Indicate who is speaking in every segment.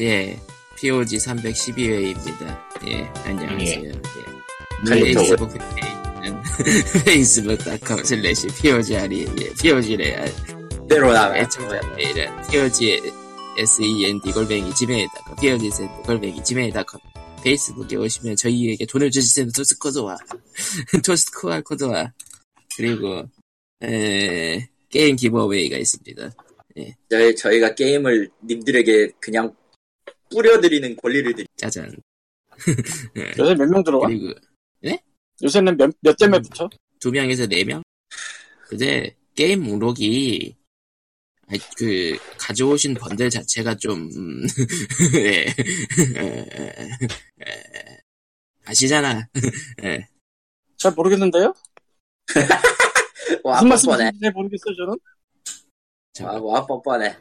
Speaker 1: 예. POG 312회입니다. 예, 안녕하세요. 예. 네,
Speaker 2: 칼리토
Speaker 1: 페이스북 페이지는 facebook.com slash POG 아리, 예, POG 레알,
Speaker 2: 때로 나가.
Speaker 1: 아, 애청자 메일은 POG SEND E 골뱅이 지메일.com, POG SEND E 골뱅이 지메일.com, 페이스북에 오시면 저희에게 돈을 주시는 토스 코드와, 토스 코알 코드와, 그리고, 에, 게임 기브어웨이가 있습니다.
Speaker 2: 저희, 저희가 게임을 님들에게 그냥 뿌려드리는 권리를 드리.
Speaker 1: 짜잔. 예,
Speaker 3: 요새 몇 명 들어와?
Speaker 1: 그리고,
Speaker 3: 요새는 몇, 몇
Speaker 1: 음.
Speaker 3: 대 몇부터?
Speaker 1: 두 명에서 네 명? 근데 게임 목록이 아이, 그 가져오신 번들 자체가 좀 예. 예. 아시잖아.
Speaker 3: 잘 모르겠는데요?
Speaker 1: 어,
Speaker 2: 와,
Speaker 3: 무슨
Speaker 2: 뻔뻔해.
Speaker 3: 말씀인지 잘 모르겠어요, 저는.
Speaker 1: 자,
Speaker 2: 와, 와, 뻔뻔해.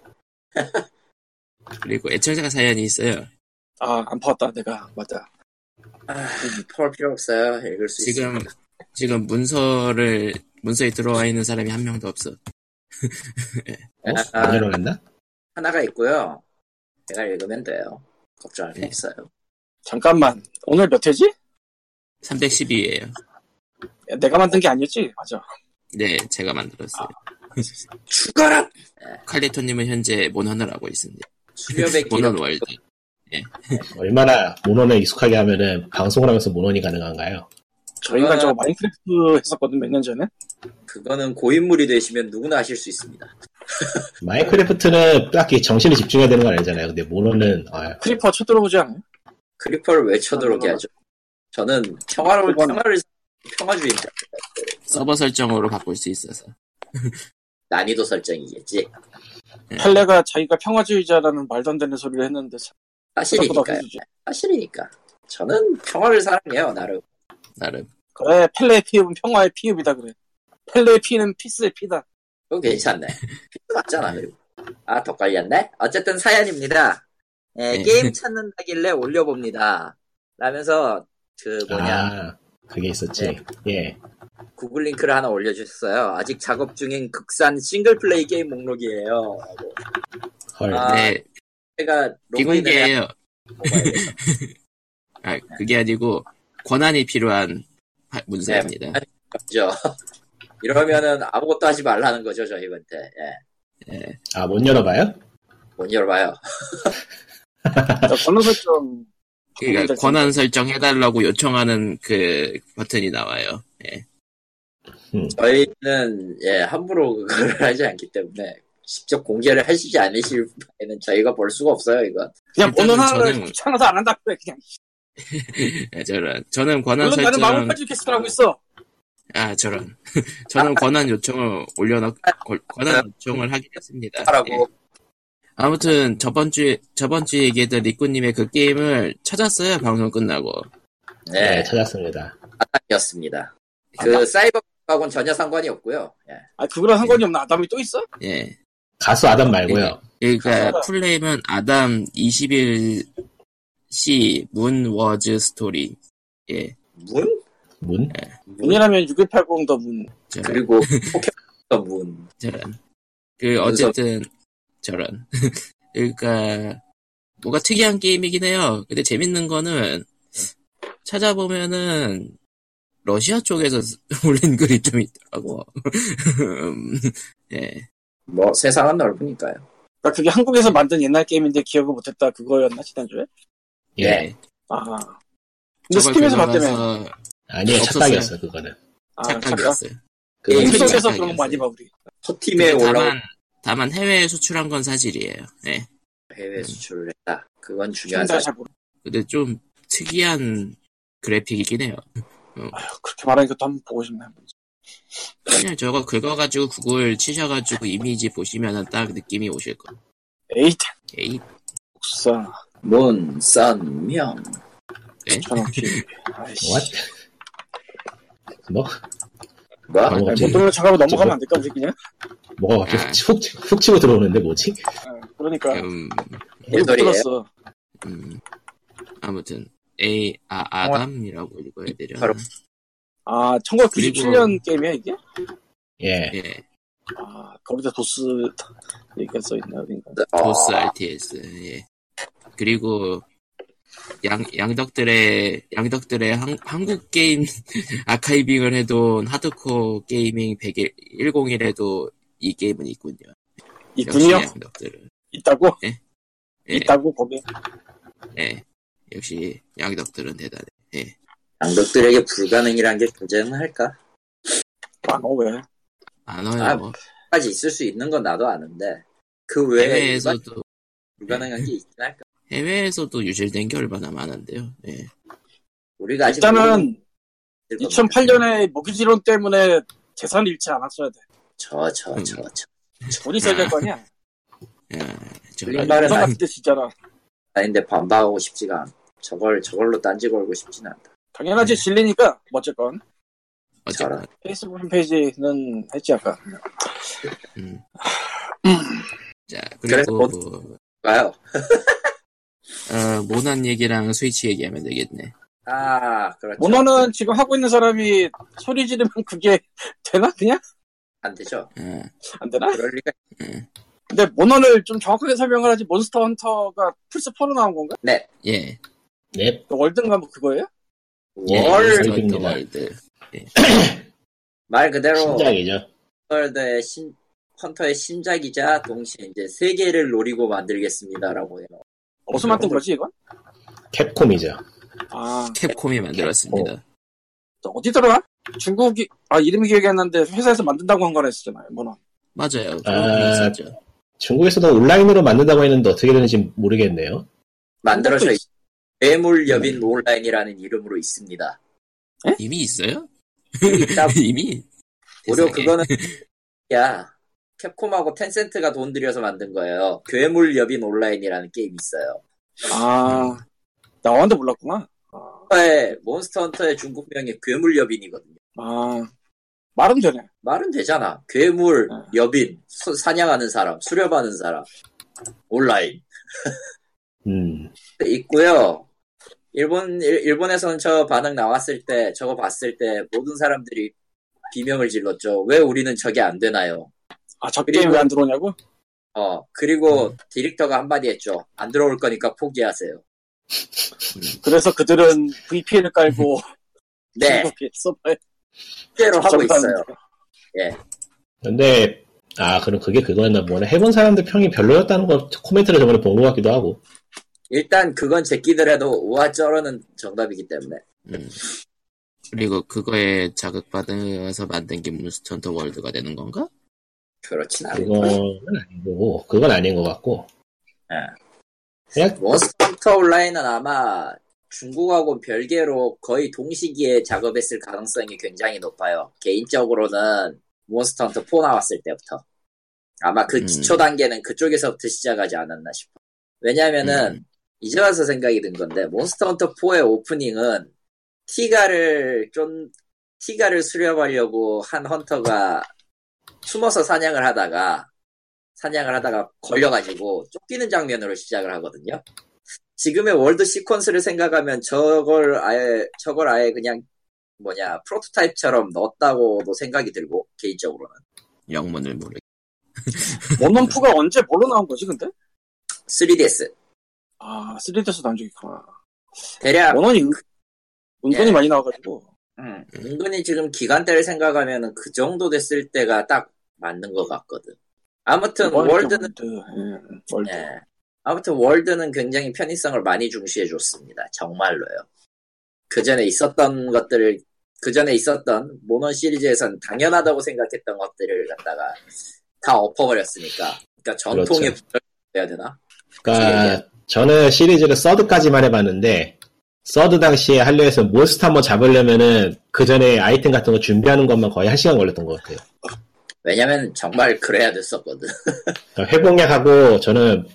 Speaker 2: 아.
Speaker 1: 그리고 애청자 사연이 있어요.
Speaker 3: 아, 안 파왔다, 내가. 맞아.
Speaker 2: 아, 퍼올 필요 없어요. 읽을 수 있어요.
Speaker 1: 지금 지금 문서를 문서에 들어와 있는 사람이 한 명도 없어.
Speaker 4: 어?
Speaker 2: 아.
Speaker 4: 안 일어났나?
Speaker 2: 하나가 있고요. 제가 읽으면 돼요. 걱정할 필요
Speaker 1: 네.
Speaker 2: 없어요.
Speaker 3: 잠깐만. 오늘 몇 회지?
Speaker 1: 312예요.
Speaker 3: 야, 내가 만든 게 아니었지? 맞아.
Speaker 1: 네, 제가 만들었어요.
Speaker 2: 죽어라!
Speaker 1: 칼리토님은 현재 모난을 하고 있습니다.
Speaker 2: 수렵의
Speaker 1: 모난
Speaker 2: 아. 기록.
Speaker 1: 월드.
Speaker 4: 얼마나 모논에 익숙하게 하면은 방송을 하면서 모논이 가능한가요?
Speaker 3: 저희가
Speaker 2: 아.
Speaker 3: 저 마인크래프트 했었거든, 몇 년 전에.
Speaker 2: 그거는 고인물이 되시면 누구나 하실 수 있습니다.
Speaker 4: 마인크래프트는 딱히 정신에 집중해야 되는 건 아니잖아요. 근데 모논은 아,
Speaker 3: 크리퍼 쳐들어오지 않아요?
Speaker 2: 크리퍼를 왜 쳐들어오게 하죠? 저는 평화를,
Speaker 3: 그거는-
Speaker 2: 평화를, 평화주의자.
Speaker 1: 서버 설정으로 바꿀 수 있어서.
Speaker 2: 난이도 설정이겠지.
Speaker 3: 펠레가 자기가 평화주의자라는 말도 안 되는 소리를 했는데, 참, 생각보다
Speaker 2: 사실이니까요.
Speaker 3: 해주지.
Speaker 2: 사실이니까. 저는 평화를 사랑해요, 나름.
Speaker 1: 나름
Speaker 3: 그래, 펠레의 피읍은 평화의 피읍이다, 그래. 펠레의 피는 피스의 피다.
Speaker 2: 그거 괜찮네. 피도 맞잖아, 그리고. 아, 더 걸렸네? 어쨌든 사연입니다. 예,
Speaker 1: 네.
Speaker 2: 게임 찾는다길래 올려봅니다. 라면서, 그, 뭐냐,
Speaker 4: 아 그게 있었지. 예.
Speaker 2: 구글 링크를 하나 올려주셨어요. 아직 작업 중인 극산 싱글플레이 게임 목록이에요. 라고.
Speaker 4: 헐.
Speaker 2: 아,
Speaker 1: 네,
Speaker 2: 제가 로그인을 해야
Speaker 1: 비공개예요. 아, 그게 아니고 권한이 필요한 파- 문서입니다.
Speaker 2: 네, 죠 이러면은 아무것도 하지 말라는 거죠, 저희한테. 예.
Speaker 4: 아, 못 열어봐요?
Speaker 2: 못 열어봐요.
Speaker 3: 저 번호 설정.
Speaker 1: 그러니까
Speaker 3: 고민될
Speaker 1: 권한 설정 해달라고 요청하는 그 버튼이 나와요. 예.
Speaker 2: 저희는, 예, 함부로 그걸 하지 않기 때문에, 직접 공개를 하시지 않으실 바에는 저희가 볼 수가 없어요, 이건.
Speaker 3: 그냥 번호
Speaker 1: 일단은
Speaker 3: 하나를
Speaker 1: 저는-
Speaker 3: 귀찮아서 안 한다, 그래, 그냥.
Speaker 1: 예, 저런 저는 권한
Speaker 3: 물론 나는
Speaker 1: 설정
Speaker 3: 마법까지 캐스트라고 있어.
Speaker 1: 아 저런 저는 권한 요청을 올려놓 걸- 권한 요청을 하긴 했습니다.
Speaker 2: 하라고.
Speaker 1: 예. 아무튼 저번 주에 저번 주에 얘기했던 리꾸님의 그 게임을 찾았어요 방송 끝나고
Speaker 2: 예.
Speaker 4: 네, 찾았습니다.
Speaker 2: 이었습니다. 그 사이버하고는 전혀 상관이 없고요. 예.
Speaker 3: 아, 그거랑 상관이 없나? 아담이 또 있어?
Speaker 1: 예
Speaker 4: 가수 아담 말고요.
Speaker 1: 그러니까
Speaker 3: 가사가-
Speaker 1: 풀네임은 아담 21C 문워즈 스토리 예
Speaker 2: 문?
Speaker 4: 문?
Speaker 2: 문
Speaker 3: 문이라면 6180 더 문.
Speaker 1: 저런
Speaker 2: 그리고 포켓몬 문.
Speaker 1: 저런 그 어쨌든 저런 그러니까 뭔가 특이한 게임이긴 해요 근데 재밌는 거는 찾아보면은 러시아 쪽에서 올린 글이 좀 있더라고 음, 예
Speaker 2: 뭐 세상은 넓으니까요.
Speaker 3: 그러니까 그게 한국에서 만든 옛날 게임인데 기억을 못했다 그거였나 지난주에?
Speaker 4: 예.
Speaker 2: 예.
Speaker 3: 아 근데 스팀에서 봤다며
Speaker 1: 봤다며
Speaker 4: 아니요,
Speaker 1: 없었어요.
Speaker 4: 착각이었어, 그거는.
Speaker 3: 아 잠깐
Speaker 1: 착각이었어요
Speaker 4: 그건
Speaker 2: 예,
Speaker 3: 우리
Speaker 2: 이게
Speaker 3: 속에서 그런 거 많이 봐 우리
Speaker 2: 토팀에 올라온
Speaker 1: 다만, 다만 해외에 수출한 건 사실이에요. 예.
Speaker 2: 해외 수출을 했다. 그건 중요한
Speaker 3: 진짜
Speaker 2: 사실.
Speaker 3: 잘 모르
Speaker 1: 근데 좀 특이한 그래픽이긴 해요.
Speaker 3: 그렇게 말하는 것도 한번 보고 싶네
Speaker 1: 그냥 저거 긁어가지고 구글 치셔가지고 이미지 보시면은 딱 느낌이 오실 거.
Speaker 3: 에잇
Speaker 1: 에이,
Speaker 3: 복사
Speaker 2: 문, 선, 명.
Speaker 3: 붙여넣기 아이씨 네,
Speaker 4: What? 뭐?
Speaker 2: 뭐?
Speaker 4: 어.
Speaker 3: 아니, 못 들으면 잠깐만 넘어가면 안 될까 우리 그냥?
Speaker 4: 뭐가 갑자기 훅, 치- 훅 치고 들어오는데 뭐지?
Speaker 3: 아, 그러니까
Speaker 1: 음,
Speaker 3: 우리 못
Speaker 2: 일돌이에요.
Speaker 3: 들었어
Speaker 1: 음. 아무튼 에이 아 아담이라고 읽어야 되려.
Speaker 2: 바로.
Speaker 3: 아 1997년 게임이야 이게?
Speaker 4: 예.
Speaker 1: 예,
Speaker 3: 아 거기다 도스 얘기가 써있나 어딘가
Speaker 2: 어,
Speaker 1: 보스 RTS. 예. 그리고 양 양덕들의 양덕들의 한, 한국 게임 아카이빙을 해둔 하드코어 게이밍 100일 101에도 이 게임은 있군요.
Speaker 3: 있군요.
Speaker 1: 역시 양덕들은
Speaker 3: 있다고?
Speaker 1: 예. 예.
Speaker 3: 있다고 거기.
Speaker 1: 예. 역시 양덕들은 대단해.
Speaker 2: 양덕들에게 불가능이란 게 존재할까?
Speaker 3: 아, 너 왜?
Speaker 1: 안 와요.
Speaker 2: 아, 까지 있을 수 있는 건 나도 아는데 그 외에 일반
Speaker 1: 해외에서도
Speaker 2: 불가능한 게 있긴 할까?
Speaker 1: 해외에서도 유실된 게 얼마나 많은데요. 예.
Speaker 2: 우리가 아직 모르는
Speaker 3: 일단은
Speaker 2: 것들 겁니다.
Speaker 3: 2008년에 모기지론 때문에 재산 잃지 않았어야 돼.
Speaker 2: 저, 저, 저, 저.
Speaker 3: 돈이 있어야 될 거 아니야.
Speaker 1: 예. 저
Speaker 2: 우리
Speaker 3: 나
Speaker 2: 옛날에
Speaker 3: 가
Speaker 2: 나-
Speaker 3: 그때 진짜라.
Speaker 2: 아닌데 반박하고 싶지가 않아. 저걸 저걸로 딴지 걸고 싶진 않다.
Speaker 3: 당연하지 질리니까 뭐 어쨌건
Speaker 1: 어쨌거나
Speaker 3: 페이스북 홈페이지는 했지 아까.
Speaker 1: 음.
Speaker 3: 음.
Speaker 1: 자,
Speaker 2: 그래서
Speaker 1: 그리고
Speaker 2: 뭐-
Speaker 1: 뭐,
Speaker 2: 봐요.
Speaker 1: 어, 모난 얘기랑 스위치 얘기하면 되겠네.
Speaker 2: 아, 그렇죠.
Speaker 3: 모노는 지금 하고 있는 사람이 소리 지르면 그게 되나 그냥
Speaker 2: 안 되죠.
Speaker 1: 어,
Speaker 3: 안 되나?
Speaker 2: 그럴 리가.
Speaker 3: 근데 모노를 좀 정확하게 설명을 하지 몬스터 헌터가 플스 4로 나온 건가?
Speaker 2: 네.
Speaker 1: 예.
Speaker 4: 넵.
Speaker 3: 그 월든가 뭐 그거예요?
Speaker 1: 예,
Speaker 2: 월
Speaker 4: 월드.
Speaker 1: 월드 월드.
Speaker 2: 말 그대로
Speaker 4: 신작이죠.
Speaker 2: 헌터의 신 헌터의 신작이자 동시에 이제 세계를 노리고 만들겠습니다라고 해요.
Speaker 3: 어디서 만든 거지 이건?
Speaker 4: 캡콤이죠.
Speaker 3: 아
Speaker 1: 캡콤이 만들었습니다.
Speaker 3: 또 어디더라? 중국이 아 이름이 기억이 안 나는데 회사에서 만든다고 한 거라 했었잖아요 모노.
Speaker 1: 맞아요. 그런 게
Speaker 4: 아,
Speaker 1: 있었죠.
Speaker 4: 중국에서도 온라인으로 만든다고 했는데 어떻게 되는지 모르겠네요.
Speaker 2: 만들어져
Speaker 3: 그것도
Speaker 2: 있... 괴물 여빈 온라인이라는 이름으로 있습니다.
Speaker 1: 이미 있어요?
Speaker 2: 있다
Speaker 1: 이미?
Speaker 2: 무려
Speaker 1: 세상에.
Speaker 2: 그거는 야 캡콤하고 텐센트가 돈 들여서 만든 거예요. 괴물 여빈 온라인이라는 게임이 있어요.
Speaker 3: 아 나왔는데 몰랐구나.
Speaker 2: 헌터의- 몬스터 헌터의 중국명이 괴물 여빈이거든요.
Speaker 3: 아 말은 되네.
Speaker 2: 말은 되잖아. 괴물
Speaker 3: 어.
Speaker 2: 여빈 수- 사냥하는 사람, 수렵하는 사람 온라인 네,
Speaker 4: 음.
Speaker 2: 있고요. 일본 일, 본에서는저 반응 나왔을 때 저거 봤을 때 모든 사람들이 비명을 질렀죠. 왜 우리는 저게 안 되나요?
Speaker 3: 아저
Speaker 2: 그리고-
Speaker 3: 게임 왜 안 들어오냐고?
Speaker 2: 어 그리고 디렉터가 한마디 했죠. 안 들어올 거니까 포기하세요.
Speaker 3: 그래서 그들은 VPN을 깔고
Speaker 2: 네,
Speaker 3: 중국에 서버에
Speaker 2: 실제로 하고 있어요.
Speaker 3: 접속하는데.
Speaker 4: 근데, 아, 그럼 그게 그거였나 보네. 해본 사람들 평이 별로였다는 거 코멘트를 저번에 본 것 같기도 하고.
Speaker 2: 일단 그건 제끼더라도 우와 쩔어는 정답이기 때문에
Speaker 1: 음. 그리고 그거에 자극받아서 만든 게 몬스터 헌터 월드가 되는 건가?
Speaker 2: 그렇진 않아요.
Speaker 4: 그건 아닌 거고, 그건 아닌 것 같고.
Speaker 2: 예.
Speaker 4: 그냥,
Speaker 2: 몬스터 온라인은 아마 중국하고 별개로 거의 동시기에 작업했을 가능성이 굉장히 높아요. 개인적으로는 몬스터 헌터 4 나왔을 때부터. 아마 그
Speaker 1: 음.
Speaker 2: 기초 단계는 그쪽에서부터 시작하지 않았나 싶어. 왜냐면은,
Speaker 1: 음.
Speaker 2: 이제 와서 생각이 든 건데, 몬스터 헌터 4의 오프닝은 티가를 좀, 티가를 수렵하려고 한 헌터가 숨어서 사냥을 하다가, 사냥을 하다가 걸려가지고 쫓기는 장면으로 시작을 하거든요. 지금의 월드 시퀀스를 생각하면 저걸 아예 저걸 아예 그냥 뭐냐 프로토타입처럼 넣었다고도 생각이 들고 개인적으로는
Speaker 1: 영문을 모르.
Speaker 3: 모노프가 언제 뭘로 나온 거지 근데?
Speaker 2: 3DS
Speaker 3: 아 3D에서 나온 적이 있구나.
Speaker 2: 대략
Speaker 3: 모노이 은- 은근히
Speaker 2: 예.
Speaker 3: 많이 나와가지고
Speaker 2: 음, 은근히 지금 기간대를 생각하면은 그 정도 됐을 때가 딱 맞는 것 같거든. 아무튼
Speaker 3: 이번에
Speaker 2: 월드는
Speaker 3: 또 월드, 예, 월드.
Speaker 2: 예. 아무튼 월드는 굉장히 편의성을 많이 중시해 줬습니다. 정말로요. 그 전에 있었던 것들을 그 전에 있었던 모노 시리즈에선 당연하다고 생각했던 것들을 갖다가 다 엎어버렸으니까. 그러니까 전통의
Speaker 4: 그렇죠.
Speaker 2: 분열을 해야 되나?
Speaker 4: 그러니까 저는 시리즈를 서드까지만 해봤는데, 서드 당시에 한려 해서 몬스터 한번 잡으려면은 그 전에 아이템 같은 거 준비하는 것만 거의 한 시간 걸렸던 것 같아요.
Speaker 2: 왜냐면 정말 그래야 됐었거든.
Speaker 4: 그러니까 회복약하고 저는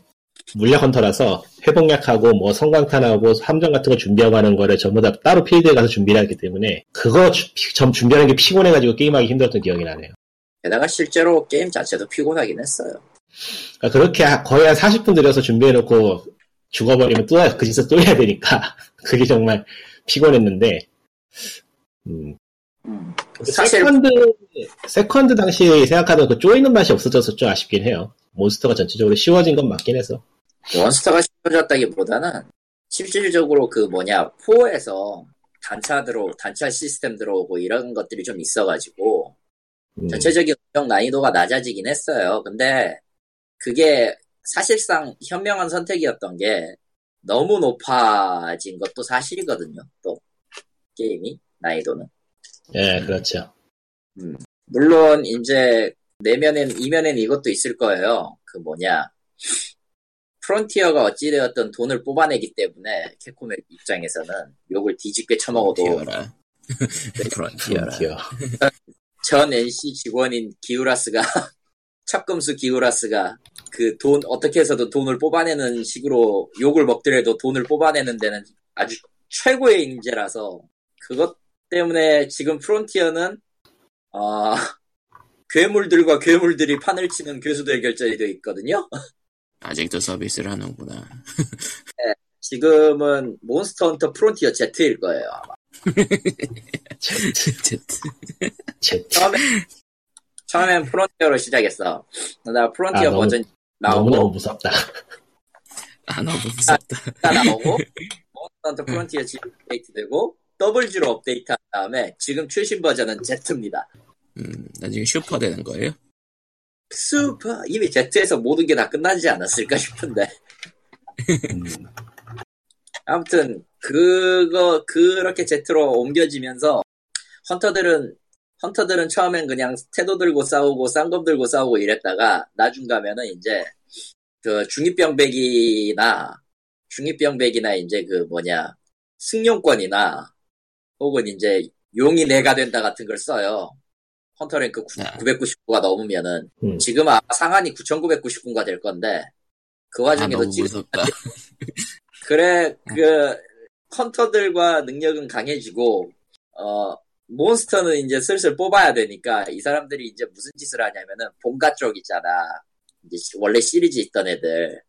Speaker 4: 물약 헌터라서 회복약하고 뭐 성광탄하고 함정 같은 거 준비하고 하는 거를 전부 다 따로 필드에 가서 준비를 하기 때문에 그거 주- 피- 전 준비하는 게 피곤해가지고 게임하기 힘들었던 기억이 나네요.
Speaker 2: 게다가 실제로 게임 자체도 피곤하긴 했어요.
Speaker 4: 그렇게 거의 한 40분 들여서 준비해놓고 죽어버리면 또, 그 짓을 또 해야 되니까 그게 정말 피곤했는데 음.
Speaker 2: 사실
Speaker 4: 세컨드, 세컨드 당시에 생각하던 그 쪼이는 맛이 없어졌었죠 아쉽긴 해요. 몬스터가 전체적으로 쉬워진 건 맞긴 해서
Speaker 2: 몬스터가 터졌다기보다는 실질적으로 그 뭐냐 포에서 단차 들어 단차 시스템 들어오고 이런 것들이 좀 있어가지고
Speaker 4: 음,
Speaker 2: 전체적인 운영 난이도가 낮아지긴 했어요. 근데 그게 사실상 현명한 선택이었던 게 너무 높아진 것도 사실이거든요. 또 게임이 난이도는
Speaker 4: 예, 그렇죠.
Speaker 2: 물론 이제 내면엔 이면엔 이것도 있을 거예요. 그 뭐냐 프론티어가 어찌되었든 돈을 뽑아내기 때문에 캡콤의 입장에서는 욕을 뒤집게 쳐먹어도 네,
Speaker 1: 티어라. 그런 티어라.
Speaker 4: 티어.
Speaker 2: 전 NC 직원인 기우라스가 첩금수 기우라스가 그 돈 어떻게 해서든 돈을 뽑아내는 식으로 욕을 먹더라도 돈을 뽑아내는 데는 아주 최고의 인재라서 그것 때문에 지금 프론티어는 어, 괴물들과 괴물들이 판을 치는 괴수들 결전이 되어 있거든요.
Speaker 1: 아직도 서비스를 하는구나.
Speaker 2: 지금은 몬스터 헌터 프론티어 Z일 거예요. 아마.
Speaker 1: 제트.
Speaker 4: 제,
Speaker 2: 처음엔 프론티어로 시작했어. 나
Speaker 4: 아,
Speaker 2: 프론티어
Speaker 4: 너무-
Speaker 2: 버전 나오고
Speaker 4: 너무너무 무섭다.
Speaker 1: 아, 너무 무섭다.
Speaker 2: 다 나오고 몬스터 프론티어 지금 업데이트 되고 WG로 업데이트한 다음에 지금 최신 버전은 Z입니다.
Speaker 1: 음, 나중에 슈퍼 되는 거예요?
Speaker 2: 슈퍼 이미 Z에서 모든 게 다 끝나지 않았을까 싶은데
Speaker 4: 음,
Speaker 2: 아무튼 그거 그렇게 Z로 옮겨지면서 헌터들은 헌터들은 처음엔 그냥 태도 들고 싸우고 쌍검 들고 싸우고 이랬다가 나중 가면은 이제 그 중이병배기나 중이병배기나 이제 그 뭐냐 승용권이나 혹은 이제 용이 내가 된다 같은 걸 써요. 헌터 랭크
Speaker 1: 아.
Speaker 2: 999가 넘으면은
Speaker 4: 음.
Speaker 2: 지금 아마 상한이 9,999가 될 건데 그
Speaker 1: 아,
Speaker 2: 와중에도
Speaker 1: 너무
Speaker 2: 지금
Speaker 1: 무섭다.
Speaker 2: 그래 그 헌터들과 능력은 강해지고 어 몬스터는 이제 슬슬 뽑아야 되니까 이 사람들이 이제 무슨 짓을 하냐면은 본가 쪽 있잖아 이제 시- 원래 시리즈 있던 애들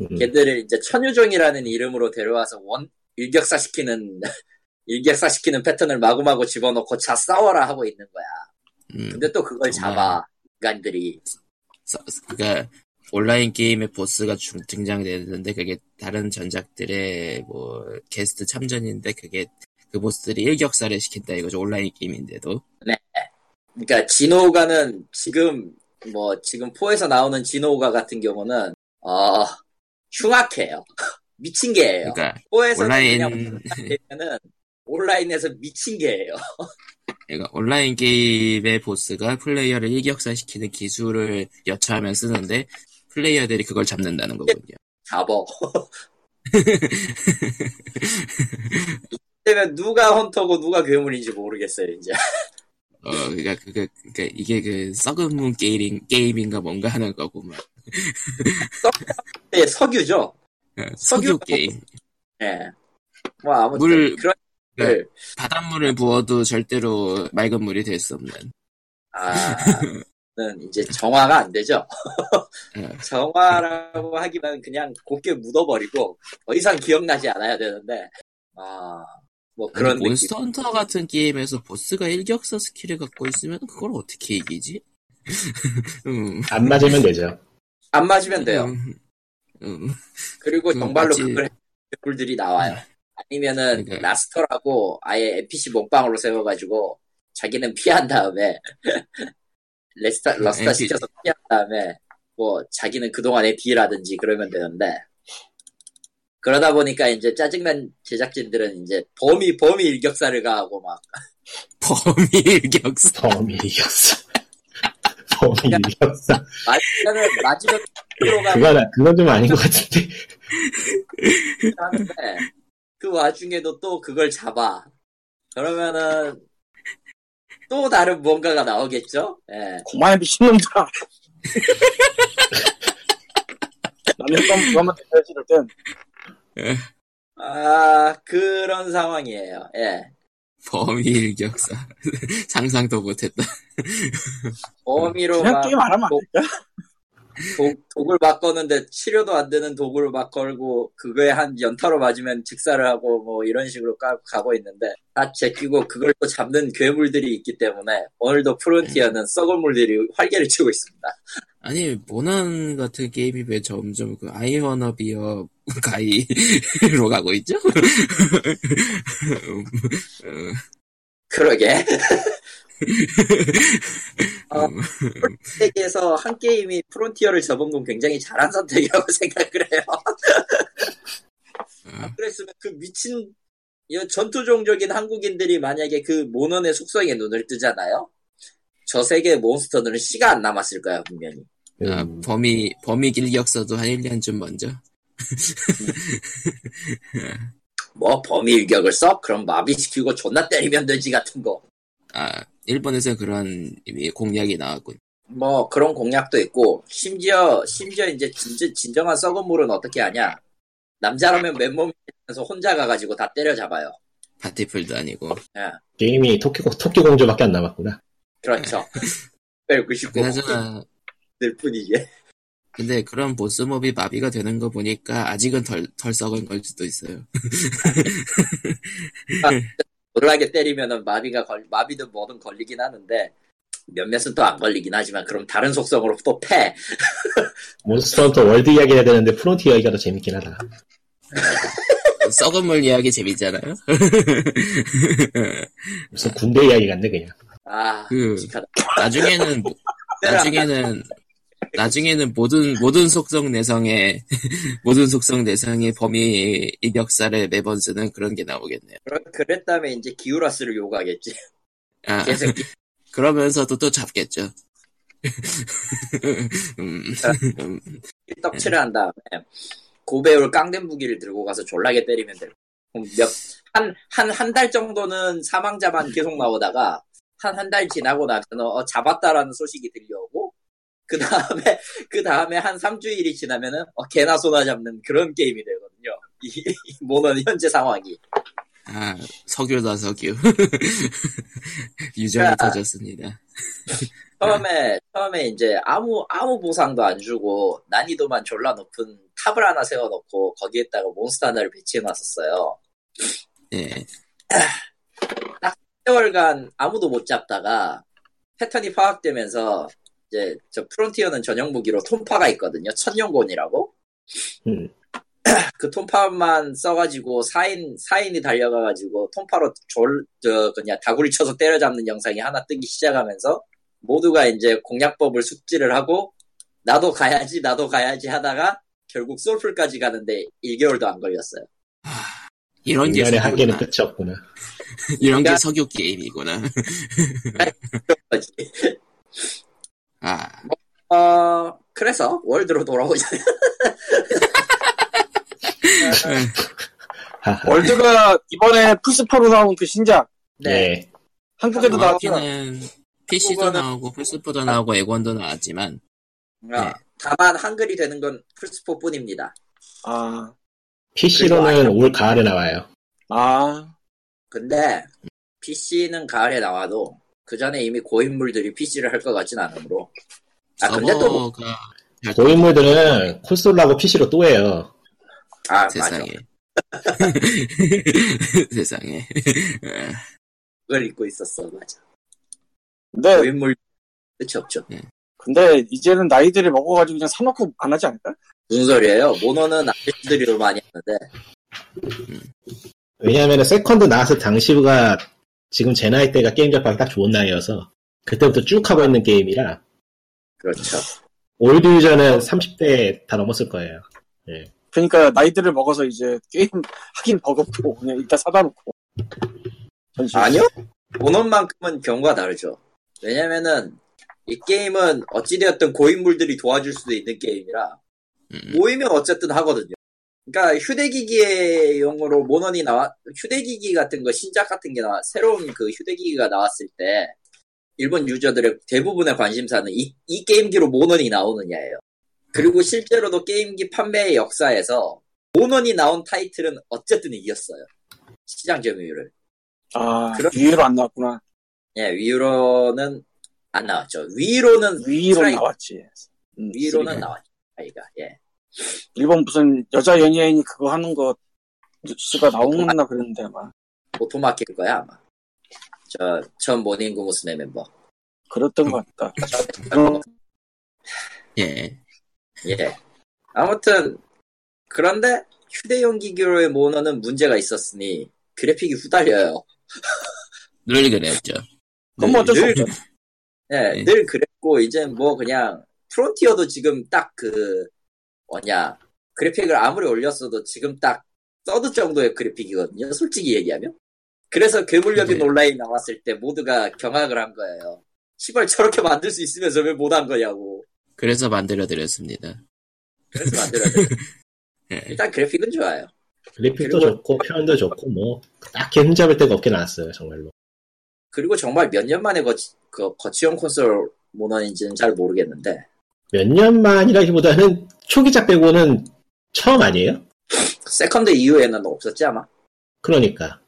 Speaker 4: 음.
Speaker 2: 걔들을 이제 천유종이라는 이름으로 데려와서 원 일격사 시키는 일격사 시키는 패턴을 마구마구 집어넣고 자 싸워라 하고 있는 거야
Speaker 1: 음,
Speaker 2: 근데 또 그걸 잡아 인간들이
Speaker 1: 서- 그러니까 온라인 게임의 보스가 중- 등장되는데 그게 다른 전작들의 뭐 게스트 참전인데 그게 그 보스들이 일격사를 시킨다 이거죠 온라인 게임인데도
Speaker 2: 그러니까 진호가는 지금 뭐 지금 포에서 나오는 진호가 같은 경우는 어 흉악해요. 미친 개예요.
Speaker 1: 그러니까
Speaker 2: 포에서
Speaker 1: 온라인-
Speaker 2: 그냥 되면은 온라인에서 미친 개예요.
Speaker 1: 그러니까 온라인 게임의 보스가 플레이어를 일격사시키는 기술을 여차하면 쓰는데 플레이어들이 그걸 잡는다는 거군요.
Speaker 2: 잡어. 때문에 누가 헌터고 누가 괴물인지 모르겠어요 이제.
Speaker 1: 어, 그러니까 그게 그러니까 이게 그 썩은 문 게임 게임인가 뭔가 하는 거구만.
Speaker 2: 네, 석유죠.
Speaker 1: 어,
Speaker 2: 석유
Speaker 1: 석유 게임.
Speaker 2: 예. 뭐 아무튼
Speaker 1: 물-
Speaker 2: 그런
Speaker 1: 네.
Speaker 2: 걸
Speaker 1: 바닷물을 부어도 절대로 맑은 물이 될 수 없는.
Speaker 2: 아는 이제 정화가 안 되죠.
Speaker 1: 어.
Speaker 2: 정화라고 하기만 그냥 곱게 묻어버리고 더 이상 기억나지 않아야 되는데
Speaker 1: 그런
Speaker 2: 아뭐 그런 느낌
Speaker 1: 몬스터 헌터 같은 게임에서 보스가 일격사 스킬을 갖고 있으면 그걸 어떻게 이기지? 음,
Speaker 4: 안 맞으면 되죠.
Speaker 2: 안 맞으면 돼요
Speaker 1: 음, 음,
Speaker 2: 그리고
Speaker 1: 그
Speaker 2: 정말로
Speaker 1: 맞지. 음.
Speaker 2: 그걸 괴물들이 나와요 아니면은
Speaker 1: 그러니까.
Speaker 2: 라스터라고 아예 NPC 몸빵으로 세워가지고 자기는 피한 다음에 레스타 러스타
Speaker 1: NPC.
Speaker 2: 시켜서 피한 다음에 뭐 자기는 그동안의 뒤라든지 그러면 되는데 그러다 보니까 이제 짜증난 제작진들은 이제 범위 범위 일격사를 가하고 막
Speaker 1: 범위 일격사.
Speaker 4: 범이 이겼어. 범이 이겼어.
Speaker 2: 마지막은 마지막 프로가
Speaker 4: 그건, 그건 좀 아닌 것 같은데.
Speaker 2: 하는데 그 와중에도 또 그걸 잡아 그러면은 또 다른 뭔가가 나오겠죠? 예.
Speaker 3: 고마해 미친놈들아. 남의 건 그거만 대야지 이럴 땐.
Speaker 2: 아 그런 상황이에요. 예.
Speaker 1: 범위 일격사. 상상도 못했다.
Speaker 2: 범위로
Speaker 3: 그냥
Speaker 2: 막
Speaker 3: 게임 안 하면 안 될까?
Speaker 2: 독, 독을 막 거는데 치료도 안 되는 독으로 막 걸고 그거에 한 연타로 맞으면 직사를 하고 뭐 이런 식으로 가, 가고 있는데 다 제끼고 그걸 또 잡는 괴물들이 있기 때문에 오늘도 프론티어는 썩은 물들이 활개를 치고 있습니다.
Speaker 1: 아니 모난 같은 게임이 왜 점점 그 아이허너비어 가이로 가고 있죠? 음, 음,
Speaker 2: 그러게 어.
Speaker 1: 음.
Speaker 2: 세계에서 한 게임이 프론티어를 접은 건 굉장히 잘한 선택이라고 생각을 해요.
Speaker 1: 어.
Speaker 2: 그랬으면 그 미친 이 전투종족인 한국인들이 만약에 그 모넌의 속성에 눈을 뜨잖아요. 저 세계 몬스터들은 시가 안 남았을 거야 분명히.
Speaker 1: 아,
Speaker 4: 음,
Speaker 1: 범위 범위 길격서도 한 1년쯤 먼저
Speaker 2: 뭐 범위 일격을 써? 그럼 마비시키고 존나 때리면 되지 같은 거.
Speaker 1: 아 일본에서 그런 이미 공약이 나왔군
Speaker 2: 뭐 그런 공략도 있고 심지어 심지어 이제 진정한 썩은 물은 어떻게 하냐? 남자라면 맨몸에서 혼자 가가지고 다 때려잡아요.
Speaker 1: 바티풀도 아니고
Speaker 4: 게임이 토끼, 토끼 공주밖에 안 남았구나.
Speaker 2: 그렇죠. 빼고 싶고
Speaker 1: 그나저나
Speaker 2: 늘 뿐이지.
Speaker 1: 근데 그런 보스몹이 마비가 되는 거 보니까 아직은 덜, 덜 썩은 걸 수도 있어요
Speaker 2: 놀라게 때리면은 마비가 걸 마비든 뭐든 걸리긴 하는데 몇몇은 또 안 걸리긴 하지만 그럼 다른 속성으로 또 패.
Speaker 4: 몬스터헌터 월드 이야기 해야 되는데 프론티어 이야기가 더 재밌긴 하다.
Speaker 1: 썩은 물 이야기 재밌잖아요
Speaker 4: 무슨 군대 이야기 같네, 그냥.
Speaker 2: 아,
Speaker 1: 그-
Speaker 2: 끔찍하다.
Speaker 1: 나중에는 뭐, 나중에는 나중에는 모든 모든 속성 내성의 모든 속성 내성의 범위 이력사를 매번 쓰는 그런 게 나오겠네요.
Speaker 2: 그러- 그랬다면 이제 기우라스를 요구하겠지.
Speaker 1: 아,
Speaker 2: 계속
Speaker 1: 그러면서도 또 잡겠죠. 음, 음,
Speaker 2: 떡칠을 한 다음에 고배울 깡된 무기를 들고 가서 졸라게 때리면 될. 몇한한 한 달 정도는 사망자만 계속 나오다가 한 한 달 지나고 나면 어, 잡았다라는 소식이 들려오고 그 다음에 그 다음에 한 3주일이 지나면은 어, 개나 소나 잡는 그런 게임이 되거든요. 이, 이 모노는 현재 상황이
Speaker 1: 아, 석유다 석유. 유전이 터졌습니다.
Speaker 2: 처음에 처음에 이제 아무 아무 보상도 안 주고 난이도만 졸라 높은 탑을 하나 세워놓고 거기에다가 몬스터 하나를 배치해놨었어요.
Speaker 1: 예,
Speaker 2: 10개월간 아무도 못 잡다가 패턴이 파악되면서 이제 저 프론티어는 전용 무기로 톰파가 있거든요. 천연곤이라고.
Speaker 4: 음.
Speaker 2: 그 톰파만 써가지고 4인, 4인이 달려가가지고 톰파로 졸, 저, 그냥 다구리 쳐서 때려잡는 영상이 하나 뜨기 시작하면서 모두가 이제 공략법을 숙지를 하고 나도 가야지, 나도 가야지 하다가 결국 솔플까지 가는데 1개월도 안 걸렸어요.
Speaker 1: 이런 게
Speaker 4: 인간의
Speaker 1: 석유구나.
Speaker 4: 한계는 끝이 없구나.
Speaker 1: 이런 게 석유 게임이구나. 아,
Speaker 2: 어, 그래서 월드로 돌아오자.
Speaker 4: 하하.
Speaker 3: 월드가 이번에 플스4로 나온 그 신작
Speaker 4: 네.
Speaker 3: 한국에도 나왔잖아
Speaker 1: 정확히는 PC도
Speaker 3: 한국어는-
Speaker 1: 나오고 플스포도 나오고 애권도 나왔지만
Speaker 2: 아,
Speaker 1: 네.
Speaker 2: 다만 한글이 되는 건 플스4뿐입니다.
Speaker 3: 아,
Speaker 4: PC로는 올 가을에 나와요.
Speaker 3: 아
Speaker 2: 근데 PC는 가을에 나와도 그 전에 이미 고인물들이 PC를 할 것 같진 않으므로 아 근데 또 뭐-
Speaker 1: 서버가
Speaker 4: 고인물들은 콘솔하고 PC로 또 해요.
Speaker 2: 아, 맞아.
Speaker 1: 세상에 세상에
Speaker 2: 그걸 잊고 있었어. 맞아.
Speaker 3: 근데
Speaker 2: 고인물 끝이 없죠.
Speaker 3: 근데 이제는 나이들이 먹어가지고 그냥 사놓고 안 하지 않을까?
Speaker 2: 무슨 소리예요? 모노는 아저씨들이 더 많이 하는데
Speaker 4: 왜냐하면 세컨드 나왔을 당시가 지금 제 나이 때가 게임 접하기 딱 좋은 나이여서 그때부터 쭉 하고 있는 게임이라
Speaker 2: 그렇죠.
Speaker 4: 올드 유저는 30대 다 넘었을 거예요.
Speaker 3: 그러니까 나이들을 먹어서 이제 게임 하긴 버겁고 그냥 이따 사다 놓고 전시
Speaker 2: 아니요? 모노만큼은 경우가 다르죠. 왜냐면은 이 게임은 어찌되었든 고인물들이 도와줄 수도 있는 게임이라
Speaker 1: 음,
Speaker 2: 모이면 어쨌든 하거든요. 그러니까 휴대기기용으로 모넌이 나왔, 휴대기기 같은 거 신작 같은 게 나왔, 새로운 그 휴대기기가 나왔을 때 일본 유저들의 대부분의 관심사는 이, 이 게임기로 모넌이 나오느냐예요. 그리고 실제로도 게임기 판매의 역사에서 모넌이 나온 타이틀은 어쨌든 이겼어요. 시장 점유율을.
Speaker 3: 아
Speaker 2: 그럼-
Speaker 3: 위로 안 나왔구나
Speaker 2: 예, 위로는 안 나왔죠. 위로는
Speaker 3: 위로
Speaker 2: 스트라이크.
Speaker 3: 나왔지
Speaker 2: 음, 위로는
Speaker 1: 쓰리가.
Speaker 2: 나왔죠. 아이가 예.
Speaker 3: 일본 무슨 여자 연예인이 그거 하는 거 뉴스가 나오나 그랬는데 아마
Speaker 2: 오토마켓일 거야 아마. 저 처음 모닝구 무스네 멤버.
Speaker 3: 그랬던 것 같다.
Speaker 2: 어,
Speaker 1: 예.
Speaker 2: 예. 아무튼 그런데 휴대용 기기로의 모노는 문제가 있었으니 그래픽이 후달려요.
Speaker 1: 늘 그랬죠.
Speaker 3: 그럼 뭐 어쩔 수
Speaker 2: 늘-
Speaker 3: 없죠.
Speaker 2: 예,
Speaker 1: 네.
Speaker 2: 늘 그랬고 이제 뭐 그냥 프론티어도 지금 딱 그 뭐냐 그래픽을 아무리 올렸어도 지금 딱 써드 정도의 그래픽이거든요. 솔직히 얘기하면. 그래서 괴물여빈
Speaker 1: 네.
Speaker 2: 온라인 나왔을 때 모두가 경악을 한 거예요. 시발 저렇게 만들 수 있으면서 왜 못 한 거냐고.
Speaker 1: 그래서 만들어드렸습니다.
Speaker 2: 그래서 만들었는데
Speaker 1: 예.
Speaker 2: 일단 그래픽은 좋아요.
Speaker 4: 그래픽도
Speaker 2: 그리고-
Speaker 4: 좋고 표현도 좋고 뭐 딱히 흠잡을 데가 없게 나왔어요 정말로.
Speaker 2: 그리고 정말 몇 년 만에 거치, 그 거치형 콘솔 모너인지는 잘 모르겠는데
Speaker 4: 몇 년 만이라기보다는 초기작 빼고는 처음 아니에요?
Speaker 2: 세컨드 이후에는 없었지 아마.
Speaker 4: 그러니까.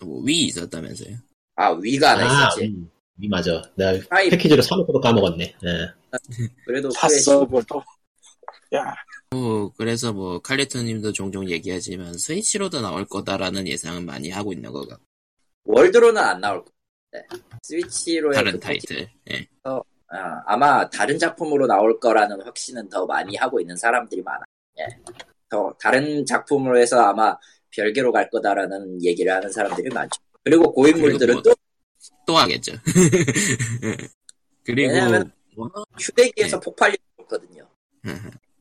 Speaker 1: 뭐, 위 있었다면서요.
Speaker 2: 아 위가 하나 있었지.
Speaker 4: 음, 이 맞아. 내가
Speaker 2: 파이
Speaker 4: 패키지로 사놓고도 까먹었네. 예.
Speaker 2: 그래도
Speaker 3: 샀어 그걸 또. 야
Speaker 1: 뭐, 그래서 뭐, 칼리터님도 종종 얘기하지만 스위치로도 나올 거다라는 예상은 많이 하고 있는 것 같고,
Speaker 2: 월드로는 안 나올 거예요. 네. 스위치로의
Speaker 1: 다른
Speaker 2: 그
Speaker 1: 타이틀. 예.
Speaker 2: 아, 아마 다른 작품으로 나올 거라는 확신은 더 많이 하고 있는 사람들이 많아. 예. 더 다른 작품으로 해서 아마 별개로 갈 거다라는 얘기를 하는 사람들이 많죠. 그리고 고인물들은
Speaker 1: 그리고 뭐
Speaker 2: 또
Speaker 1: 또 하겠죠. 그리고, 뭐 네.
Speaker 2: 왜냐면-
Speaker 1: 워너-
Speaker 2: 휴대기에서 폭발력이 좋거든요.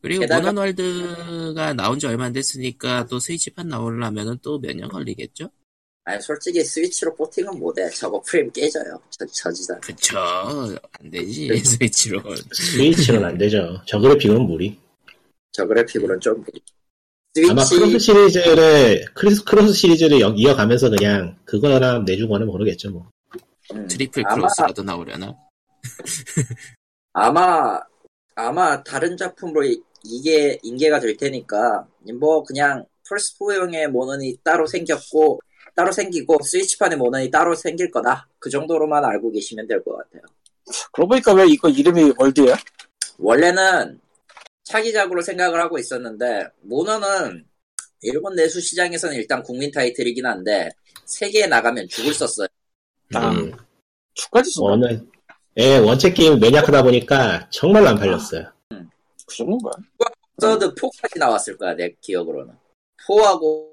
Speaker 1: 그리고
Speaker 2: 게다가-
Speaker 1: 모던월드가 나온 지 얼마 안 됐으니까 또 스위치판 나오려면은 또 몇 년 걸리겠죠?
Speaker 2: 아니 솔직히 스위치로 포팅은 못해. 저거 프레임 깨져요. 저, 저지선.
Speaker 1: 그쵸. 안
Speaker 2: 네.
Speaker 1: 되지. 스위치로.
Speaker 4: 스위치는 안 되죠. 저 그래픽은 무리.
Speaker 2: 저
Speaker 1: 네.
Speaker 2: 그래픽으로는 좀
Speaker 4: 아마
Speaker 2: 스위치 음.
Speaker 4: 크로스 시리즈를 크로스, 크로스 시리즈를 연- 이어가면서 그냥 그거나 내주거나 모르겠죠 뭐.
Speaker 2: 음,
Speaker 1: 트리플
Speaker 2: 아마
Speaker 1: 크로스라도 나오려나?
Speaker 2: 아마 아마 다른 작품으로 이- 이게 인계가 될 테니까 뭐 그냥 플스4용의 모넌이 따로 생겼고 따로 생기고 스위치판의 모넌이 따로 생길 거다 그 정도로만 알고 계시면 될 것 같아요
Speaker 3: 그러고 보니까 왜 이거 이름이 월드야?
Speaker 2: 원래는 차기작으로 생각을 하고 있었는데 모넌은 일본 내수 시장에서는 일단 국민 타이틀이긴 한데 세계에 나가면 죽을 썼어요
Speaker 3: 아.
Speaker 4: 음,
Speaker 3: 주까지 쓴 거야?
Speaker 4: 원은 예 원체 게임 매니악하다 보니까 정말로 안 팔렸어요.
Speaker 3: 그 정도인가?
Speaker 2: 서드 4까지 나왔을 거야 내 기억으로는 4하고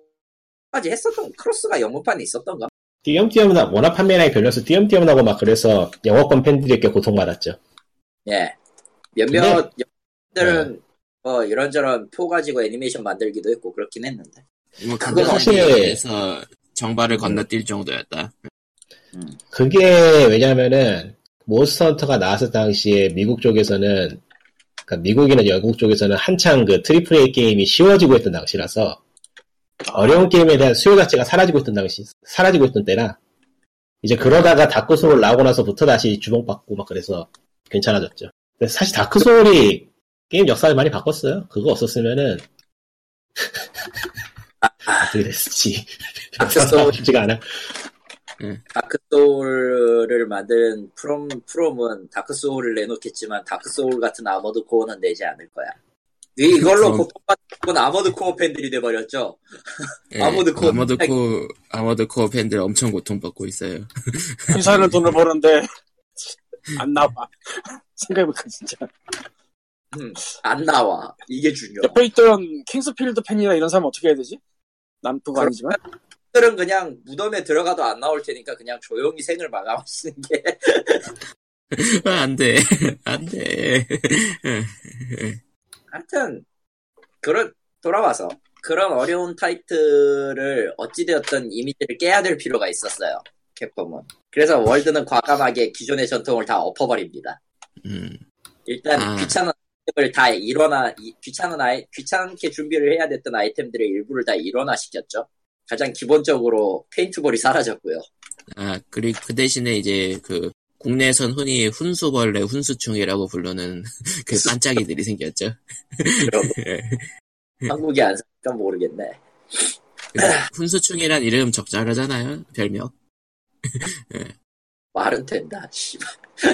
Speaker 2: 까지 했었던 크로스가 영문판에 있었던가
Speaker 4: 띄엄띄엄 나 워낙 판매량이 별로서 띄엄띄엄 나고 막 그래서 영어권 팬들이 꽤 고통받았죠.
Speaker 2: 예. 몇몇 영들은 뭐 이런저런 표 가지고 애니메이션 만들기도 했고 그렇긴 했는데.
Speaker 1: 뭐
Speaker 2: 그건
Speaker 1: 그건
Speaker 4: 사실-
Speaker 1: 사실에서
Speaker 2: 네.
Speaker 1: 정발을 건너뛸 정도였다.
Speaker 4: 그게 왜냐면은 몬스터 헌터가 나왔을 당시에 미국 쪽에서는 그러니까 미국이나 영국 쪽에서는 한창 그 트리플 A 게임이 쉬워지고 있던 당시라서 어려운 게임에 대한 수요 자체가 사라지고 있던 당시 사라지고 있던 때라 이제 그러다가 다크 소울 나오고 나서부터 다시 주목받고 막 그래서 괜찮아졌죠. 근데 사실 다크 소울이 게임 역사를 많이 바꿨어요. 그거 없었으면은 어떻게 됐을지
Speaker 2: 다크 소울.
Speaker 4: 쉽지가 않아.
Speaker 2: 다크 소울을 만든 프롬 프롬은 다크 소울을 내놓겠지만 다크 소울 같은 아머드 코어는 내지 않을 거야. 이걸로
Speaker 1: 그럼-
Speaker 2: 고통받은 아머드 코어 팬들이 돼버렸죠.
Speaker 1: 예,
Speaker 2: 아머드 코어.
Speaker 1: 아머드 코어, 아머드 코어 그 팬들 엄청 고통받고 있어요.
Speaker 3: 회사는 돈을 버는데 안 나와. 생각해보니까 진짜.
Speaker 2: 안 나와. 이게 중요해.
Speaker 3: 옆에 있던 킹스필드 팬이나 이런 사람 어떻게 해야 되지? 난 그거 아니지만
Speaker 2: 들은 그냥 무덤에 들어가도 안 나올 테니까 그냥 조용히 생을 마감하시는 게
Speaker 1: 아, 안 돼. 안 돼.
Speaker 2: 하여튼 그런 돌아와서 그런 어려운 타이틀을 어찌되었던 이미지를 깨야 될 필요가 있었어요. 캡콤은. 그래서 월드는 과감하게 기존의 전통을 다 엎어버립니다.
Speaker 1: 음,
Speaker 2: 일단
Speaker 1: 아.
Speaker 2: 귀찮은 아이템을 다 일어나 이- 귀찮은 아이 귀찮게 준비를 해야 됐던 아이템들의 일부를 다 일어나 시켰죠. 가장 기본적으로 페인트볼이 사라졌고요.
Speaker 1: 아, 그리고 그 대신에 이제 그, 국내에선 흔히 훈수벌레, 훈수충이라고 부르는 그 반짝이들이 생겼죠.
Speaker 2: 그리고
Speaker 1: 예.
Speaker 2: 한국이 안 사니까 모르겠네.
Speaker 1: 그 훈수충이란 이름 적절하잖아요. 별명.
Speaker 2: 말은 된다. 씨발.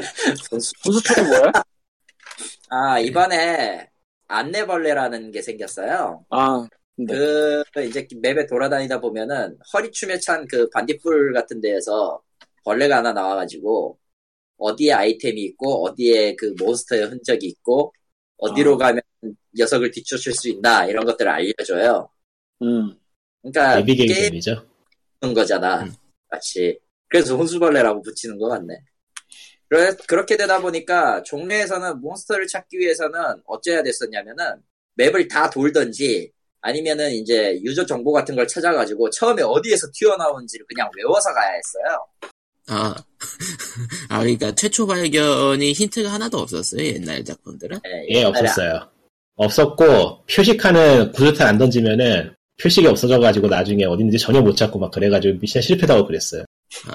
Speaker 2: 선수
Speaker 3: 분수초이 뭐야?
Speaker 2: 아, 이번에 안내벌레라는 게 생겼어요.
Speaker 3: 아,
Speaker 2: 그, 이제 맵에 돌아다니다 보면은 허리춤에 찬 그 반딧불 같은 데에서 벌레가 하나 나와가지고 어디에 아이템이 있고 어디에 그 몬스터의 흔적이 있고 어디로 가면 녀석을 뒤쫓을 수 있나 이런 것들을 알려줘요.
Speaker 3: 음.
Speaker 2: 그러니까 게임
Speaker 4: 내비게이션이죠.
Speaker 2: 는 거잖아.
Speaker 1: 음.
Speaker 2: 마치. 그래서 혼수벌레라고 붙이는 것 같네. 그래, 그렇게 되다 보니까 종래에서는 몬스터를 찾기 위해서는 어째야 됐었냐면은 맵을 다 돌던지 아니면은 이제 유저 정보 같은 걸 찾아가지고 처음에 어디에서 튀어나온지를 그냥 외워서 가야 했어요.
Speaker 1: 아, 아, 그러니까 최초 발견이 힌트가 하나도 없었어요, 옛날 작품들은.
Speaker 2: 예,
Speaker 4: 예,
Speaker 2: 옛날에
Speaker 4: 없었어요. 없었고 표식하는 구조탄 안 던지면은 표식이 없어져가지고 나중에 어딘지 전혀 못 찾고 막 그래가지고 미션 실패다고 그랬어요.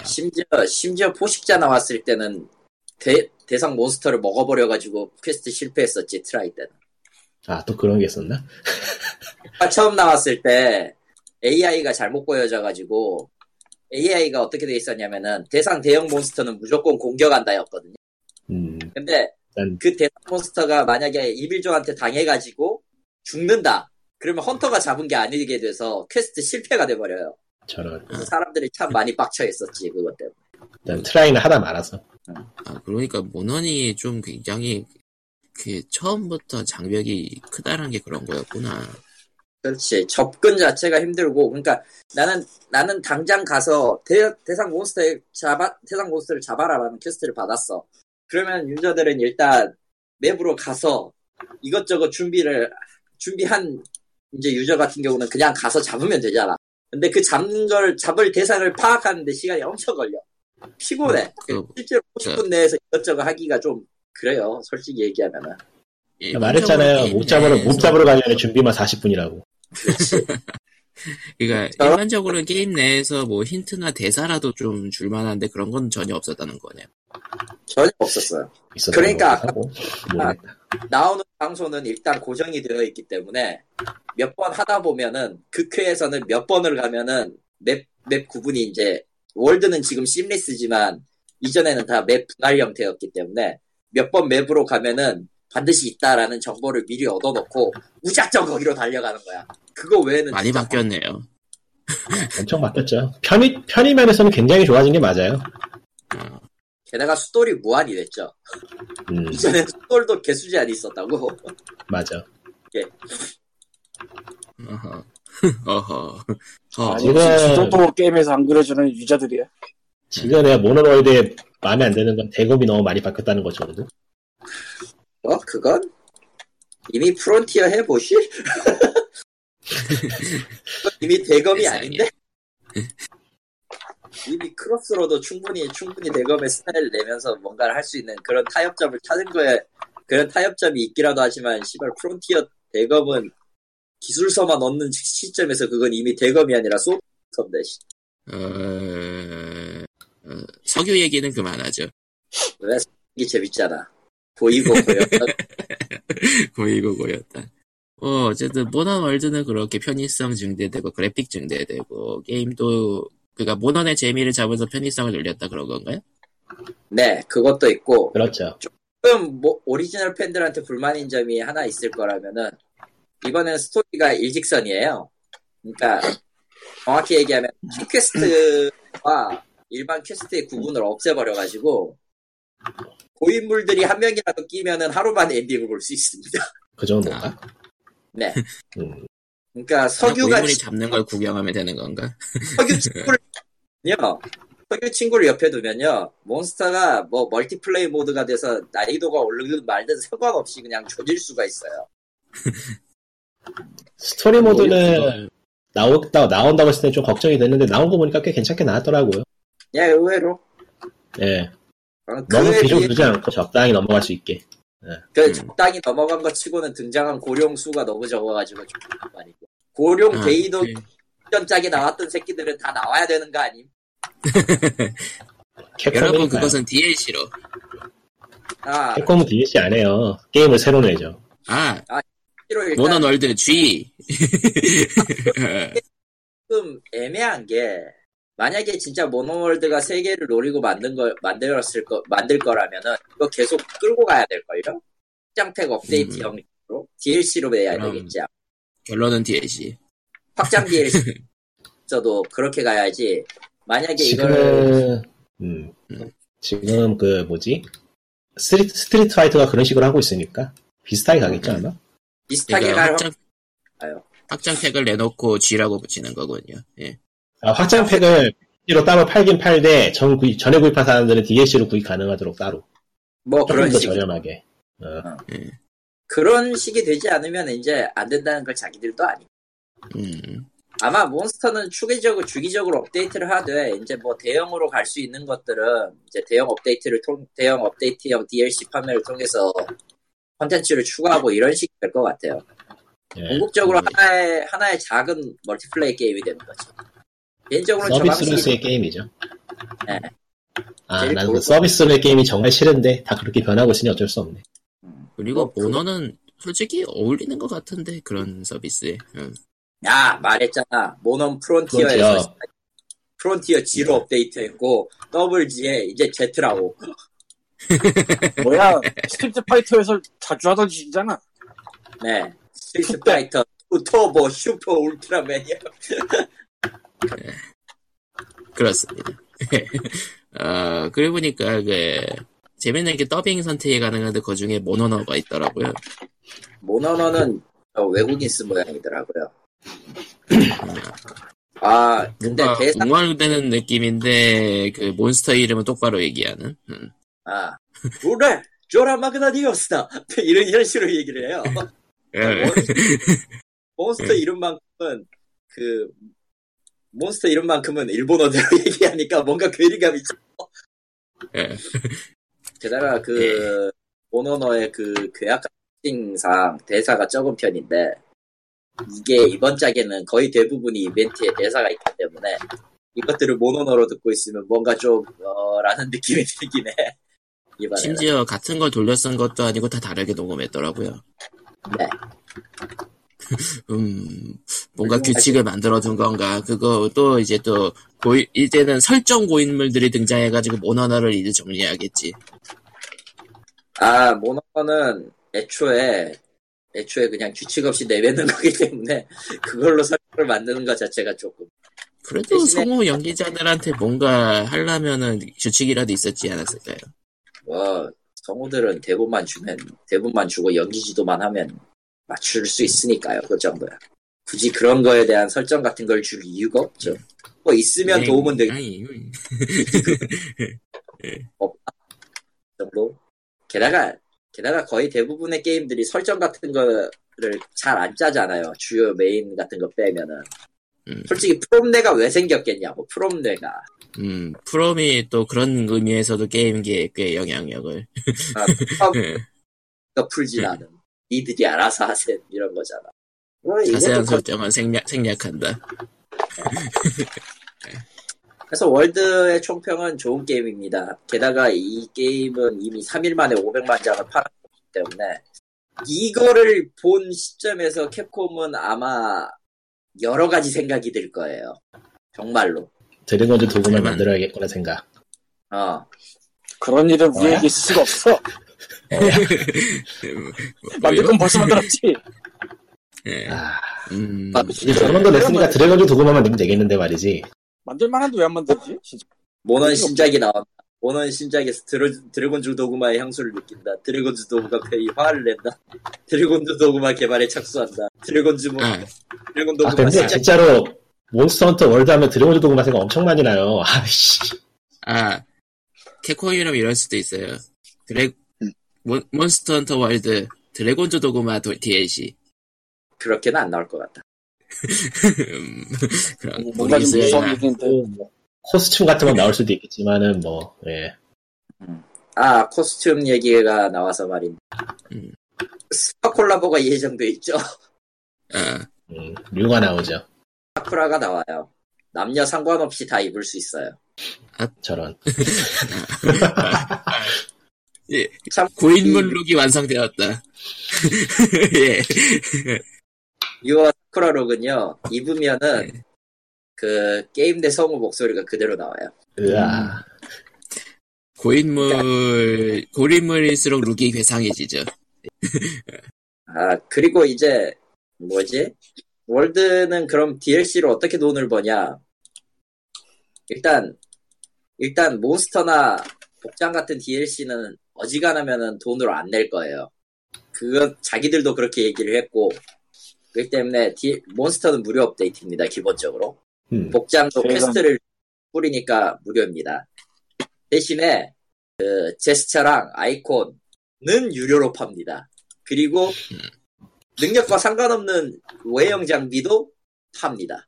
Speaker 2: 심지어, 심지어 포식자 나왔을 때는 대, 대상 몬스터를 먹어버려가지고 퀘스트 실패했었지, 트라이 때는.
Speaker 4: 아 또 그런 게 있었나?
Speaker 2: 아, 처음 나왔을 때 AI가 잘못 보여져가지고 AI가 어떻게 돼 있었냐면은 대상 대형 몬스터는 무조건 공격한다였거든요.
Speaker 4: 음,
Speaker 2: 근데
Speaker 4: 일단
Speaker 2: 그 대상 몬스터가 만약에 이빌조한테 당해가지고 죽는다. 그러면 헌터가 잡은 게 아니게 돼서 퀘스트 실패가 돼버려요.
Speaker 4: 저런
Speaker 2: 그래서 사람들이 참 많이 빡쳐있었지 그것 때문에.
Speaker 4: 일단 트라이는 하다 말아서
Speaker 1: 아, 그러니까 모넌이 좀 굉장히 그 처음부터 장벽이 크다란 게 그런 거였구나.
Speaker 2: 그렇지 접근 자체가 힘들고 그러니까 나는 나는 당장 가서 대, 대상 몬스터 잡아 대상 몬스터를 잡아라라는 퀘스트를 받았어. 그러면 유저들은 일단 맵으로 가서 이것저것 준비를 준비한 이제 유저 같은 경우는 그냥 가서 잡으면 되잖아. 근데 그 잡는 걸 잡을 대상을 파악하는데 시간이 엄청 걸려. 피곤해.
Speaker 1: 그,
Speaker 2: 실제로 50분 내에서 이것저것 하기가 좀 그래요. 솔직히 얘기하면은.
Speaker 1: 예,
Speaker 4: 말했잖아요. 못 잡으러 못 잡으러 가려면
Speaker 1: 좀
Speaker 4: 준비만 40분이라고.
Speaker 1: 그러니까
Speaker 2: 어?
Speaker 1: 일반적으로 게임 내에서 뭐 힌트나 대사라도 좀 줄만한데 그런 건 전혀 없었다는 거네요.
Speaker 2: 전혀 없었어요.
Speaker 4: 있었던
Speaker 2: 그러니까
Speaker 4: 거기도 하고. 모르겠다.
Speaker 2: 나오는 방송은 일단 고정이 되어 있기 때문에 몇 번 하다 보면은 극회에서는 몇 번을 가면은 맵, 맵 구분이 이제 월드는 지금 심리스지만 이전에는 다 맵 분할 형태였기 때문에 몇 번 맵으로 가면은 반드시 있다라는 정보를 미리 얻어놓고 무작정 거기로 달려가는 거야. 그거 외에는
Speaker 1: 많이
Speaker 2: 진짜
Speaker 1: 바뀌었네요.
Speaker 4: 엄청 바뀌었죠. 편의 편의 면에서는 굉장히 좋아진 게 맞아요.
Speaker 2: 게다가 수돌이 무한이 됐죠.
Speaker 4: 음
Speaker 2: 이전에 수돌도 개수지 안 있었다고.
Speaker 4: 맞아.
Speaker 1: 어허. 어허. 어,
Speaker 3: 아니,
Speaker 4: 지금-
Speaker 3: 지- 지도도 게임에서 안 그려주는 유저들이야.
Speaker 4: 지금 내가 모노월드에 마음에 안 드는 건 대검이 너무 많이 바뀌었다는 거죠. 그래도.
Speaker 2: 어? 그건? 이미 프론티어 해보실? 이미 대검이
Speaker 1: 세상에.
Speaker 2: 아닌데? 이미 크로스로도 충분히, 충분히 대검의 스타일을 내면서 뭔가를 할 수 있는 그런 타협점을 찾은 거에, 그런 타협점이 있기라도 하지만, 시발, 프론티어 대검은 기술서만 얻는 시- 시점에서 그건 이미 대검이 아니라 소프트인데,
Speaker 1: 어, 어, 석유 얘기는 그만하죠.
Speaker 2: 이게 재밌잖아. 보이고 보여.
Speaker 1: 고이고 고였다. 어, 어쨌든 모던 월드는 그렇게 편의성 증대되고 그래픽 증대되고 게임도 그러니까 모던의 재미를 잡아서 편의성을 늘렸다 그런 건가요?
Speaker 2: 네, 그것도 있고,
Speaker 4: 그렇죠.
Speaker 2: 조금 뭐 오리지널 팬들한테 불만인 점이 하나 있을 거라면은 이번엔 스토리가 일직선이에요. 그러니까 정확히 얘기하면 키 퀘스트와 일반 퀘스트의 구분을 없애버려가지고 고인물들이 한 명이라도 끼면은 하루 만에 엔딩을 볼 수 있습니다.
Speaker 4: 그 정도인가?
Speaker 2: 네.
Speaker 4: 음.
Speaker 2: 그러니까 석유가
Speaker 1: 아, 고인물이 잡는 걸 구경하면 되는 건가?
Speaker 2: 석유 친구를요. 석유 친구를 옆에 두면요. 몬스터가 뭐 멀티플레이 모드가 돼서 난이도가 오르든 말든 상관없이 그냥 조질 수가 있어요.
Speaker 4: 스토리
Speaker 1: 뭐,
Speaker 2: 네.
Speaker 4: 모드는 나온다 나온다고 했을 때 좀 걱정이 됐는데 나온 거 보니까 꽤 괜찮게 나왔더라고요.
Speaker 2: 예, 의외로.
Speaker 4: 예.
Speaker 2: 어,
Speaker 4: 너무
Speaker 2: 그에
Speaker 4: 비중
Speaker 2: 비해
Speaker 4: 두지 않고 적당히 넘어갈 수 있게.
Speaker 2: 그
Speaker 1: 음.
Speaker 2: 적당히 넘어간 것 치고는 등장한 고룡수가 너무 적어가지고 좀 아니고 고룡
Speaker 1: 아,
Speaker 2: 데이도
Speaker 1: 그-
Speaker 2: 전작에 나왔던 새끼들은 다 나와야 되는 거 아님?
Speaker 1: 여러분
Speaker 4: 캡콤은
Speaker 1: 그것은 DLC로.
Speaker 2: 아,
Speaker 4: 캡콤은 DLC 안 해요. 게임을 새로 내죠.
Speaker 1: 아,
Speaker 2: 실로 일단
Speaker 1: 모던 월드 G.
Speaker 2: 조금 애매한 게 만약에 진짜 모노월드가 세 개를 노리고 만든 걸 만들었을 거 만들 거라면은 이거 계속 끌고 가야 될 걸요? 확장팩 업데이트형으로 DLC로 내야
Speaker 1: 그럼.
Speaker 2: 되겠지.
Speaker 1: 결론은 DLC.
Speaker 2: 확장 DLC. 저도 그렇게 가야지. 만약에 이걸
Speaker 4: 지금은 음, 지금 그 뭐지 스트리트, 스트리트 파이터가 그런 식으로 하고 있으니까 비슷하게 가겠죠 아마
Speaker 2: 비슷하게
Speaker 1: 그러니까
Speaker 2: 갈
Speaker 1: 확장
Speaker 2: 아유.
Speaker 1: 확장팩을 내놓고 G라고 붙이는 거군요. 예.
Speaker 4: 아, 확장팩을 로 따로 팔긴 팔되 전 구입, 전에 구입한 사람들은 DLC로 구입 가능하도록 따로
Speaker 2: 뭐
Speaker 4: 조금
Speaker 2: 그런
Speaker 4: 더
Speaker 2: 식
Speaker 4: 저렴하게 어,
Speaker 2: 그런 식이 되지 않으면 이제 안 된다는 걸 자기들도 아니.
Speaker 1: 음.
Speaker 2: 아마 몬스터는 주기적으로 주기적으로 업데이트를 하되 이제 뭐 대형으로 갈 수 있는 것들은 이제 대형 업데이트를 통 대형 업데이트형 DLC 판매를 통해서 콘텐츠를 추가하고 이런 식이 될 것 같아요.
Speaker 4: 예.
Speaker 2: 궁극적으로
Speaker 1: 음.
Speaker 2: 하나의 하나의 작은 멀티플레이 게임이 되는 거죠. 개인적으로 저 방식이
Speaker 4: 서비스로서의 게임이죠
Speaker 2: 네.
Speaker 4: 아
Speaker 2: 제일
Speaker 4: 나는
Speaker 2: 좋을
Speaker 4: 그
Speaker 2: 것
Speaker 4: 서비스로의 게임이 정말 싫은데 다 그렇게 변하고 있으니 어쩔 수 없네
Speaker 1: 그리고
Speaker 2: 뭐, 그-
Speaker 1: 모너는 솔직히 어울리는 것 같은데 그런 서비스에. 음.
Speaker 2: 야 말했잖아 모넌 프론티어에서
Speaker 4: 프론티어.
Speaker 2: 프론티어 G로 업데이트했고 더블 G에 이제 Z라고
Speaker 3: 뭐야 스트리트 파이터에서 자주 하던 짓이잖아.
Speaker 2: 네 스트리트 파이터 투터보 뭐 슈퍼 울트라맨이야
Speaker 1: 그렇습니다. 어, 그래 보니까 그 재밌는 게 더빙 선택이 가능한데 그 중에 모노너가 있더라고요.
Speaker 2: 모너너는 어, 외국인 쓴 모양이더라고요 아 근데
Speaker 1: 뭔가 음.
Speaker 2: 대사
Speaker 1: 웅얼되는 느낌인데 그 몬스터 이름은 똑바로 얘기하는. 음.
Speaker 2: 아 우레 조라 마그나디오스다 이런 이런 식으로 얘기를 해요 아,
Speaker 1: 예.
Speaker 2: 몬스터 이름만큼은 그 몬스터 이름만큼은 일본어대로 얘기하니까 뭔가 괴리감이 있죠.
Speaker 1: 예.
Speaker 2: 게다가 그 모노너의 그 괴악한 특징상 대사가 적은 편인데
Speaker 1: 음.
Speaker 2: 이게 이번 짝에는 거의 대부분이 이벤트에 대사가 있기 때문에 이것들을 모노너로 듣고 있으면 뭔가 좀 어, 라는 느낌이 들긴 해. 이번에
Speaker 1: 심지어 같은 걸 돌려 쓴 것도 아니고 다 다르게 녹음했더라고요.
Speaker 2: 네.
Speaker 1: 음, 뭔가 규칙을 만들어둔 건가. 그거 또 이제 또, 고이, 이제는 설정 고인물들이 등장해가지고 모너너를 이제 정리하겠지.
Speaker 2: 아, 모노는 애초에, 애초에 그냥 규칙 없이 내뱉는 거기 때문에, 그걸로 설명을 만드는 것 자체가 조금.
Speaker 1: 그래도
Speaker 2: 대신에-
Speaker 1: 성우 연기자들한테 뭔가 하려면은 규칙이라도 있었지 않았을까요?
Speaker 2: 뭐, 성우들은 대본만 주면, 대본만 주고 연기지도만 하면 맞출 수 있으니까요, 그 정도야. 굳이 그런 거에 대한 설정 같은 걸 줄 이유가 없죠. 뭐, 있으면 도움은 될
Speaker 1: 네. 아니, 아니,
Speaker 2: 정도. 게다가, 게다가 거의 대부분의 게임들이 설정 같은 거를 잘 안 짜잖아요. 주요 메인 같은 거 빼면은.
Speaker 1: 음.
Speaker 2: 솔직히 프롬네가 왜 생겼겠냐고, 뭐 프롬네가.
Speaker 1: 음, 프롬이 또 그런 의미에서도 게임기에 꽤 영향력을.
Speaker 2: 네. 가 아, 풀진
Speaker 1: 음.
Speaker 2: 않은 이들이 알아서 하세 이런 거잖아. 뭐 이것도
Speaker 1: 자세한
Speaker 2: 거-
Speaker 1: 설정은 생략, 생략한다.
Speaker 2: 그래서 월드의 총평은 좋은 게임입니다. 게다가 이 게임은 이미 3일 만에 500만 장을 팔았기 때문에 이거를 본 시점에서 캡콤은 아마 여러 가지 생각이 들 거예요. 정말로.
Speaker 4: 드래곤즈 도구만
Speaker 1: 그러면-
Speaker 4: 만들어야겠구나 생각
Speaker 2: 어.
Speaker 3: 그런 일은
Speaker 4: 뭐야?
Speaker 3: 우리에게 있을 수가 없어.
Speaker 1: 음, 뭐요?
Speaker 3: 만들 건 벌써 만들었지.
Speaker 1: 예.
Speaker 4: 아,
Speaker 1: 음,
Speaker 2: 아,
Speaker 4: 이제 저런 거 냈으니까
Speaker 3: 그러면-
Speaker 4: 드래곤즈 도구만 만들면 되겠는데 말이지
Speaker 3: 만들 만한데 왜 안 만들지? 진짜.
Speaker 2: 모넌 신작이 나온다. 모넌 신작에서 드래, 드래곤즈 도구마의 향수를 느낀다. 드래곤즈 도구마 팬이 화를 낸다. 드래곤즈 도구마 개발에 착수한다. 드래곤즈 모,
Speaker 1: 아,
Speaker 2: 드래곤
Speaker 4: 아
Speaker 2: 도구마
Speaker 4: 근데
Speaker 2: 신작
Speaker 4: 진짜로 몬스터 헌터 월드 하면 드래곤즈 도구만 생각 엄청 많이 나요 아씨
Speaker 1: 아, 캡콤이라면 이럴 수도 있어요. 드래,
Speaker 3: 음.
Speaker 1: 몬, 몬스터 헌터 월드, 드래곤즈 도그마 도- DLC.
Speaker 2: 그렇게는 안 나올 것 같다.
Speaker 1: 음, 그런,
Speaker 3: 뭔가 좀 무서운 일인데.
Speaker 4: 또 뭐, 코스튬 같은 건 나올 수도 있겠지만은 뭐 예.
Speaker 2: 아 코스튬 얘기가 나와서 말인데
Speaker 1: 음.
Speaker 2: 스파 콜라보가 예정돼 있죠.
Speaker 1: 아,
Speaker 4: 음, 류가 나오죠
Speaker 2: 사쿠라가 나와요. 남녀 상관없이 다 입을 수 있어요.
Speaker 4: 저런
Speaker 1: 예,
Speaker 2: 참
Speaker 1: 고인물 룩이
Speaker 3: 음.
Speaker 1: 완성되었다. 예.
Speaker 2: 이 유어 사쿠라 룩은요 입으면은
Speaker 1: 네.
Speaker 2: 그 게임 내 성우 목소리가 그대로 나와요.
Speaker 4: 으아
Speaker 1: 고인물, 고인물일수록 룩이 괴상해지죠.
Speaker 2: 아, 그리고 이제, 뭐지? 월드는 그럼 DLC로 어떻게 돈을 버냐? 일단, 일단 몬스터나 복장 같은 DLC는 어지간하면은 돈으로 안 낼 거예요. 그건 자기들도 그렇게 얘기를 했고, 그렇기 때문에 디- 몬스터는 무료 업데이트입니다, 기본적으로.
Speaker 4: 음.
Speaker 2: 복장도
Speaker 3: 제가-
Speaker 2: 퀘스트를 뿌리니까 무료입니다. 대신에 그 제스처랑 아이콘은 유료로 팝니다. 그리고 능력과 상관없는 외형 장비도 팝니다.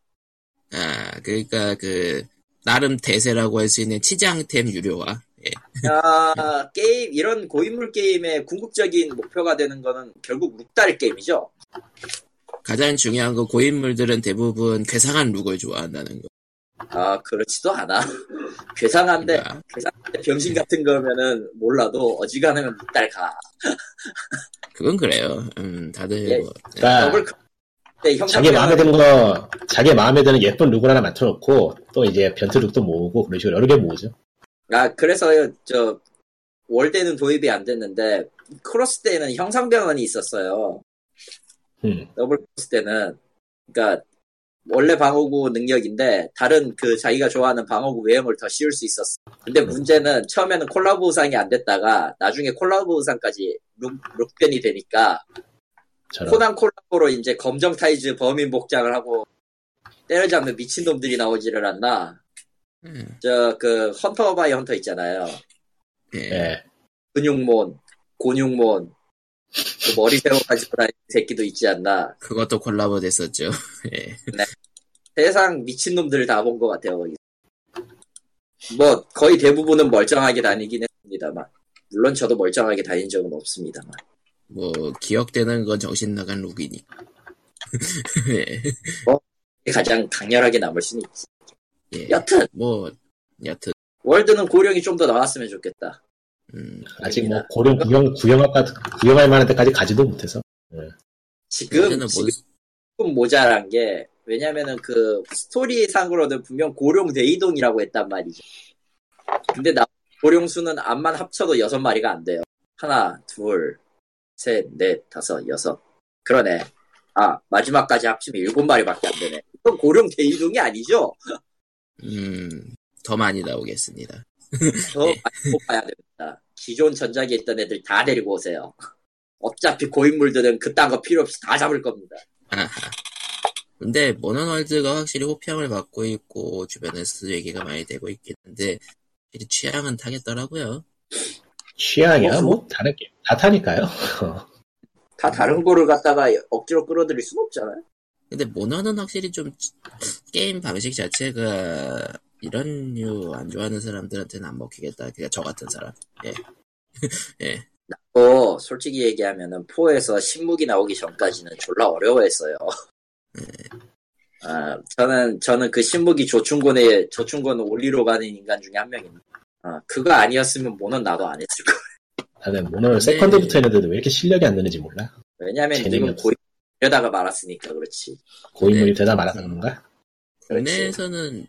Speaker 1: 아, 그러니까 그 나름 대세라고 할 수 있는 치장템 유료화. 예.
Speaker 2: 아, 게임 이런 고인물 게임의 궁극적인 목표가 되는 거는 결국 룩달 게임이죠.
Speaker 1: 가장 중요한 건 고인물들은 대부분 괴상한 룩을 좋아한다는 거.
Speaker 2: 아 그렇지도 않아.
Speaker 3: 네.
Speaker 2: 괴상한데
Speaker 1: 그러니까
Speaker 4: 네.
Speaker 2: 병신 같은 거면은 몰라도 어지간하면 룩달 가.
Speaker 1: 그건 그래요. 음, 다들
Speaker 2: 예.
Speaker 1: 뭐,
Speaker 4: 그러니까
Speaker 2: 더블 컷. 네, 형
Speaker 4: 자기 마음에 드는 거, 자기 마음에 드는 예쁜 룩을 하나 만들어 놓고 또 이제 변태 룩도 모으고 그런 식으로 여러 개 모으죠.
Speaker 2: 아, 그래서 저 월대는 도입이 안 됐는데 크로스 때는 형상병원이 있었어요.
Speaker 4: 음.
Speaker 2: 더블 크로스 때는 그러니까 원래 방어구 능력인데 다른 그 자기가 좋아하는 방어구 외형을 더 씌울 수 있었어. 근데 문제는 처음에는 콜라보 의상이 안 됐다가 나중에 콜라보 의상까지 룩, 룩변이 되니까
Speaker 4: 저런.
Speaker 2: 코난 콜라보로 이제 검정 타이즈 범인 복장을 하고 때려잡는 미친놈들이 나오지를 않나.
Speaker 1: 음,
Speaker 2: 저 그 헌터 바이 헌터 있잖아요.
Speaker 1: 예.
Speaker 4: 예.
Speaker 2: 근육몬, 곤육몬, 그 머리 세워 가지고 다니는 새끼도 있지 않나.
Speaker 1: 그것도 콜라보 됐었죠. 예.
Speaker 2: 세상 미친놈들을 다 본 것 같아요, 거기서. 뭐, 거의 대부분은 멀쩡하게 다니긴 했습니다만. 물론 저도 멀쩡하게 다닌 적은 없습니다만.
Speaker 1: 뭐 기억되는 건 정신 나간 룩이니. 예.
Speaker 2: 가장 강렬하게 남을 수는 있지.
Speaker 1: 예.
Speaker 2: 여튼,
Speaker 1: 뭐 여튼
Speaker 2: 월드는 고령이 좀 더 나왔으면 좋겠다.
Speaker 1: 음,
Speaker 4: 아직 뭐 고령 구경 구경할 까- 구경할 만한 데까지 가지도 못해서.
Speaker 2: 지금,
Speaker 1: 요새는 뭐-
Speaker 2: 지금 모자란 게, 왜냐면은 그 스토리상으로는 분명 고령 대이동이라고 했단 말이죠. 근데 나 고령 수는 암만 합쳐도 여섯 마리가 안 돼요. 하나, 둘, 셋, 넷, 다섯, 여섯. 그러네. 아 마지막까지 합치면 일곱 마리밖에 안 되네. 이건 고령 대이동이 아니죠?
Speaker 1: 음, 더 많이 나오겠습니다.
Speaker 2: 더 많이 뽑아야 됩니다. 기존 전작에 있던 애들 다 데리고 오세요. 어차피 고인물들은 그딴 거 필요 없이 다 잡을 겁니다.
Speaker 1: 아하. 근데 모노월드가 확실히 호평을 받고 있고 주변에서 도 얘기가 많이 되고 있긴 한데 확실히 취향은 타겠더라고요.
Speaker 4: 취향이야
Speaker 2: 어,
Speaker 4: 뭐 다른 게다 타니까요.
Speaker 2: 다 다른 거를 갖다가 억지로 끌어들일 순 없잖아요.
Speaker 1: 근데 모노는 확실히 좀 게임 방식 자체가 이런 류 안 좋아하는 사람들한테는 안 먹히겠다. 그러니까 저 같은 사람.
Speaker 2: 어, 솔직히 얘기하면은 포에서 신무기 나오기 전까지는 졸라 어려워했어요. 예. 아, 저는 저는 그 신무기 조충곤의 조충곤 올리로 가는 인간 중에 한 명입니다. 아, 그거 아니었으면 모는 나도 안 했을 거예요.
Speaker 4: 다들 뭐
Speaker 2: 네.
Speaker 4: 오늘 세컨드부터 했는데도 왜 이렇게 실력이 안 되는지 몰라.
Speaker 2: 왜냐면
Speaker 4: 재능이
Speaker 2: 님은
Speaker 4: 없어.
Speaker 2: 고이 이러다가 말았으니까 그렇지.
Speaker 4: 고인물이
Speaker 1: 네.
Speaker 4: 되다 말아서 그런가?
Speaker 2: 그렇지.
Speaker 1: 국내에서는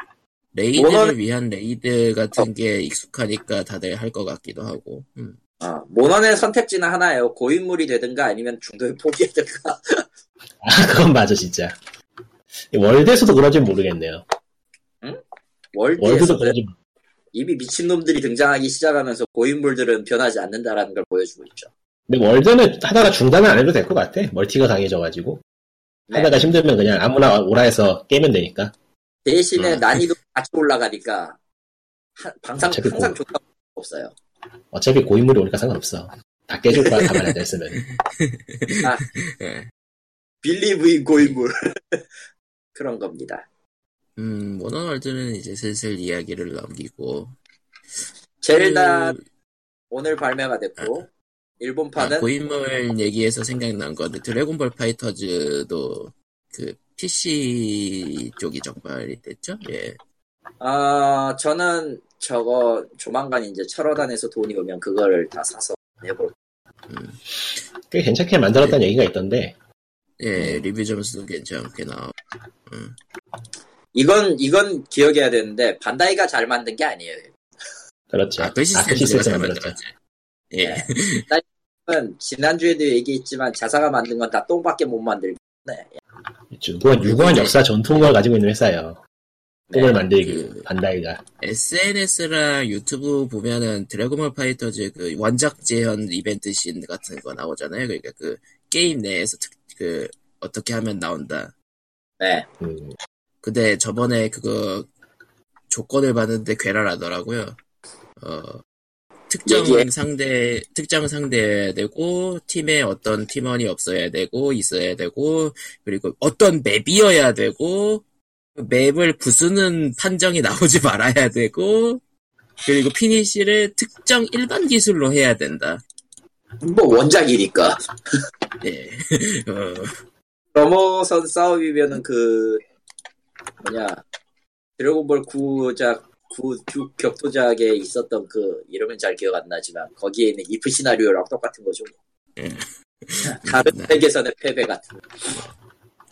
Speaker 1: 레이드를
Speaker 2: 모노는-
Speaker 1: 위한 레이드 같은 게 익숙하니까 다들 할 것 같기도 하고. 음.
Speaker 2: 아, 모넌의 선택지는 하나예요. 고인물이 되든가 아니면 중도에 포기하든가.
Speaker 4: 아 그건 맞아 진짜. 이 월드에서도 그런지 모르겠네요. 월드도
Speaker 2: 월드에서
Speaker 4: 그런지
Speaker 2: 이미 미친놈들이 등장하기 시작하면서 고인물들은 변하지 않는다라는 걸 보여주고 있죠.
Speaker 4: 근데 월드는 하다가 중단은 안 해도 될 것 같아. 멀티가 강해져가지고
Speaker 2: 네.
Speaker 4: 하다가 힘들면 그냥 아무나 오라해서 깨면 되니까.
Speaker 2: 대신에
Speaker 1: 음.
Speaker 2: 난이도 같이 올라가니까 하- 방상
Speaker 4: 어차피
Speaker 2: 항상
Speaker 4: 뭐-
Speaker 2: 좋다 없어요.
Speaker 4: 어차피 고인물이 오니까 상관없어. 다 깨줄 거야 가만히 앉아 있으면.
Speaker 1: 예.
Speaker 2: 빌리브인 고인물 그런 겁니다.
Speaker 1: 음, 모던월드는 이제 슬슬 이야기를 넘기고.
Speaker 4: 음.
Speaker 2: 젤다
Speaker 1: 그,
Speaker 2: 오늘 발매가 됐고 일본판은
Speaker 1: 아, 고인물 얘기에서 생각난 건데, 드래곤볼 파이터즈도 그, PC 쪽이 정발이 됐죠? 예.
Speaker 2: 아 저는 저거 조만간 이제 철원단에서 돈이 오면 그거를 다 사서 내볼.
Speaker 4: 꽤 괜찮게 만들었다는 얘기가 있던데
Speaker 1: 예, 리뷰 점수도 괜찮게 나오고.
Speaker 2: 이건 이건 기억해야 되는데 반다이가 잘 만든 게 아니에요. 그렇죠.
Speaker 4: 그렇죠.
Speaker 1: 아, 글시스템 누가 잘
Speaker 4: 만들었죠.
Speaker 1: 만들었지. 예.
Speaker 2: 은 지난주에도 얘기했지만 자사가 만든 건 다 똥밖에 못 만들고 네.
Speaker 4: 중국은 유구한 역사 전통을 가지고 있는 회사예요.
Speaker 2: 네.
Speaker 4: 뽕을 만들기 반다이가
Speaker 1: SNS랑 유튜브 보면은 드래곤볼 파이터즈 그 원작 재현 이벤트 씬 같은 거 나오잖아요. 그러니까 그 게임 내에서 특, 그 어떻게 하면 나온다.
Speaker 2: 네.
Speaker 4: 음,
Speaker 1: 근데 저번에 그거 조건을 봤는데 괴랄하더라고요. 어, 특정
Speaker 2: 얘기해.
Speaker 1: 상대 특정 상대여야 되고 팀에 어떤 팀원이 없어야 되고 있어야 되고 그리고 어떤 맵이어야 되고 그 맵을 부수는 판정이 나오지 말아야 되고 그리고 피니시를 특정 일반 기술로 해야 된다.
Speaker 2: 뭐 원작이니까.
Speaker 1: 예. 어,
Speaker 2: 넘어선 싸움이면은 그 뭐냐 드래곤볼 9작 9주 격투작에 있었던 그 이름은 잘 기억 안 나지만 거기에 있는 이프 시나리오랑 똑같은 거죠.
Speaker 1: 예.
Speaker 2: 다른
Speaker 1: 네.
Speaker 2: 세계선의 패배 같은. 거.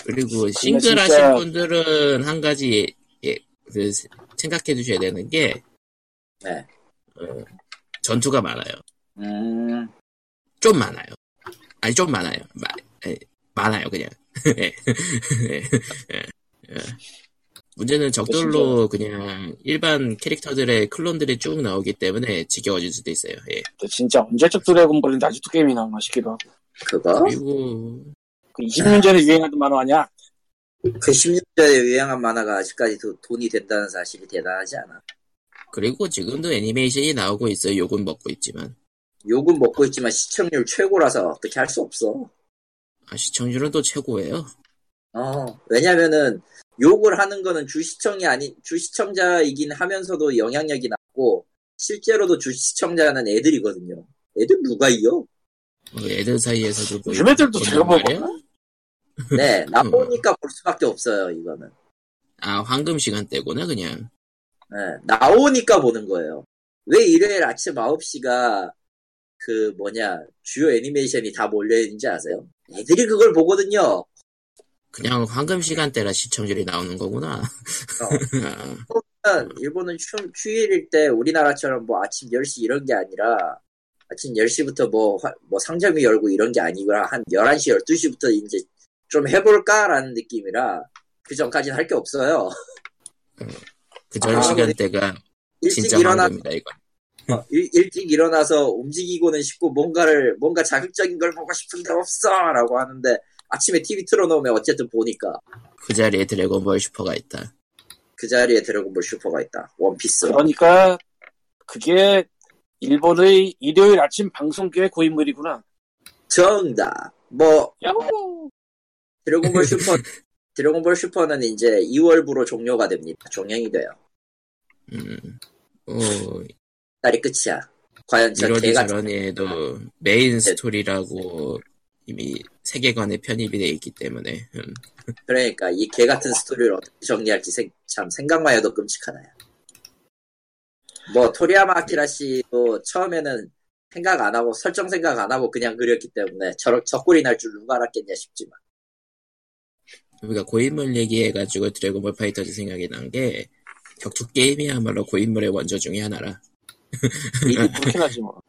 Speaker 1: 그리고 싱글 하신
Speaker 3: 진짜-
Speaker 1: 분들은 한 가지 예, 그 생각해 두셔야 되는 게
Speaker 2: 네.
Speaker 1: 어, 전투가 많아요.
Speaker 2: 음.
Speaker 1: 좀 많아요. 아니 좀 많아요. 마- 예, 많아요 그냥. 예, 예, 예. 문제는 적절로 그냥 일반 캐릭터들의 클론들이 쭉 나오기 때문에 지겨워질 수도 있어요. 예.
Speaker 3: 근데 진짜 언제적 드래곤볼인데 아직도 게임이 나오나 싶기도 하고.
Speaker 1: 어?
Speaker 2: 그거?
Speaker 1: 예. 그리고
Speaker 3: 그 20년 전에 유행하던 만화 아니야?
Speaker 2: 그 10년 전에 유행한 만화가 아직까지도 돈이 된다는 사실이 대단하지 않아.
Speaker 1: 그리고 지금도 애니메이션이 나오고 있어요. 욕은 먹고 있지만
Speaker 2: 욕은 먹고 있지만 시청률 최고라서 어떻게 할 수 없어.
Speaker 1: 아, 시청률은 또 최고예요.
Speaker 2: 어, 왜냐면은 욕을 하는 거는 주시청이 아닌 주시청자이긴 하면서도 영향력이 낮고 실제로도 주시청자는 애들이거든요. 애들 누가 이겨?
Speaker 1: 뭐 애들 사이에서도 뭐
Speaker 3: 요즘
Speaker 4: 어,
Speaker 3: 애들도
Speaker 1: 그런
Speaker 3: 제가
Speaker 1: 말이야?
Speaker 3: 먹었나?
Speaker 2: 네, 나오니까 볼 수밖에 없어요, 이거는.
Speaker 1: 아 황금 시간대구나 그냥
Speaker 2: 네, 나오니까 보는 거예요. 왜 일요일 아침 9시가 그 뭐냐, 주요 애니메이션이 다 몰려있는지 아세요? 애들이 그걸 보거든요.
Speaker 1: 그냥 황금 시간대라 시청률이 나오는 거구나.
Speaker 2: 어.
Speaker 1: 아,
Speaker 2: 일단 일본은 휴, 일일때 우리나라처럼 뭐 아침 10시 이런 게 아니라 아침 10시부터 뭐, 화- 뭐 상점이 열고 이런 게 아니구나. 한 11시, 12시부터 이제 좀 해볼까라는 느낌이라 그 전까지는 할 게 없어요.
Speaker 1: 그전
Speaker 2: 아,
Speaker 1: 시간대가
Speaker 2: 일찍
Speaker 1: 진짜
Speaker 2: 일어나,
Speaker 1: 황금이다 이거.
Speaker 2: 어, 일, 일찍 일어나서 움직이고는 싶고 뭔가를, 뭔가 자극적인 걸 보고 싶은데 없어! 라고 하는데 아침에 TV 틀어놓으면 어쨌든 보니까
Speaker 1: 그 자리에 드래곤볼 슈퍼가 있다.
Speaker 2: 그 자리에 드래곤볼 슈퍼가 있다. 원피스.
Speaker 3: 그러니까 그게 일본의 일요일 아침 방송계의 고인물이구나.
Speaker 2: 정답. 뭐,
Speaker 3: 야호!
Speaker 2: 드래곤볼 슈퍼 드래곤볼 슈퍼는 이제 2월부로 종료가 됩니다. 종영이 돼요.
Speaker 1: 음. 어,
Speaker 2: 딸이 끝이야. 과연 저
Speaker 1: 이러니
Speaker 2: 개가 네.
Speaker 1: 저러니에도 메인 스토리라고 이미 세계관에 편입이 돼 있기 때문에 음.
Speaker 2: 그러니까 이 개 같은 스토리를 어떻게 정리할지 생- 참 생각만 해도 끔찍하네요. 뭐 토리야마 아키라 씨도 처음에는 생각 안 하고 설정 생각 안 하고 그냥 그렸기 때문에 저런 적골이 날 줄 누가 알았겠냐 싶지만
Speaker 1: 우리가 고인물 얘기해가지고 드래곤볼 파이터즈 생각이 난 게 격투 게임이야말로 고인물의 원조 중에 하나라.
Speaker 3: 일이 그렇긴 하지 뭐.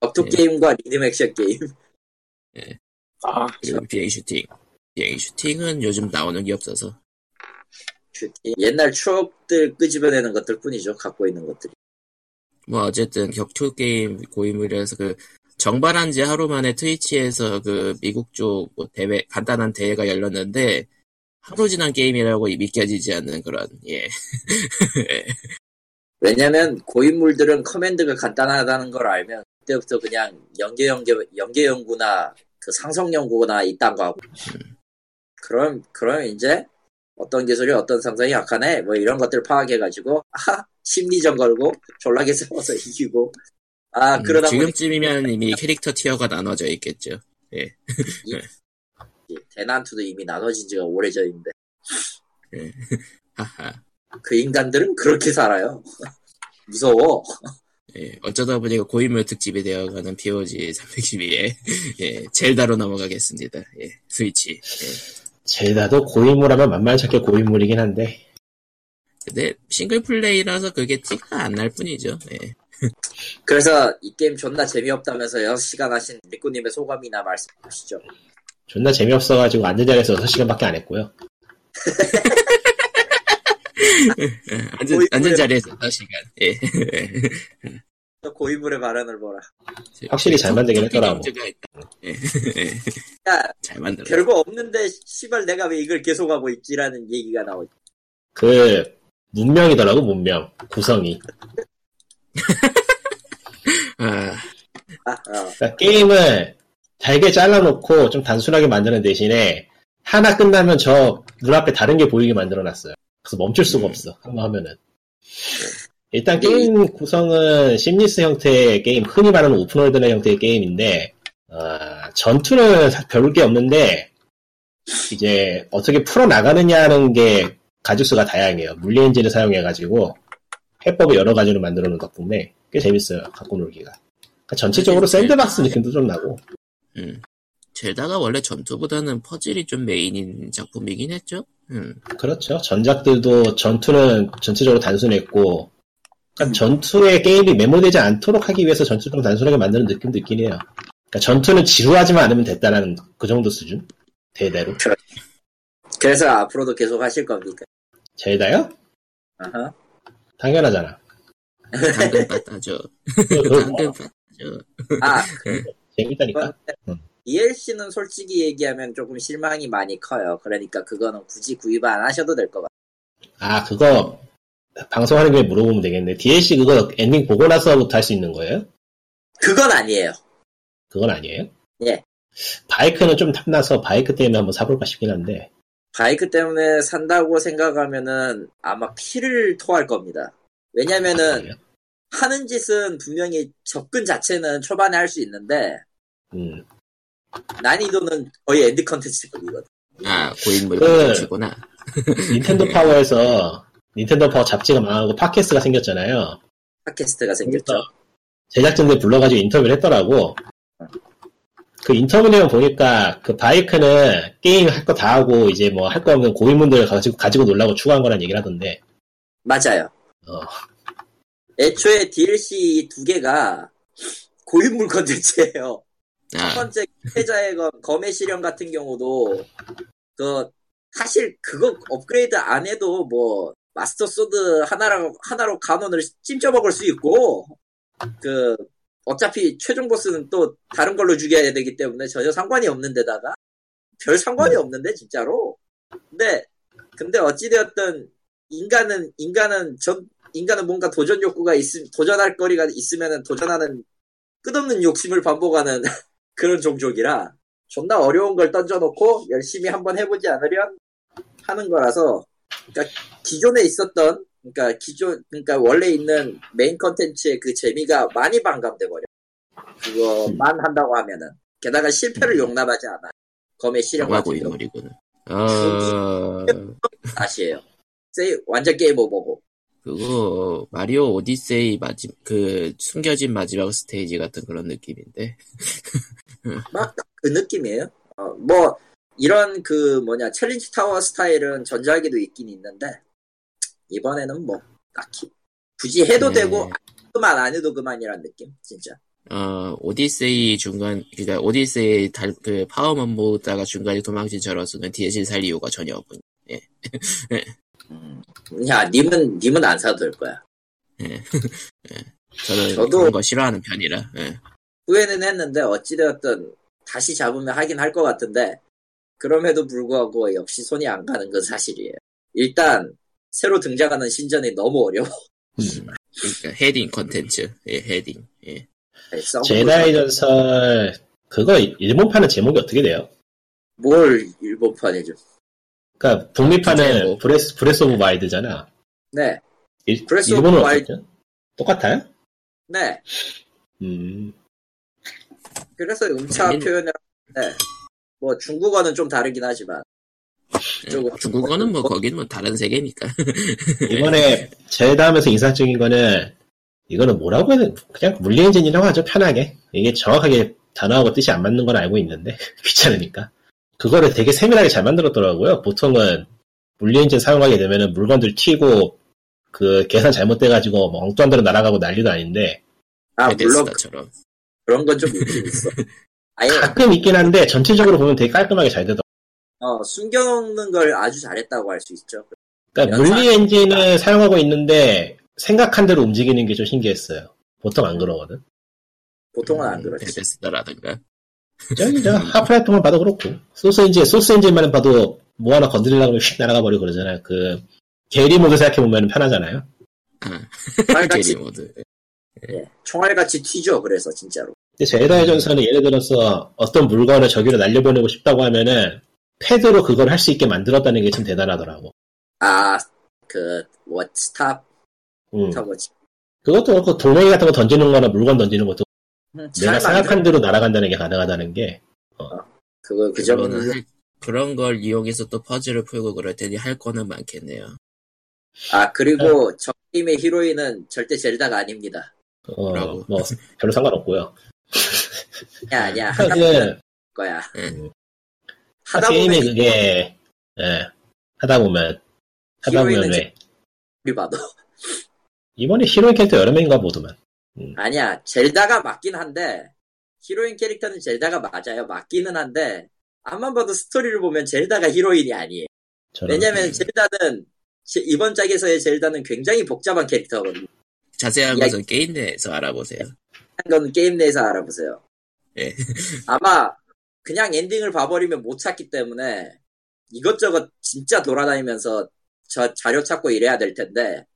Speaker 2: 격투
Speaker 1: 예.
Speaker 2: 게임과 리듬 액션 게임
Speaker 3: 아,
Speaker 1: 그리고 비행 슈팅. 비행 슈팅은 요즘 나오는 게 없어서
Speaker 2: 슈팅. 그, 옛날 추억들 끄집어내는 것들 뿐이죠 갖고 있는 것들이
Speaker 1: 뭐 어쨌든 격투 게임 고인물이라서 그 정발한 지 하루 만에 트위치에서 그 미국 쪽뭐 대회 간단한 대회가 열렸는데 하루 지난 게임이라고 믿겨지지 않는 그런 예
Speaker 2: 왜냐면 고인물들은 커맨드가 간단하다는 걸 알면 그때부터 그냥 연계 연계 연계 연구나 그 상성 연구나 이딴 거 하고 그럼 그럼 이제 어떤 기술이 어떤 상성이 약하네 뭐 이런 것들 파악해 가지고 아 심리전 걸고 졸라게 싸워서 이기고 아
Speaker 1: 음,
Speaker 2: 그러다 보니
Speaker 1: 지금쯤이면 이미 캐릭터 티어가 나눠져 있겠죠
Speaker 2: 대난투도 이미 나눠진 지가 오래전인데
Speaker 1: 하하
Speaker 2: 그 인간들은 그렇게 살아요 무서워
Speaker 1: 예 어쩌다 보니까 고인물 특집이 되어가는 POG 312에 예 젤다로 넘어가겠습니다 예 스위치 예.
Speaker 4: 젤다도 고인물하면 만만찮게 고인물이긴 한데
Speaker 1: 근데 싱글 플레이라서 그게 티가 안 날 뿐이죠 예
Speaker 2: 그래서 이 게임 존나 재미없다면서요. 시간 하신 리꾸님의 소감이나 말씀하시죠.
Speaker 4: 존나 재미없어가지고 앉은 자리에서 6시간밖에 안 했고요.
Speaker 1: 앉은,
Speaker 2: 거의
Speaker 1: 앉은
Speaker 2: 그래.
Speaker 1: 자리에서 5시간. 예.
Speaker 2: 저 고인물의 발언을 보라.
Speaker 4: 확실히 잘 만들긴 했더라고.
Speaker 1: 문제가 있다. 예.
Speaker 2: 야,
Speaker 1: 잘 만들어.
Speaker 2: 별거 없는데 씨발 내가 왜 이걸 계속하고 있지라는 얘기가 나오지.
Speaker 4: 그 문명이더라고 문명 구성이.
Speaker 1: 아,
Speaker 2: 아, 어.
Speaker 4: 그러니까 게임을 잘게 잘라놓고 좀 단순하게 만드는 대신에 하나 끝나면 저 눈앞에 다른 게 보이게 만들어놨어요. 그래서 멈출 수가 없어. 한번 하면은. 일단 게임 구성은 심리스 형태의 게임, 흔히 말하는 오픈월드의 형태의 게임인데, 어, 전투는 사- 별게 없는데, 이제 어떻게 풀어나가느냐 하는 게 가짓수가 다양해요. 물리엔진을 사용해가지고 해법을 여러 가지로 만들어 놓은 덕분에 꽤 재밌어요. 갖고 놀기가. 그러니까 전체적으로 샌드박스 느낌도 좀 나고.
Speaker 1: 음. 제다가 원래 전투보다는 퍼즐이 좀 메인인 작품이긴 했죠. 음.
Speaker 4: 그렇죠. 전작들도 전투는 전체적으로 단순했고, 그러니까 전투의 게임이 메모되지 않도록 하기 위해서 전투 좀 단순하게 만드는 느낌도 있긴 해요. 그러니까 전투는 지루하지만 않으면 됐다라는 그 정도 수준? 대대로.
Speaker 2: 그래서 앞으로도 계속 하실 겁니까?
Speaker 4: 젤다요?
Speaker 2: 아하.
Speaker 4: 당연하잖아.
Speaker 1: 당근 빠따죠.
Speaker 4: 그거 뭐,
Speaker 1: 당근 빠따죠.
Speaker 2: 아,
Speaker 4: 재밌다니까.
Speaker 2: DLC는 솔직히 얘기하면 조금 실망이 많이 커요. 그러니까 그거는 굳이 구입 안 하셔도 될 것 같아요.
Speaker 4: 아, 그거 방송하는 김에 물어보면 되겠네. DLC 그거 엔딩 보고 나서부터 할 수 있는 거예요?
Speaker 2: 그건 아니에요.
Speaker 4: 그건 아니에요?
Speaker 2: 예.
Speaker 4: 바이크는 좀 탐나서 바이크 때문에 한번 사볼까 싶긴 한데,
Speaker 2: 바이크 때문에 산다고 생각하면은 아마 피를 토할 겁니다. 왜냐면은
Speaker 4: 아, 그래요?
Speaker 2: 하는 짓은 분명히 접근 자체는 초반에 할 수 있는데
Speaker 4: 음,
Speaker 2: 난이도는 거의 엔드 컨텐츠급이거든.
Speaker 1: 아, 고인물
Speaker 4: 그-
Speaker 1: 컨텐츠구나.
Speaker 4: 닌텐도 파워에서 닌텐도 파워 잡지가 망하고 팟캐스트가 생겼잖아요.
Speaker 2: 팟캐스트가 생겼죠.
Speaker 4: 그래서 제작진들 불러가지고 인터뷰를 했더라고. 그 인터뷰 내용 보니까 그 바이크는 게임 할 거 다 하고 이제 뭐 할 거 없는 고인물들을 가지고, 가지고 놀라고 추구한 거란 얘기를 하던데.
Speaker 2: 맞아요.
Speaker 4: 어.
Speaker 2: 애초에 DLC 두 개가 고인물 컨텐츠예요. 첫
Speaker 1: 아,
Speaker 2: 번째 해자의 그 검, 검의 실현 같은 경우도 그 사실 그거 업그레이드 안 해도 뭐 마스터 소드 하나로 하나로 간원을 찜쪄 먹을 수 있고 그 어차피 최종 보스는 또 다른 걸로 죽여야 되기 때문에 전혀 상관이 없는데다가 별 상관이 없는데 진짜로 근데 근데 어찌되었든 인간은 인간은 전 인간은 뭔가 도전 욕구가 있음 도전할 거리가 있으면은 도전하는 끝없는 욕심을 반복하는 그런 종족이라 존나 어려운 걸 던져놓고 열심히 한번 해보지 않으련 하는 거라서 그러니까 기존에 있었던 그러니까 기존 그러니까 원래 있는 메인 컨텐츠의 그 재미가 많이 반감돼 버려 그거만 한다고 하면은 게다가 실패를 용납하지 않아 검의 실현
Speaker 1: 영화
Speaker 2: 같은 경우
Speaker 1: 고인물이구나. 어,
Speaker 2: 다시예요 세이 완전 게임 오버고
Speaker 1: 그거, 마리오 오디세이 마지, 그, 숨겨진 마지막 스테이지 같은 그런 느낌인데.
Speaker 2: 막 그 느낌이에요 어, 뭐 이런 그 뭐냐 챌린지 타워 스타일은 전작에도 있긴 있는데 이번에는 뭐 딱히 굳이 해도
Speaker 1: 네.
Speaker 2: 되고 그만 안 해도 그만이란 느낌 진짜
Speaker 1: 어, 오디세이 중간, 그니까, 오디세이 달, 그, 파워만 모으다가 중간에 도망친 저로서는 DLC 살 이유가 전혀 없군.
Speaker 4: 음.
Speaker 2: 야 님은 님은 안 사도 될 거야
Speaker 1: 예. 저는
Speaker 2: 저도-
Speaker 1: 그런 거 싫어하는 편이라, 예.
Speaker 2: 후회는 했는데 어찌되었든 다시 잡으면 하긴 할 것 같은데 그럼에도 불구하고 역시 손이 안 가는 건 사실이에요 일단 새로 등장하는 신전이 너무 어려워
Speaker 1: 그니까, 그러니까 헤딩 컨텐츠. 예, 헤딩. 예.
Speaker 4: 제다이 전설, 그거 일본판은 제목이 어떻게 돼요?
Speaker 2: 뭘 일본판이죠
Speaker 4: 그러니까 북미판은
Speaker 1: 제목.
Speaker 4: 브레스, 브레스 오브 마일드잖아.
Speaker 2: 네
Speaker 4: 일,
Speaker 2: 브레스 오브
Speaker 4: 일본은
Speaker 2: 와일드.
Speaker 4: 어떻죠? 똑같아요?
Speaker 2: 네.
Speaker 4: 음.
Speaker 2: 그래서 음차
Speaker 1: 재밌는-
Speaker 2: 표현을 하는데 뭐 중국어는 좀 다르긴 하지만
Speaker 1: 예.
Speaker 2: 저거-
Speaker 1: 중국어는 뭐, 거긴 뭐, 다른 세계니까.
Speaker 4: 이번에 제일 다음에서 인상적인 거는 이거는 뭐라고 해야 되나 그냥 물리엔진이라고 하죠 편하게 이게 정확하게 단어하고 뜻이 안 맞는 건 알고 있는데 귀찮으니까 그거를 되게 세밀하게 잘 만들었더라고요 보통은 물리엔진 사용하게 되면은 물건들 튀고 그 계산 잘못돼가지고 뭐 엉뚱한 데로 날아가고 난리도 아닌데
Speaker 2: 아 물론
Speaker 1: 베데스다처럼.
Speaker 2: 그런 건 좀 있긴 있어. 아예
Speaker 4: 가끔 있긴 한데 전체적으로 보면 되게 깔끔하게 잘 되더라고요.
Speaker 2: 어, 숨겨놓는 걸 아주 잘했다고 할 수 있죠.
Speaker 4: 그러니까 물리 엔진을 사용하고 있는데 생각한 대로 움직이는 게 좀 신기했어요. 보통 안 그러거든.
Speaker 2: 보통은
Speaker 1: 음,
Speaker 2: 안 그렇지.
Speaker 1: 베데스다라든가.
Speaker 4: 저기 저 하프라이통만 봐도 그렇고 소스 엔진 소스 엔진만 봐도 뭐 하나 건드리려고 하면 휙 날아가 버리고 그러잖아요. 그 게리 모드 생각해 보면 편하잖아요.
Speaker 2: 총알같이 예,
Speaker 1: 게리 모드.
Speaker 2: 총알같이 튀죠. 그래서 진짜로.
Speaker 4: 근데 제다의 전사는 예를 들어서 어떤 물건을 저기로 날려보내고 싶다고 하면은 패드로 그걸 할 수 있게 만들었다는 게 참 대단하더라고.
Speaker 2: 아, 아그뭐 스탑
Speaker 4: 음.
Speaker 2: 터보지.
Speaker 4: 그것도 그렇고 돌멩이 같은 거 던지는 거나 물건 던지는 것도
Speaker 2: 음,
Speaker 4: 내가
Speaker 2: 잘 만들어.
Speaker 4: 생각한 대로 날아간다는 게 가능하다는 게
Speaker 2: 그거 그
Speaker 1: 그거는
Speaker 2: 점은
Speaker 1: 할- 그런 걸 이용해서 또 퍼즐을 풀고 그럴 테니 할 거는 많겠네요.
Speaker 2: 아 그리고 저 게임의 히로인은 절대 젤다가 아닙니다.
Speaker 4: 어,
Speaker 1: 뭐라고?
Speaker 4: 뭐 별로 상관없고요.
Speaker 2: 아니야
Speaker 1: 음.
Speaker 2: 아니야 하다 보면
Speaker 4: 사실
Speaker 2: 될 거야.
Speaker 1: 예.
Speaker 2: 하다
Speaker 4: 아, 게임이
Speaker 2: 보면
Speaker 4: 그게 예, 하다 보면 하다
Speaker 2: 히로인은
Speaker 4: 보면 왜
Speaker 2: 제-
Speaker 4: 그
Speaker 2: 우리 봐도
Speaker 4: 이번에 히로인 캐릭터 여러 명인가 보더만.
Speaker 2: 아니야 젤다가 맞긴 한데 히로인 캐릭터는 젤다가 맞아요 맞기는 한데 앞만 봐도 스토리를 보면 젤다가 히로인이 아니에요.
Speaker 4: 저런.
Speaker 2: 왜냐면
Speaker 1: 음.
Speaker 2: 젤다는 제- 이번 작에서의 젤다는 굉장히 복잡한 캐릭터거든요.
Speaker 1: 자세한
Speaker 2: 야,
Speaker 1: 것은 게임 내에서 알아보세요. 음,
Speaker 2: 건 게임 내에서 알아보세요.
Speaker 1: 예.
Speaker 2: 아마 그냥 엔딩을 봐버리면 못 찾기 때문에 이것저것 진짜 돌아다니면서 저 자료 찾고 이래야 될 텐데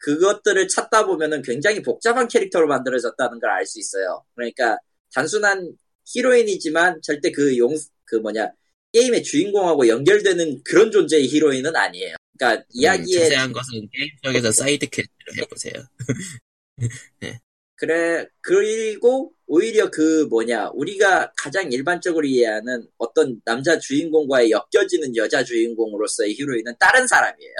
Speaker 2: 그것들을 찾다 보면은 굉장히 복잡한 캐릭터로 만들어졌다는 걸 알 수 있어요. 그러니까 단순한 히로인이지만 절대 그 용, 그 뭐냐, 게임의 주인공하고 연결되는 그런 존재의 히로인은 아니에요. 그러니까
Speaker 1: 음,
Speaker 2: 이야기의
Speaker 1: 자세한 것은 게임 쪽에서 사이드 캐스트를 해보세요.
Speaker 2: 그래, 그리고 오히려 그 뭐냐, 우리가 가장 일반적으로 이해하는 어떤 남자 주인공과의 엮여지는 여자 주인공으로서의 히로인은 다른 사람이에요.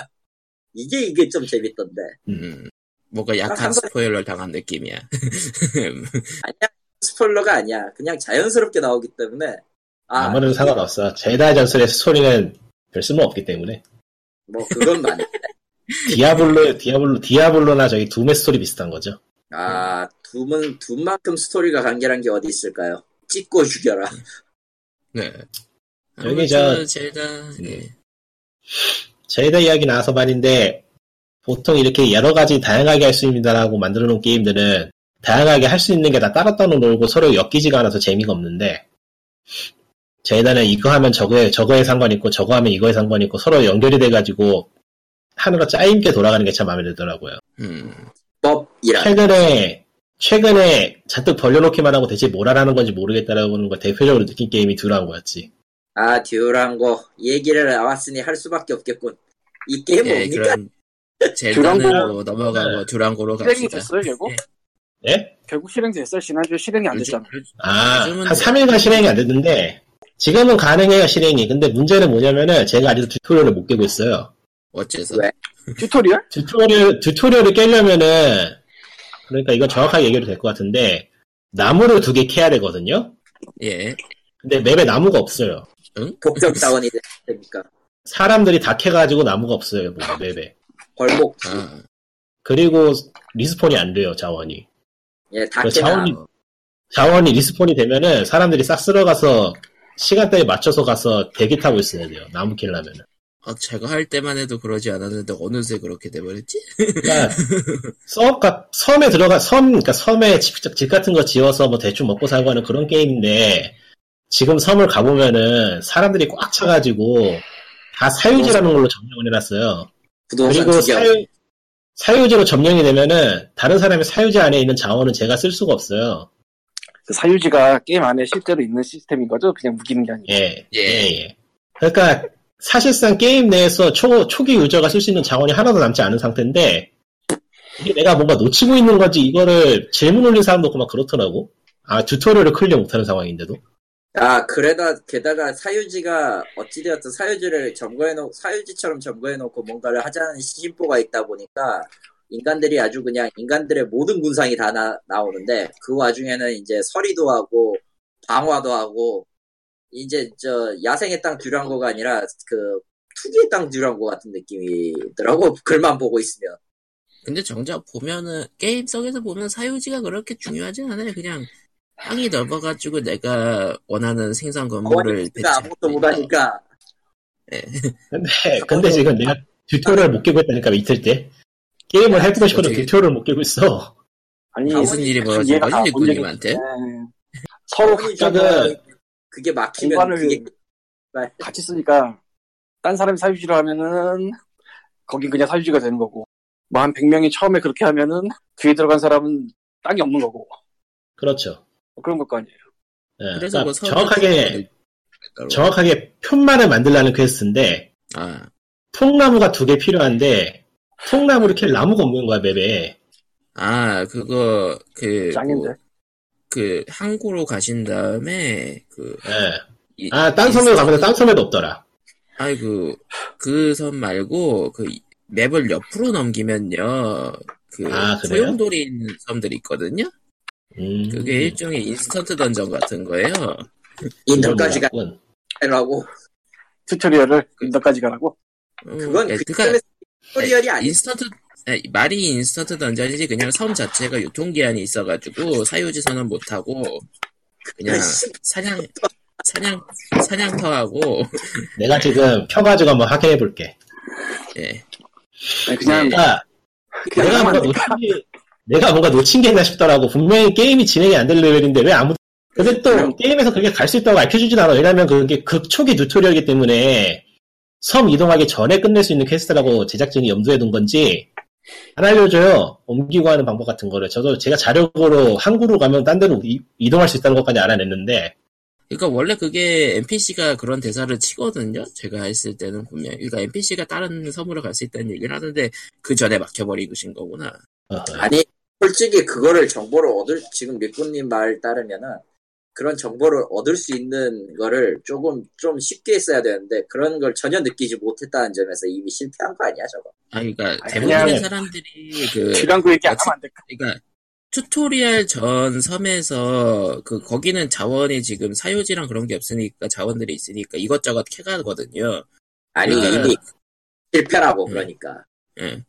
Speaker 2: 이게, 이게 좀 재밌던데.
Speaker 1: 음, 뭔가
Speaker 3: 아,
Speaker 1: 약한
Speaker 2: 한 번-
Speaker 1: 스포일러 당한 느낌이야.
Speaker 2: 스포일러가 아니야. 그냥 자연스럽게 나오기 때문에.
Speaker 4: 아,
Speaker 2: 아,
Speaker 4: 무래도 상관없어. 제다의 전설의 스토리는 별 쓸모 없기 때문에.
Speaker 2: 뭐, 그건 맞네.
Speaker 4: 디아블로, 디아블로, 디아블로나 저기 둠의 스토리 비슷한 거죠.
Speaker 2: 아, 둠은, 둠만큼 스토리가 간결한 게 어디 있을까요? 찍고 죽여라.
Speaker 1: 네.
Speaker 4: 여기 저-
Speaker 1: 아무튼 젤다, 예.
Speaker 4: 제다 이야기 나와서 말인데, 보통 이렇게 여러 가지 다양하게 할 수 있다라고 만들어 놓은 게임들은, 다양하게 할 수 있는 게 다 따로 따로 놀고 서로 엮이지가 않아서 재미가 없는데, 제다는 이거 하면 저거에, 저거에 상관있고, 저거 하면 이거에 상관있고, 서로 연결이 돼가지고, 하늘로 짜임 게 돌아가는 게 참 마음에 들더라고요.
Speaker 1: 음,
Speaker 2: 법이라.
Speaker 4: 최근에 최근에 잔뜩 벌려놓기만 하고 대체 뭘 하라는 건지 모르겠다라는 걸 대표적으로 느낀 게임이 듀라운 거였지.
Speaker 2: 아, 듀랑고. 얘기를 나왔으니 할 수밖에 없겠군. 이 게임
Speaker 3: 뭐
Speaker 1: 예,
Speaker 2: 뭡니까?
Speaker 1: 그럼 젤다는
Speaker 3: 듀랑고-
Speaker 1: 뭐 넘어가고 듀랑고로
Speaker 3: 실행이
Speaker 1: 갑시다.
Speaker 3: 됐어요 결국?
Speaker 1: 예.
Speaker 4: 예?
Speaker 3: 결국 실행됐어요? 지난주에 실행이 안
Speaker 1: 요즘-
Speaker 3: 됐잖아
Speaker 4: 아,
Speaker 1: 요즘은- 뭐
Speaker 4: 한 3일간 실행이 안 됐는데 지금은 가능해요 실행이. 근데 문제는 뭐냐면은 제가 아직도 튜토리얼을 못 깨고 있어요.
Speaker 1: 어째서?
Speaker 2: 왜?
Speaker 3: 튜토리얼?
Speaker 4: 튜토리얼 튜토리얼을 깨려면은 그러니까 이건 정확하게 얘기해도 될 것 같은데 나무를 두 개 캐야 되거든요.
Speaker 1: 예.
Speaker 4: 근데 맵에 나무가 없어요.
Speaker 2: 복적 자원이 됩니까?
Speaker 4: 사람들이 다 캐가지고 나무가 없어요 보면 맵에.
Speaker 2: 벌목.
Speaker 1: 아,
Speaker 4: 그리고 리스폰이 안 돼요 자원이.
Speaker 2: 예,
Speaker 1: 아,
Speaker 2: 다
Speaker 4: 그
Speaker 2: 깨나.
Speaker 4: 자원이 자원이 리스폰이 되면은 사람들이 싹 쓸어가서 시간대에 맞춰서 가서 대기 타고 있어야 돼요. 나무 킬라면.
Speaker 1: 어, 제가 할 때만 해도 그러지 않았는데 어느새 그렇게 돼버렸지?
Speaker 4: 그러니까 섬가 섬에 들어가 섬 그러니까 섬에 집, 집 같은 거 지어서 뭐 대충 먹고 살고 하는 그런 게임인데 지금 섬을 가보면은 사람들이 꽉 차가지고 다 사유지라는 걸로 점령을 해놨어요.
Speaker 2: 부동산
Speaker 4: 그리고
Speaker 2: 투기
Speaker 4: 사유 사유지로 점령이 되면은 다른 사람의 사유지 안에 있는 자원은 제가 쓸 수가 없어요.
Speaker 3: 그 사유지가 게임 안에 실제로 있는 시스템인 거죠? 그냥 묶이는 게 아니고
Speaker 4: 예,
Speaker 1: 예.
Speaker 4: 예, 예. 그러니까 사실상 게임 내에서 초, 초기 유저가 쓸 수 있는 자원이 하나도 남지 않은 상태인데 이게 내가 뭔가 놓치고 있는 건지 이거를 질문 올린 사람도 없고 막 그렇더라고. 아 튜토리얼을 클리어 못하는 상황인데도.
Speaker 2: 아, 그래다, 게다가 사유지가, 어찌되었든 사유지를 점거해놓고, 사유지처럼 점거해놓고 뭔가를 하자는 시신포가 있다 보니까, 인간들이 아주 그냥, 인간들의 모든 군상이 다 나, 나오는데, 그 와중에는 이제 서리도 하고, 방화도 하고, 이제 저, 야생의 땅 듀랑고가 아니라, 그, 투기의 땅 듀랑고 같은 느낌이더라고, 글만 보고 있으면.
Speaker 1: 근데 정작 보면은 게임 속에서 보면 사유지가 그렇게 중요하지 않아요. 그냥 땅이 넓어가지고 내가 원하는 생산
Speaker 3: 음,
Speaker 1: 건물을
Speaker 3: 네,
Speaker 2: 그러니까 아무것도 못하니까
Speaker 4: 근데, 근데 지금 내가 튜토리얼 못 끼고 있다니까 뭐 이틀째.
Speaker 1: 아,
Speaker 4: 게임을 해보고 싶어도
Speaker 1: 어떻게-
Speaker 4: 튜토리얼을 못 끼고 있어.
Speaker 3: 아니
Speaker 1: 무슨 일이 벌어진
Speaker 3: 이해가
Speaker 1: 거지
Speaker 3: 다
Speaker 1: 일꾼님한테?
Speaker 3: 네. 서로
Speaker 2: 본인이
Speaker 3: 각자가
Speaker 2: 저는 그게 막히면
Speaker 3: 공간을 네.
Speaker 2: 그게
Speaker 3: 같이 쓰니까 딴 사람이 사유지로 하면은 거긴 그냥 사유지가 되는 거고 뭐 한 100명이 처음에 그렇게 하면은 뒤에 들어간 사람은 땅이 없는 거고
Speaker 4: 그렇죠.
Speaker 3: 뭐 그런 걸 거 아니에요.
Speaker 4: 예,
Speaker 1: 그래서
Speaker 4: 그러니까
Speaker 1: 뭐 서울
Speaker 4: 정확하게,
Speaker 1: 같은 데를 따로-
Speaker 4: 정확하게 편만을 만들라는 퀘스트인데,
Speaker 1: 아,
Speaker 4: 통나무가 두 개 필요한데, 통나무를 캘 나무가 없는 거야, 맵에.
Speaker 1: 아 그거 그
Speaker 3: 짱인데.
Speaker 1: 뭐, 그 항구로 가신 다음에 그
Speaker 4: 예.
Speaker 1: 이-
Speaker 4: 아, 딴 섬에 가면 딴 섬에도 없더라.
Speaker 1: 아이고 그 섬 말고 그 맵을 옆으로 넘기면요 그
Speaker 4: 아, 그래요?
Speaker 1: 소용돌이 있는 섬들이 있거든요.
Speaker 4: 음.
Speaker 1: 그게 일종의 인스턴트 던전 같은 거예요.
Speaker 2: 인터까지
Speaker 4: 그건
Speaker 2: 가라고
Speaker 3: 튜토리얼을 인더까지 가라고
Speaker 1: 음,
Speaker 2: 그건
Speaker 1: 예,
Speaker 2: 그
Speaker 1: 그러니까
Speaker 2: 점에서 튜토리얼이 아니
Speaker 1: 인스턴트 예, 말이 인스턴트 던전이지 그냥 섬 자체가 유통기한이 있어가지고 사유지 선언 못하고 그냥 사냥 사냥 사냥터하고
Speaker 4: 내가 지금 켜가지고 한번 확인해 볼게.
Speaker 1: 예
Speaker 3: 아니, 그냥
Speaker 1: 네.
Speaker 4: 아,
Speaker 3: 그냥
Speaker 4: 내가 뭔가
Speaker 3: 하면
Speaker 4: 놓친 게, 내가 뭔가 놓친 게 있나 싶더라고. 분명히 게임이 진행이 안 될 레벨인데 왜 아무, 근데 또
Speaker 2: 그럼.
Speaker 4: 게임에서 그게 갈 수 있다고 알려주진 않아. 왜냐면 그게 극초기 튜토리얼이기 때문에 섬 이동하기 전에 끝낼 수 있는 퀘스트라고 제작진이 염두에 둔 건지 안 알려줘요. 옮기고 하는 방법 같은 거를. 저도 제가 자력으로 항구로 가면 딴 데로 이- 이동할 수 있다는 것까지 알아냈는데
Speaker 1: 그러니까 원래 그게 NPC가 그런 대사를 치거든요. 제가 했을 때는 분명히. 그러니까 NPC가 다른 섬으로 갈 수 있다는 얘기를 하는데 그 전에 막혀버리신 거구나.
Speaker 4: 어,
Speaker 2: 아니 솔직히 그거를 정보를 얻을 지금 리꾸님 말 따르면은 그런 정보를 얻을 수 있는 거를 조금 좀 쉽게 했어야 되는데 그런 걸 전혀 느끼지 못했다는 점에서 이미 실패한 거 아니야 저거
Speaker 1: 아, 그러니까
Speaker 3: 아니,
Speaker 1: 대부분의
Speaker 4: 그냥-
Speaker 1: 사람들이 그
Speaker 3: 지방구 얘기 안
Speaker 1: 어찌-
Speaker 3: 하면 안 될까?
Speaker 1: 그러니까 튜토리얼 전 섬에서 그 거기는 자원이 지금 사유지랑 그런 게 없으니까 자원들이 있으니까 이것저것 캐가거든요.
Speaker 2: 아니
Speaker 1: 그러니까-
Speaker 2: 이미 실패라고
Speaker 1: 음.
Speaker 2: 그러니까
Speaker 1: 예.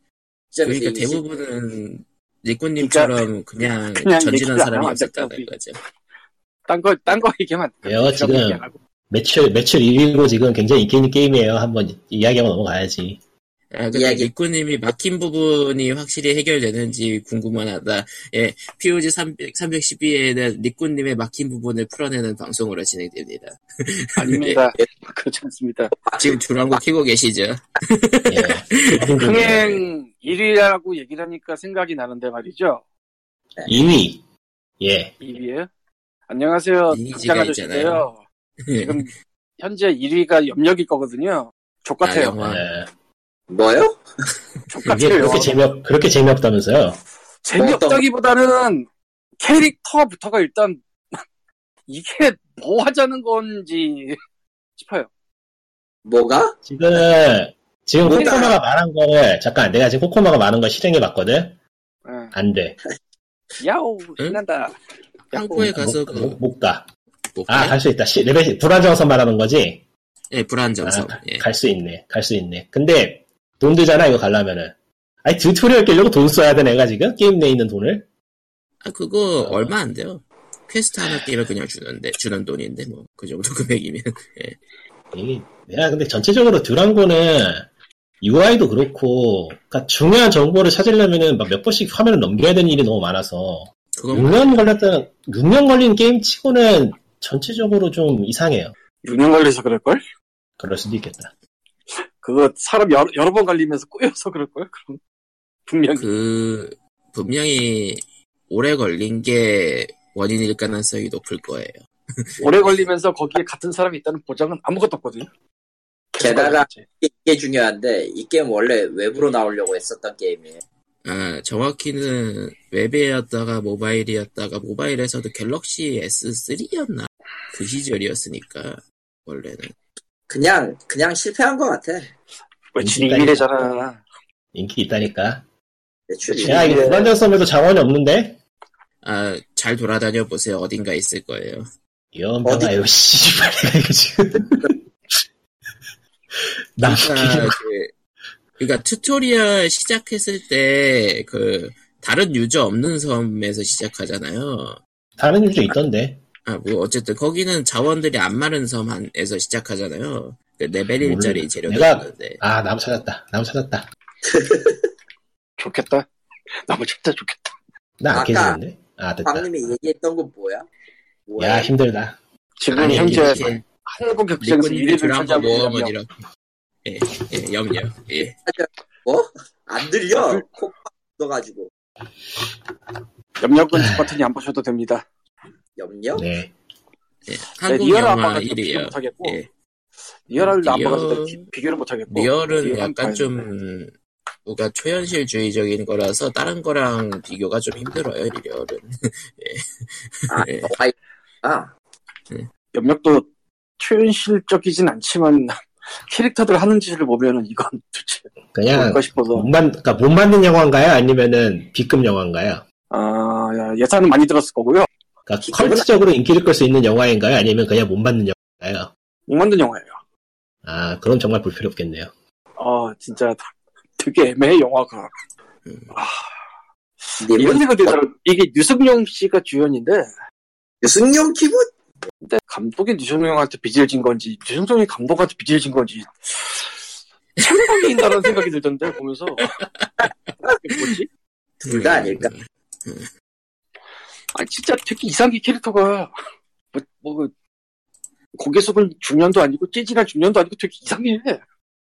Speaker 2: 점에서
Speaker 1: 그러니까
Speaker 2: 이미
Speaker 1: 대부분은 니꾸님처럼 그냥,
Speaker 3: 그냥
Speaker 1: 전진한
Speaker 3: 리꾸가
Speaker 1: 사람이
Speaker 3: 안
Speaker 1: 없었다는
Speaker 3: 왔다.
Speaker 1: 거죠.
Speaker 3: 딴거딴 거 얘기하면
Speaker 1: 예,
Speaker 3: 안 될까?
Speaker 1: 어,
Speaker 4: 왜요?
Speaker 3: 지방구
Speaker 4: 지금
Speaker 3: 얘기 안 하고.
Speaker 4: 매출 매출 1위고 지금 굉장히 인기 있는 게임이에요. 한번 이- 이야기하고 넘어가야지.
Speaker 1: 아, 근데
Speaker 2: 이야기.
Speaker 1: 니꾸님이 막힌 부분이 확실히 해결되는지 궁금만 하다. 예, POG 300, 312에는 니꾸님의 막힌 부분을 풀어내는 방송으로 진행됩니다.
Speaker 3: 아닙니다.
Speaker 1: 예,
Speaker 3: 그렇지 않습니다.
Speaker 1: 지금 주랑고 키고 계시죠?
Speaker 4: 예.
Speaker 3: 흥행 1위라고 얘기를 하니까 생각이 나는데 말이죠.
Speaker 4: 2위. 예.
Speaker 3: 1위에요? 안녕하세요.
Speaker 1: 이미지가
Speaker 3: 극장
Speaker 1: 예. 있잖아요.
Speaker 3: 아저씨인데요.
Speaker 1: 네.
Speaker 3: 지금 현재 1위가 염력일 거거든요.
Speaker 1: 아,
Speaker 3: 족같아요.
Speaker 1: 영화.
Speaker 4: 예.
Speaker 2: 뭐요?
Speaker 4: 그게
Speaker 3: 족같아요.
Speaker 4: 그렇게 재미없 그렇게 재미없다면서요?
Speaker 2: 뭐
Speaker 3: 재미없다기보다는 캐릭터부터가 일단 이게 뭐 하자는 건지 싶어요.
Speaker 2: 뭐가?
Speaker 4: 지금 지금
Speaker 2: 뭐다.
Speaker 4: 코코마가 말한 거를 잠깐 내가 지금 코코마가 말한 걸 실행해 봤거든.
Speaker 3: 예.
Speaker 4: 안 돼.
Speaker 3: 야오
Speaker 1: 응?
Speaker 3: 신난다.
Speaker 1: 한국에 가서
Speaker 4: 못,
Speaker 1: 그- 네.
Speaker 4: 못, 못 가.
Speaker 1: 못
Speaker 4: 아
Speaker 1: 가요?
Speaker 4: 갈 수 있다. 시, 레벨 불안정성 말하는 거지.
Speaker 1: 예, 불안정성. 예.
Speaker 4: 갈 수 있네. 갈 수 있네. 근데 돈 들잖아 이거 가려면은. 아니 튜토리얼 깨려고 돈 써야 돼 내가 지금 게임 내에 있는 돈을.
Speaker 1: 아, 그거 얼마 안 돼요. 퀘스트 하나 끼면 그냥 주는데, 주는 돈인데, 뭐, 그 정도 금액이면.
Speaker 4: 이- 내가 근데 전체적으로 듀랑고는 UI도 그렇고, 그러니까 중요한 정보를 찾으려면은 막 몇 번씩 화면을 넘겨야 되는 일이 너무 많아서
Speaker 1: 그건,
Speaker 4: 6년 걸렸던 6년 걸린 게임 치고는 전체적으로 좀 이상해요.
Speaker 3: 6년 걸려서 그럴걸?
Speaker 4: 그럴 수도 있겠다.
Speaker 3: 그거 사람 여러, 여러 번 걸리면서 꼬여서 그럴걸? 그럼 분명히
Speaker 1: 그, 분명히 오래 걸린 게 원인일 가능성이 높을 거예요.
Speaker 3: 오래 걸리면서 거기에 같은 사람이 있다는 보장은 아무것도 없거든요. 계속
Speaker 2: 게다가-
Speaker 3: 걸렸지.
Speaker 2: 이게 중요한데 이 게임 원래 외부로 나오려고 했었던 게임이에요
Speaker 1: 아, 정확히는 웹이었다가 모바일이었다가 모바일에서도 갤럭시 S3였나? 그 시절이었으니까 원래는
Speaker 2: 그냥 그냥 실패한 것 같아
Speaker 3: 며칠 일이래잖아.
Speaker 4: 인기 있다니까.
Speaker 2: 대충
Speaker 4: 야,
Speaker 1: 예.
Speaker 4: 이거 불안정성에도 자원이 없는데?
Speaker 1: 아, 잘 돌아다녀 보세요. 어딘가 있을 거예요.
Speaker 4: 이엄병아, 이거 씨발, 내가 이거 지금. 나 아,
Speaker 1: 그러니까
Speaker 4: 웃기는
Speaker 1: 그 그러니까 튜토리얼 시작했을 때 그 다른 유저 없는 섬에서 시작하잖아요.
Speaker 4: 다른 유저 있던데.
Speaker 1: 아, 뭐 어쨌든 거기는 자원들이 안 마른 섬에서 시작하잖아요. 그 레벨
Speaker 4: 몰라.
Speaker 1: 1짜리 재료가
Speaker 4: 내가-
Speaker 1: 있는데.
Speaker 4: 아, 나무 찾았다. 나무 찾았다.
Speaker 3: 좋겠다. 나무 진짜 좋겠다.
Speaker 4: 나 안
Speaker 2: 아까
Speaker 4: 깨지는데? 아, 됐다.
Speaker 2: 광님이 얘기했던 건 뭐야? 뭐야?
Speaker 4: 야, 힘들다.
Speaker 3: 지금
Speaker 1: 아니,
Speaker 3: 현재
Speaker 1: 이렇게
Speaker 3: 한국 격전에서
Speaker 1: 리코님의
Speaker 3: 1위를
Speaker 1: 드라마
Speaker 3: 차지하고 있는
Speaker 1: 모험은
Speaker 3: 사람이야.
Speaker 1: 뭐 이런. 예, 예, 염려. 예.
Speaker 2: 안 들려. 콕 넣어가지고
Speaker 3: 염려권
Speaker 1: 아.
Speaker 3: 버튼이 안 보셔도 됩니다.
Speaker 2: 염려?
Speaker 4: 네.
Speaker 1: 예.
Speaker 3: 네,
Speaker 1: 한국
Speaker 3: 리얼
Speaker 1: 영화
Speaker 3: 안방은 비교
Speaker 1: 1위요.
Speaker 3: 못하겠고
Speaker 1: 예. 그
Speaker 3: 리얼을 안
Speaker 1: 리얼-
Speaker 3: 봐서 비- 비교를 못하겠고
Speaker 1: 리얼은
Speaker 3: 리얼
Speaker 1: 약간
Speaker 3: 뭐 한판.
Speaker 1: 좀 뭔가 초현실주의적인 거라서 다른 거랑 비교가 좀 힘들어요. 리얼은.
Speaker 2: 아,
Speaker 1: 예.
Speaker 2: 아이, 아,
Speaker 3: 염력도 초현실적이진 않지만 캐릭터들 하는 짓을 보면은 이건 도대체
Speaker 4: 그냥
Speaker 3: 뭘까 싶어서
Speaker 4: 못 만, 그러니까 못 만든 영화인가요? 아니면은 B급 영화인가요?
Speaker 3: 아 야, 예산은 많이 들었을 거고요
Speaker 4: 그러니까 컬트적으로 인기를 끌 수 있는 영화인가요? 아니면 그냥 못 만든 영화인가요?
Speaker 3: 못 만든 영화예요.
Speaker 4: 아, 그럼 정말 불필요 없겠네요.
Speaker 3: 아 진짜 되게 애매해 영화가
Speaker 2: 네,
Speaker 3: 이런
Speaker 2: 님은
Speaker 3: 생각도 들어 이게 유승용 씨가 주연인데
Speaker 2: 유승용 기분?
Speaker 3: 근데 감독이 유승용한테 빚을 진 건지 유승용이 감독한테 빚을 진 건지 상당히 있다는 생각이 들던데 보면서 이게 뭐지?
Speaker 2: 둘 다 아닐까?
Speaker 3: 아 진짜 되게 이상한 캐릭터가 뭐, 뭐 그, 고개 속은 중년도 아니고 찌질한 중년도 아니고 되게 이상해.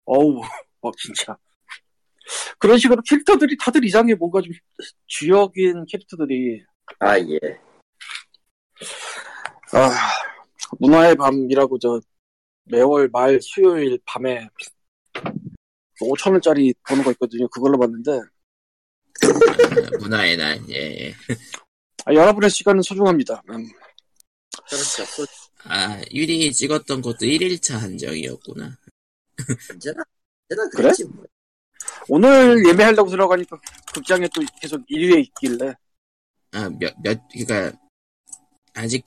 Speaker 3: 어우 막 진짜 그런 식으로 캐릭터들이 다들 이상해 뭔가 좀 주역인 캐릭터들이
Speaker 2: 아 예.
Speaker 3: 아 문화의 밤이라고 저 매월 말 수요일 밤에 5천 원짜리 보는 거 있거든요. 그걸로 봤는데
Speaker 1: 아, 문화의 날. 예. 예.
Speaker 3: 아, 여러분의 시간은 소중합니다. 음,
Speaker 2: 그렇죠. 소-
Speaker 1: 아, 1위 찍었던 것도 1일차 한정이었구나.
Speaker 2: 언제나 언제나
Speaker 3: 그래?
Speaker 2: 그랬지 뭐.
Speaker 3: 오늘 예매하려고 들어가니까 극장에 또 계속 1위에 있길래
Speaker 1: 아, 몇, 몇, 그니까, 아직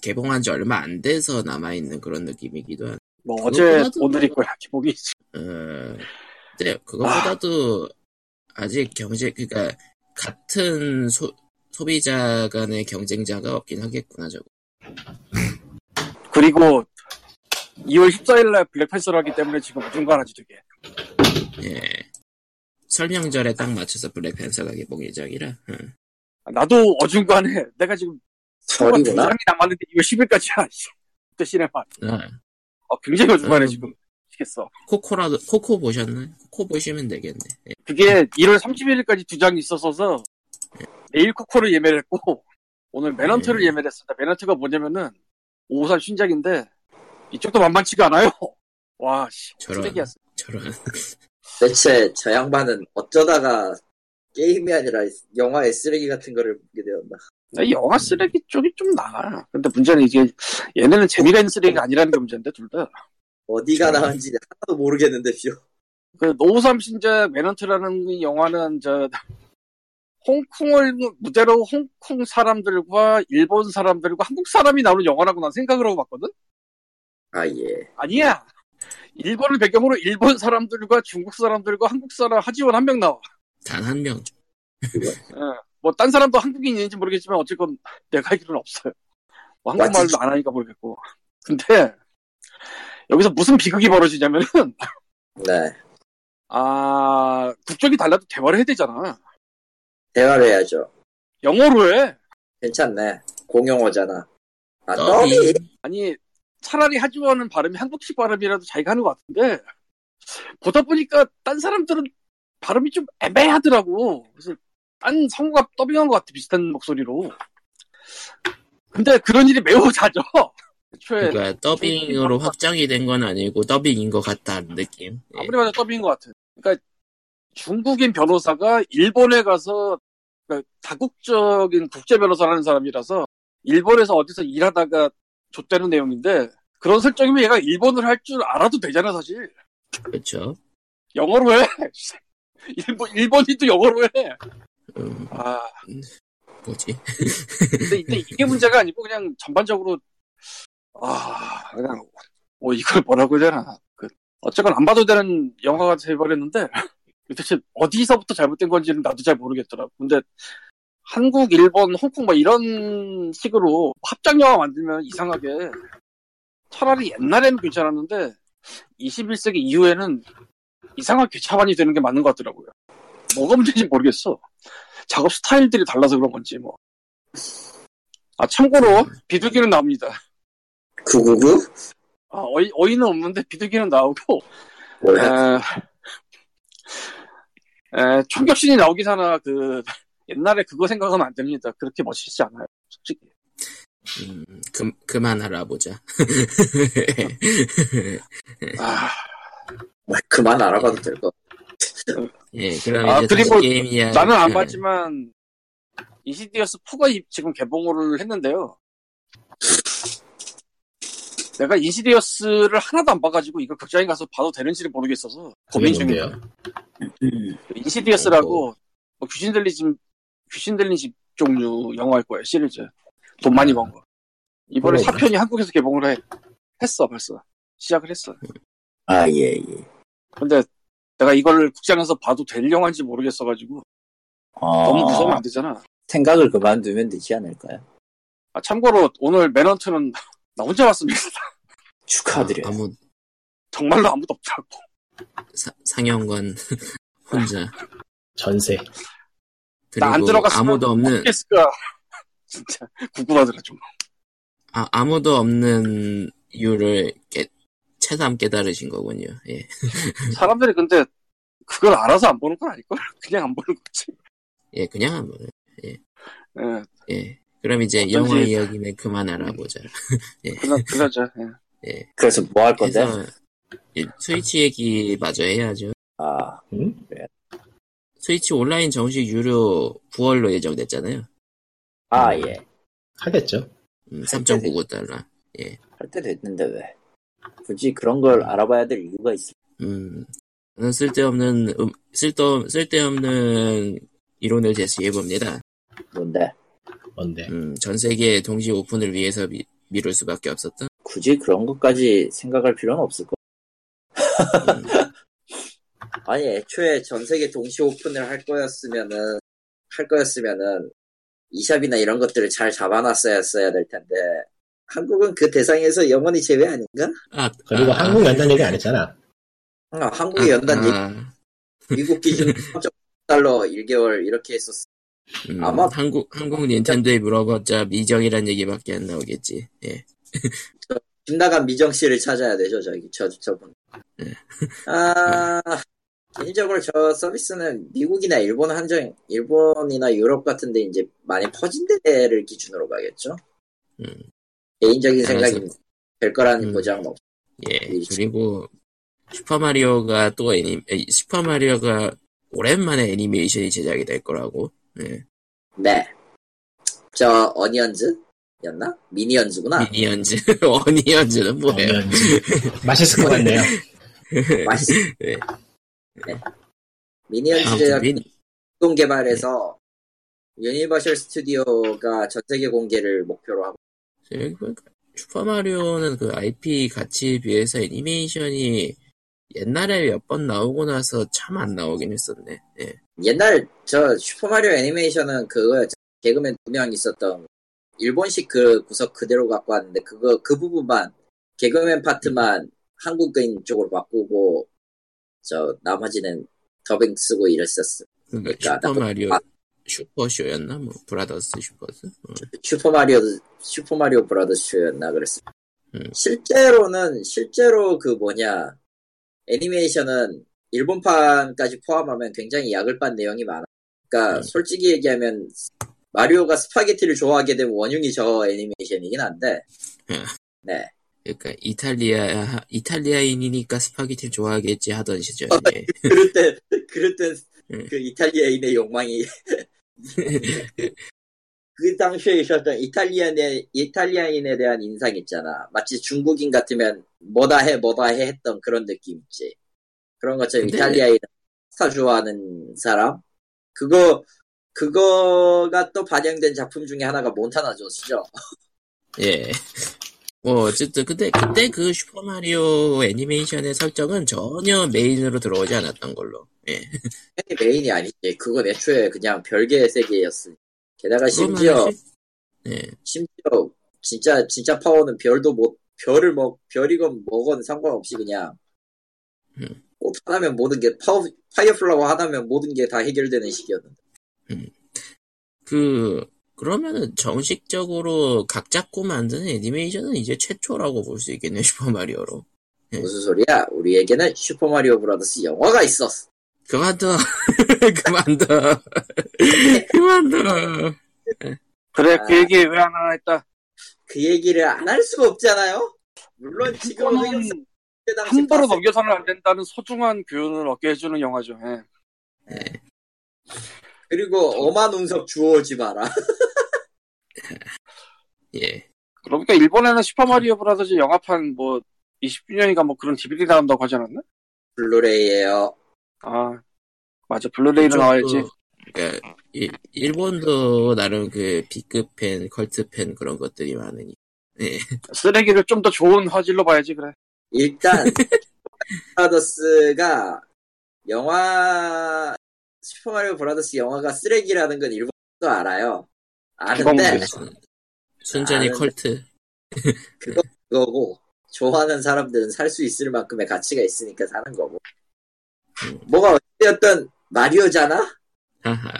Speaker 1: 개봉한 지 얼마 안 돼서 남아있는 그런 느낌이기도 한,
Speaker 3: 뭐 어제
Speaker 1: 그것보다도-
Speaker 3: 오늘이 거야 기복이
Speaker 1: 어, 근데 그것보다도 아직 경쟁, 그니까, 같은 소, 소비자 간의 경쟁자가 없긴 하겠구나, 저거.
Speaker 3: 그리고 2월 14일날 블랙팬서를 하기 때문에 지금 무중간하지 되게
Speaker 1: 예. 설명절에 딱 맞춰서 블랙팬서가 개봉 예정이라, 응.
Speaker 3: 나도 어중간해 내가 지금 두
Speaker 2: 절이구나.
Speaker 3: 장이 남았는데 2월 10일까지야 그때 시네마
Speaker 1: 아,
Speaker 3: 어, 굉장히
Speaker 1: 음.
Speaker 3: 어중간해 지금 미치겠어
Speaker 1: 코코라도, 코코 보셨나요? 코코 보시면 되겠네. 예.
Speaker 3: 그게 1월 31일까지 두 장이 있어서 내일 코코를 예매를 했고 오늘 맨헌트를
Speaker 1: 예.
Speaker 3: 예매를 했습니다 맨헌트가 뭐냐면은 오호산 신작인데 이쪽도 만만치가 않아요 와씨
Speaker 1: 저런.
Speaker 3: 쓰레기야 쓰레기.
Speaker 1: 저런.
Speaker 2: 대체 저 양반은 어쩌다가 게임이 아니라 영화의 쓰레기 같은 거를 보게 되었나?
Speaker 3: 나 영화 쓰레기 쪽이 좀 나아. 근데 문제는 이게 얘네는 재미가 있는 쓰레기가 아니라는 게 문제인데 둘 다.
Speaker 2: 어디가 나은지 하나도 모르겠는데 뷰.
Speaker 3: 그 노우삼 신자 매넌트라는 이 영화는 저 홍콩을 무대로 홍콩 사람들과 일본 사람들과 한국 사람이 나오는 영화라고 난 생각을 하고 봤거든.
Speaker 2: 아 예.
Speaker 3: 아니야. 일본을 배경으로 일본 사람들과 중국 사람들과 한국 사람 하지원 한 명 나와.
Speaker 1: 단 한 명.
Speaker 3: 뭐 딴 사람도 한국인인지 모르겠지만 어쨌건 내가 알기로는 없어요. 뭐 한국말도
Speaker 2: 맞지.
Speaker 3: 안 하니까 모르겠고. 근데 여기서 무슨 비극이 벌어지냐면은
Speaker 2: 네.
Speaker 3: 아 국적이 달라도 대화를 해야 되잖아.
Speaker 2: 대화를 해야죠.
Speaker 3: 영어로 해.
Speaker 2: 괜찮네. 공용어잖아. 아
Speaker 1: 더빙.
Speaker 2: 더비.
Speaker 3: 아니 차라리 하지원은 발음이 한국식 발음이라도 자기가 하는 것 같은데 보다 보니까 딴 사람들은 발음이 좀 애매하더라고. 그래서 딴 성우가 더빙한 것 같아 비슷한 목소리로. 근데 그런 일이 매우 자죠. 애초에
Speaker 1: 그러니까 더빙으로 확장이 된 건 아니고 더빙인 것 같다는 느낌. 예.
Speaker 3: 아무리 봐도 더빙인 것 같아. 그러니까 중국인 변호사가 일본에 가서 그러니까 다국적인 국제 변호사라는 사람이라서 일본에서 어디서 일하다가 좆되는 내용인데 그런 설정이면 얘가 일본을 할 줄 알아도 되잖아 사실.
Speaker 1: 그렇죠.
Speaker 3: 영어로 해. 일본 일본인도 영어로 해.
Speaker 1: 음,
Speaker 3: 아
Speaker 1: 뭐지?
Speaker 3: 근데, 근데 이게 문제가 아니고 그냥 전반적으로 아 그냥 뭐 이걸 뭐라고 해야 되나 그 어쨌건 안 봐도 되는 영화가 돼버렸는데 대체 어디서부터 잘못된 건지는 나도 잘 모르겠더라고. 근데 한국, 일본, 홍콩 막 이런 식으로 합작 영화 만들면 이상하게 차라리 옛날에는 괜찮았는데 21세기 이후에는 이상하게 차반이 되는 게 맞는 것 같더라고요. 뭐가 문제인지 모르겠어. 작업 스타일들이 달라서 그런 건지 뭐. 아 참고로 비둘기는 나옵니다.
Speaker 2: 999?
Speaker 3: 아, 어이, 어이는 없는데 비둘기는 나오고
Speaker 2: 뭐야?
Speaker 3: 에, 에, 총격신이 나오긴 하나 그 옛날에 그거 생각하면 안 됩니다. 그렇게 멋있지 않아요. 솔직히
Speaker 1: 음, 그, 그만하라 보자.
Speaker 3: 아,
Speaker 2: 뭐, 그만 알아봐도 될 것.
Speaker 1: 예, 그럼
Speaker 3: 아,
Speaker 1: 이제 다시
Speaker 3: 그리고
Speaker 1: 게임 이야기.
Speaker 3: 나는 안
Speaker 1: 예.
Speaker 3: 봤지만 이시디어스 4가 이- 지금 개봉을 했는데요. 내가 이시디어스를 하나도 안 봐가지고 이거 극장에 가서 봐도 되는지를 모르겠어서 고민 중이에요. 그 인시디어스라고 뭐 귀신 들린 집, 귀신 들린 집 종류 영화일 거예요 시리즈 돈 많이 번 거. 이번에
Speaker 4: 그러네.
Speaker 3: 4편이 한국에서 개봉을 해, 했어 벌써 시작을 했어.
Speaker 2: 아, 예, 예.
Speaker 3: 근데 내가 이걸 국장에서 봐도 될 영화인지 모르겠어가지고 너무 무서우면 안 되잖아.
Speaker 2: 생각을 그만두면 되지 않을까요?
Speaker 3: 아, 참고로 오늘 맨헌트는 나 혼자 왔습니다.
Speaker 2: 축하드려요.
Speaker 1: 아무
Speaker 3: 정말로 아무도 없다고.
Speaker 1: 사- 상영관 혼자
Speaker 4: 전세.
Speaker 1: 그리고
Speaker 3: 안 들어갔으면
Speaker 1: 아무도 없는
Speaker 3: 캐스가 진짜 궁금하더라 좀.
Speaker 1: 아, 아무도 없는 이유를 깨, 새삼 깨달으신 거군요. 예.
Speaker 3: 사람들이 근데 그걸 알아서 안 보는 건 아닐걸? 그냥 안 보는 거지.
Speaker 1: 예, 그냥 한번.
Speaker 3: 예,
Speaker 1: 예. 그럼 이제
Speaker 3: 어쩐지-
Speaker 1: 영화 이야기는 그만 알아보자.
Speaker 3: 그나 그나저. 예.
Speaker 2: 그래서 뭐 할 건데?
Speaker 1: 그래서 이 스위치 얘기 마저 해야죠.
Speaker 2: 아,
Speaker 4: 음?
Speaker 1: 스위치 온라인 정식 유료 9월로 예정됐잖아요.
Speaker 2: 아, 예.
Speaker 4: 하겠죠.
Speaker 1: 음,
Speaker 2: 네.
Speaker 1: 3.99달러.
Speaker 2: 할 때 됐는데 왜? 굳이 그런 걸 알아봐야 될 이유가 있어.
Speaker 1: 음, 저는 쓸데없는 음, 쓸데 쓸데없는 이론을 제시해 봅니다.
Speaker 2: 뭔데?
Speaker 4: 뭔데?
Speaker 1: 음, 전 세계 동시 오픈을 위해서 미, 미룰 수밖에 없었던.
Speaker 2: 굳이 그런 것까지 생각할 필요는 없을 것
Speaker 1: 음,
Speaker 2: 같아. 아니, 애초에 전 세계 동시 오픈을 할 거였으면은, 할 거였으면은, 이샵이나 이런 것들을 잘 잡아놨어야 했어야 될 텐데, 한국은 그 대상에서 영원히 제외 아닌가?
Speaker 1: 아,
Speaker 4: 그리고
Speaker 1: 아, 아,
Speaker 4: 한국 연단 얘기 안 했잖아.
Speaker 2: 아, 한국의 연단 얘기
Speaker 1: 아,
Speaker 2: 미국 기준 3.달러 1개월 이렇게 했었어.
Speaker 1: 음,
Speaker 2: 아마-
Speaker 1: 한국 한국 닌텐도에 물어봤자 미정이란 얘기밖에 안 나오겠지. 예.
Speaker 2: 집 나간 미정 씨를 찾아야 되죠, 저기, 저, 저분.
Speaker 1: 네.
Speaker 2: 아, 개인적으로 저 서비스는 미국이나 일본 한정, 일본이나 유럽 같은데 이제 많이 퍼진 데를 기준으로 가겠죠?
Speaker 1: 음.
Speaker 2: 개인적인
Speaker 1: 알아서.
Speaker 2: 생각이 될 거라는
Speaker 1: 음.
Speaker 2: 보장은 뭐. 없
Speaker 1: 예,
Speaker 2: 그렇지.
Speaker 1: 그리고 슈퍼마리오가 또 애니, 에, 슈퍼마리오가 오랜만에 애니메이션이 제작이 될 거라고. 예.
Speaker 2: 네. 저, 어니언즈? 였나? 미니언즈구나.
Speaker 1: 미니언즈, 어니언즈는
Speaker 2: 아,
Speaker 1: 뭐예요?
Speaker 4: 그러면 맛있을 것 같네요.
Speaker 2: 맛있어.
Speaker 1: 네.
Speaker 2: 네. 미니언즈
Speaker 1: 아무튼
Speaker 2: 제작
Speaker 1: 민,
Speaker 2: 공동 개발에서 유니버셜 스튜디오가 전 세계 공개를 목표로 하고
Speaker 1: 여기 보니까 슈퍼마리오는 그 IP 가치에 비해서 애니메이션이 옛날에 몇 번 나오고 나서 참 안 나오긴 했었네. 예.
Speaker 2: 옛날 저 슈퍼마리오 애니메이션은 그거 개그맨 두 명 있었던 일본식 그 구석 그대로 갖고 왔는데 그거 그 부분만 개그맨 파트만 한국인 쪽으로 바꾸고 저 나머지는 더빙 쓰고 이랬었어
Speaker 1: 그러니까
Speaker 2: 그러니까
Speaker 1: 슈퍼마리오
Speaker 2: 나도-
Speaker 1: 슈퍼쇼였나? 뭐 브라더스 슈퍼스? 어.
Speaker 2: 슈퍼마리오 슈퍼마리오 브라더스였나 그랬어
Speaker 1: 음.
Speaker 2: 실제로는 실제로 그 뭐냐 애니메이션은 일본판까지 포함하면 굉장히 약을 빤 내용이 많아. 그러니까
Speaker 1: 음.
Speaker 2: 솔직히 얘기하면 마리오가 스파게티를 좋아하게 된 원흉이 저 애니메이션이긴 한데.
Speaker 1: 음.
Speaker 2: 네.
Speaker 1: 그러니까 이탈리아 이탈리아인이니까 스파게티 좋아하겠지 하던 시절. 예.
Speaker 2: 그럴 때 그럴 때
Speaker 1: 음.
Speaker 2: 그 이탈리아인의 욕망이 그 당시에 있었던 이탈리아인의 이탈리아인에 대한 인상 있잖아. 마치 중국인 같으면 뭐다 해 뭐다 해 했던 그런 느낌 있지. 그런 것처럼
Speaker 1: 근데-
Speaker 2: 이탈리아인 스타 좋아하는 사람 그거 그거가 또 반영된 작품 중에 하나가 몬타나 조스죠.
Speaker 1: 예. 뭐 어쨌든 근데 그때 그 슈퍼마리오 애니메이션의 설정은 전혀 메인으로 들어오지 않았던 걸로 예
Speaker 2: 당연히 메인이 아니지. 그건 애초에 그냥 별개의 세계였으니. 게다가
Speaker 1: 그것만
Speaker 2: 심지어
Speaker 1: 했을- 예
Speaker 2: 심지어 진짜 진짜 파워는 별도 못 별을 먹 별이건 뭐건 상관없이 그냥
Speaker 1: 음.
Speaker 2: 꽃 하나면 모든 게 파워 파이어플라워 하나면 모든 게 다 해결되는 시기였는데
Speaker 1: 그 그러면은 정식적으로 각 잡고 만드는 애니메이션은 이제 최초라고 볼 수 있겠네 슈퍼마리오로
Speaker 2: 무슨 소리야? 우리에게는 슈퍼 마리오 브라더스 영화가 있었어.
Speaker 1: 그만둬 그만둬 그만둬
Speaker 3: 그래
Speaker 2: 아.
Speaker 3: 그 얘기 왜 안 하나 했다.
Speaker 2: 그 얘기를 안 할 수가 없잖아요. 물론 지금 의견
Speaker 3: 그거는
Speaker 2: 그때 당시
Speaker 3: 함부로
Speaker 2: 봤을
Speaker 3: 넘겨서는 안 된다는 소중한 교훈을 얻게 해주는 영화죠. 예.
Speaker 2: 그리고 엄한 운석 주워오지 마라.
Speaker 1: 예
Speaker 3: 그러니까 일본에는 슈퍼마리오 브라더즈 영화판 뭐 20주년인가 뭐 그런 DVD 나온다고 하지 않았나?
Speaker 2: 블루레이예요.
Speaker 3: 아 맞아 블루레이로 나와야지.
Speaker 1: 저도, 그러니까 일- 일본도 나름 그 B급 팬 컬트 팬 그런 것들이 많으니
Speaker 3: 쓰레기를 좀 더 좋은 화질로 봐야지 그래.
Speaker 2: 일단 브라더스가 영화 슈퍼 마리오 브라더스 영화가 쓰레기라는 건 일본도 알아요. 아는데
Speaker 3: 그건
Speaker 1: 순전히
Speaker 2: 아,
Speaker 1: 컬트
Speaker 2: 그거고 좋아하는 사람들은 살 수 있을 만큼의 가치가 있으니까 사는 거고 뭐가 어쨌든 마리오잖아.
Speaker 1: 하하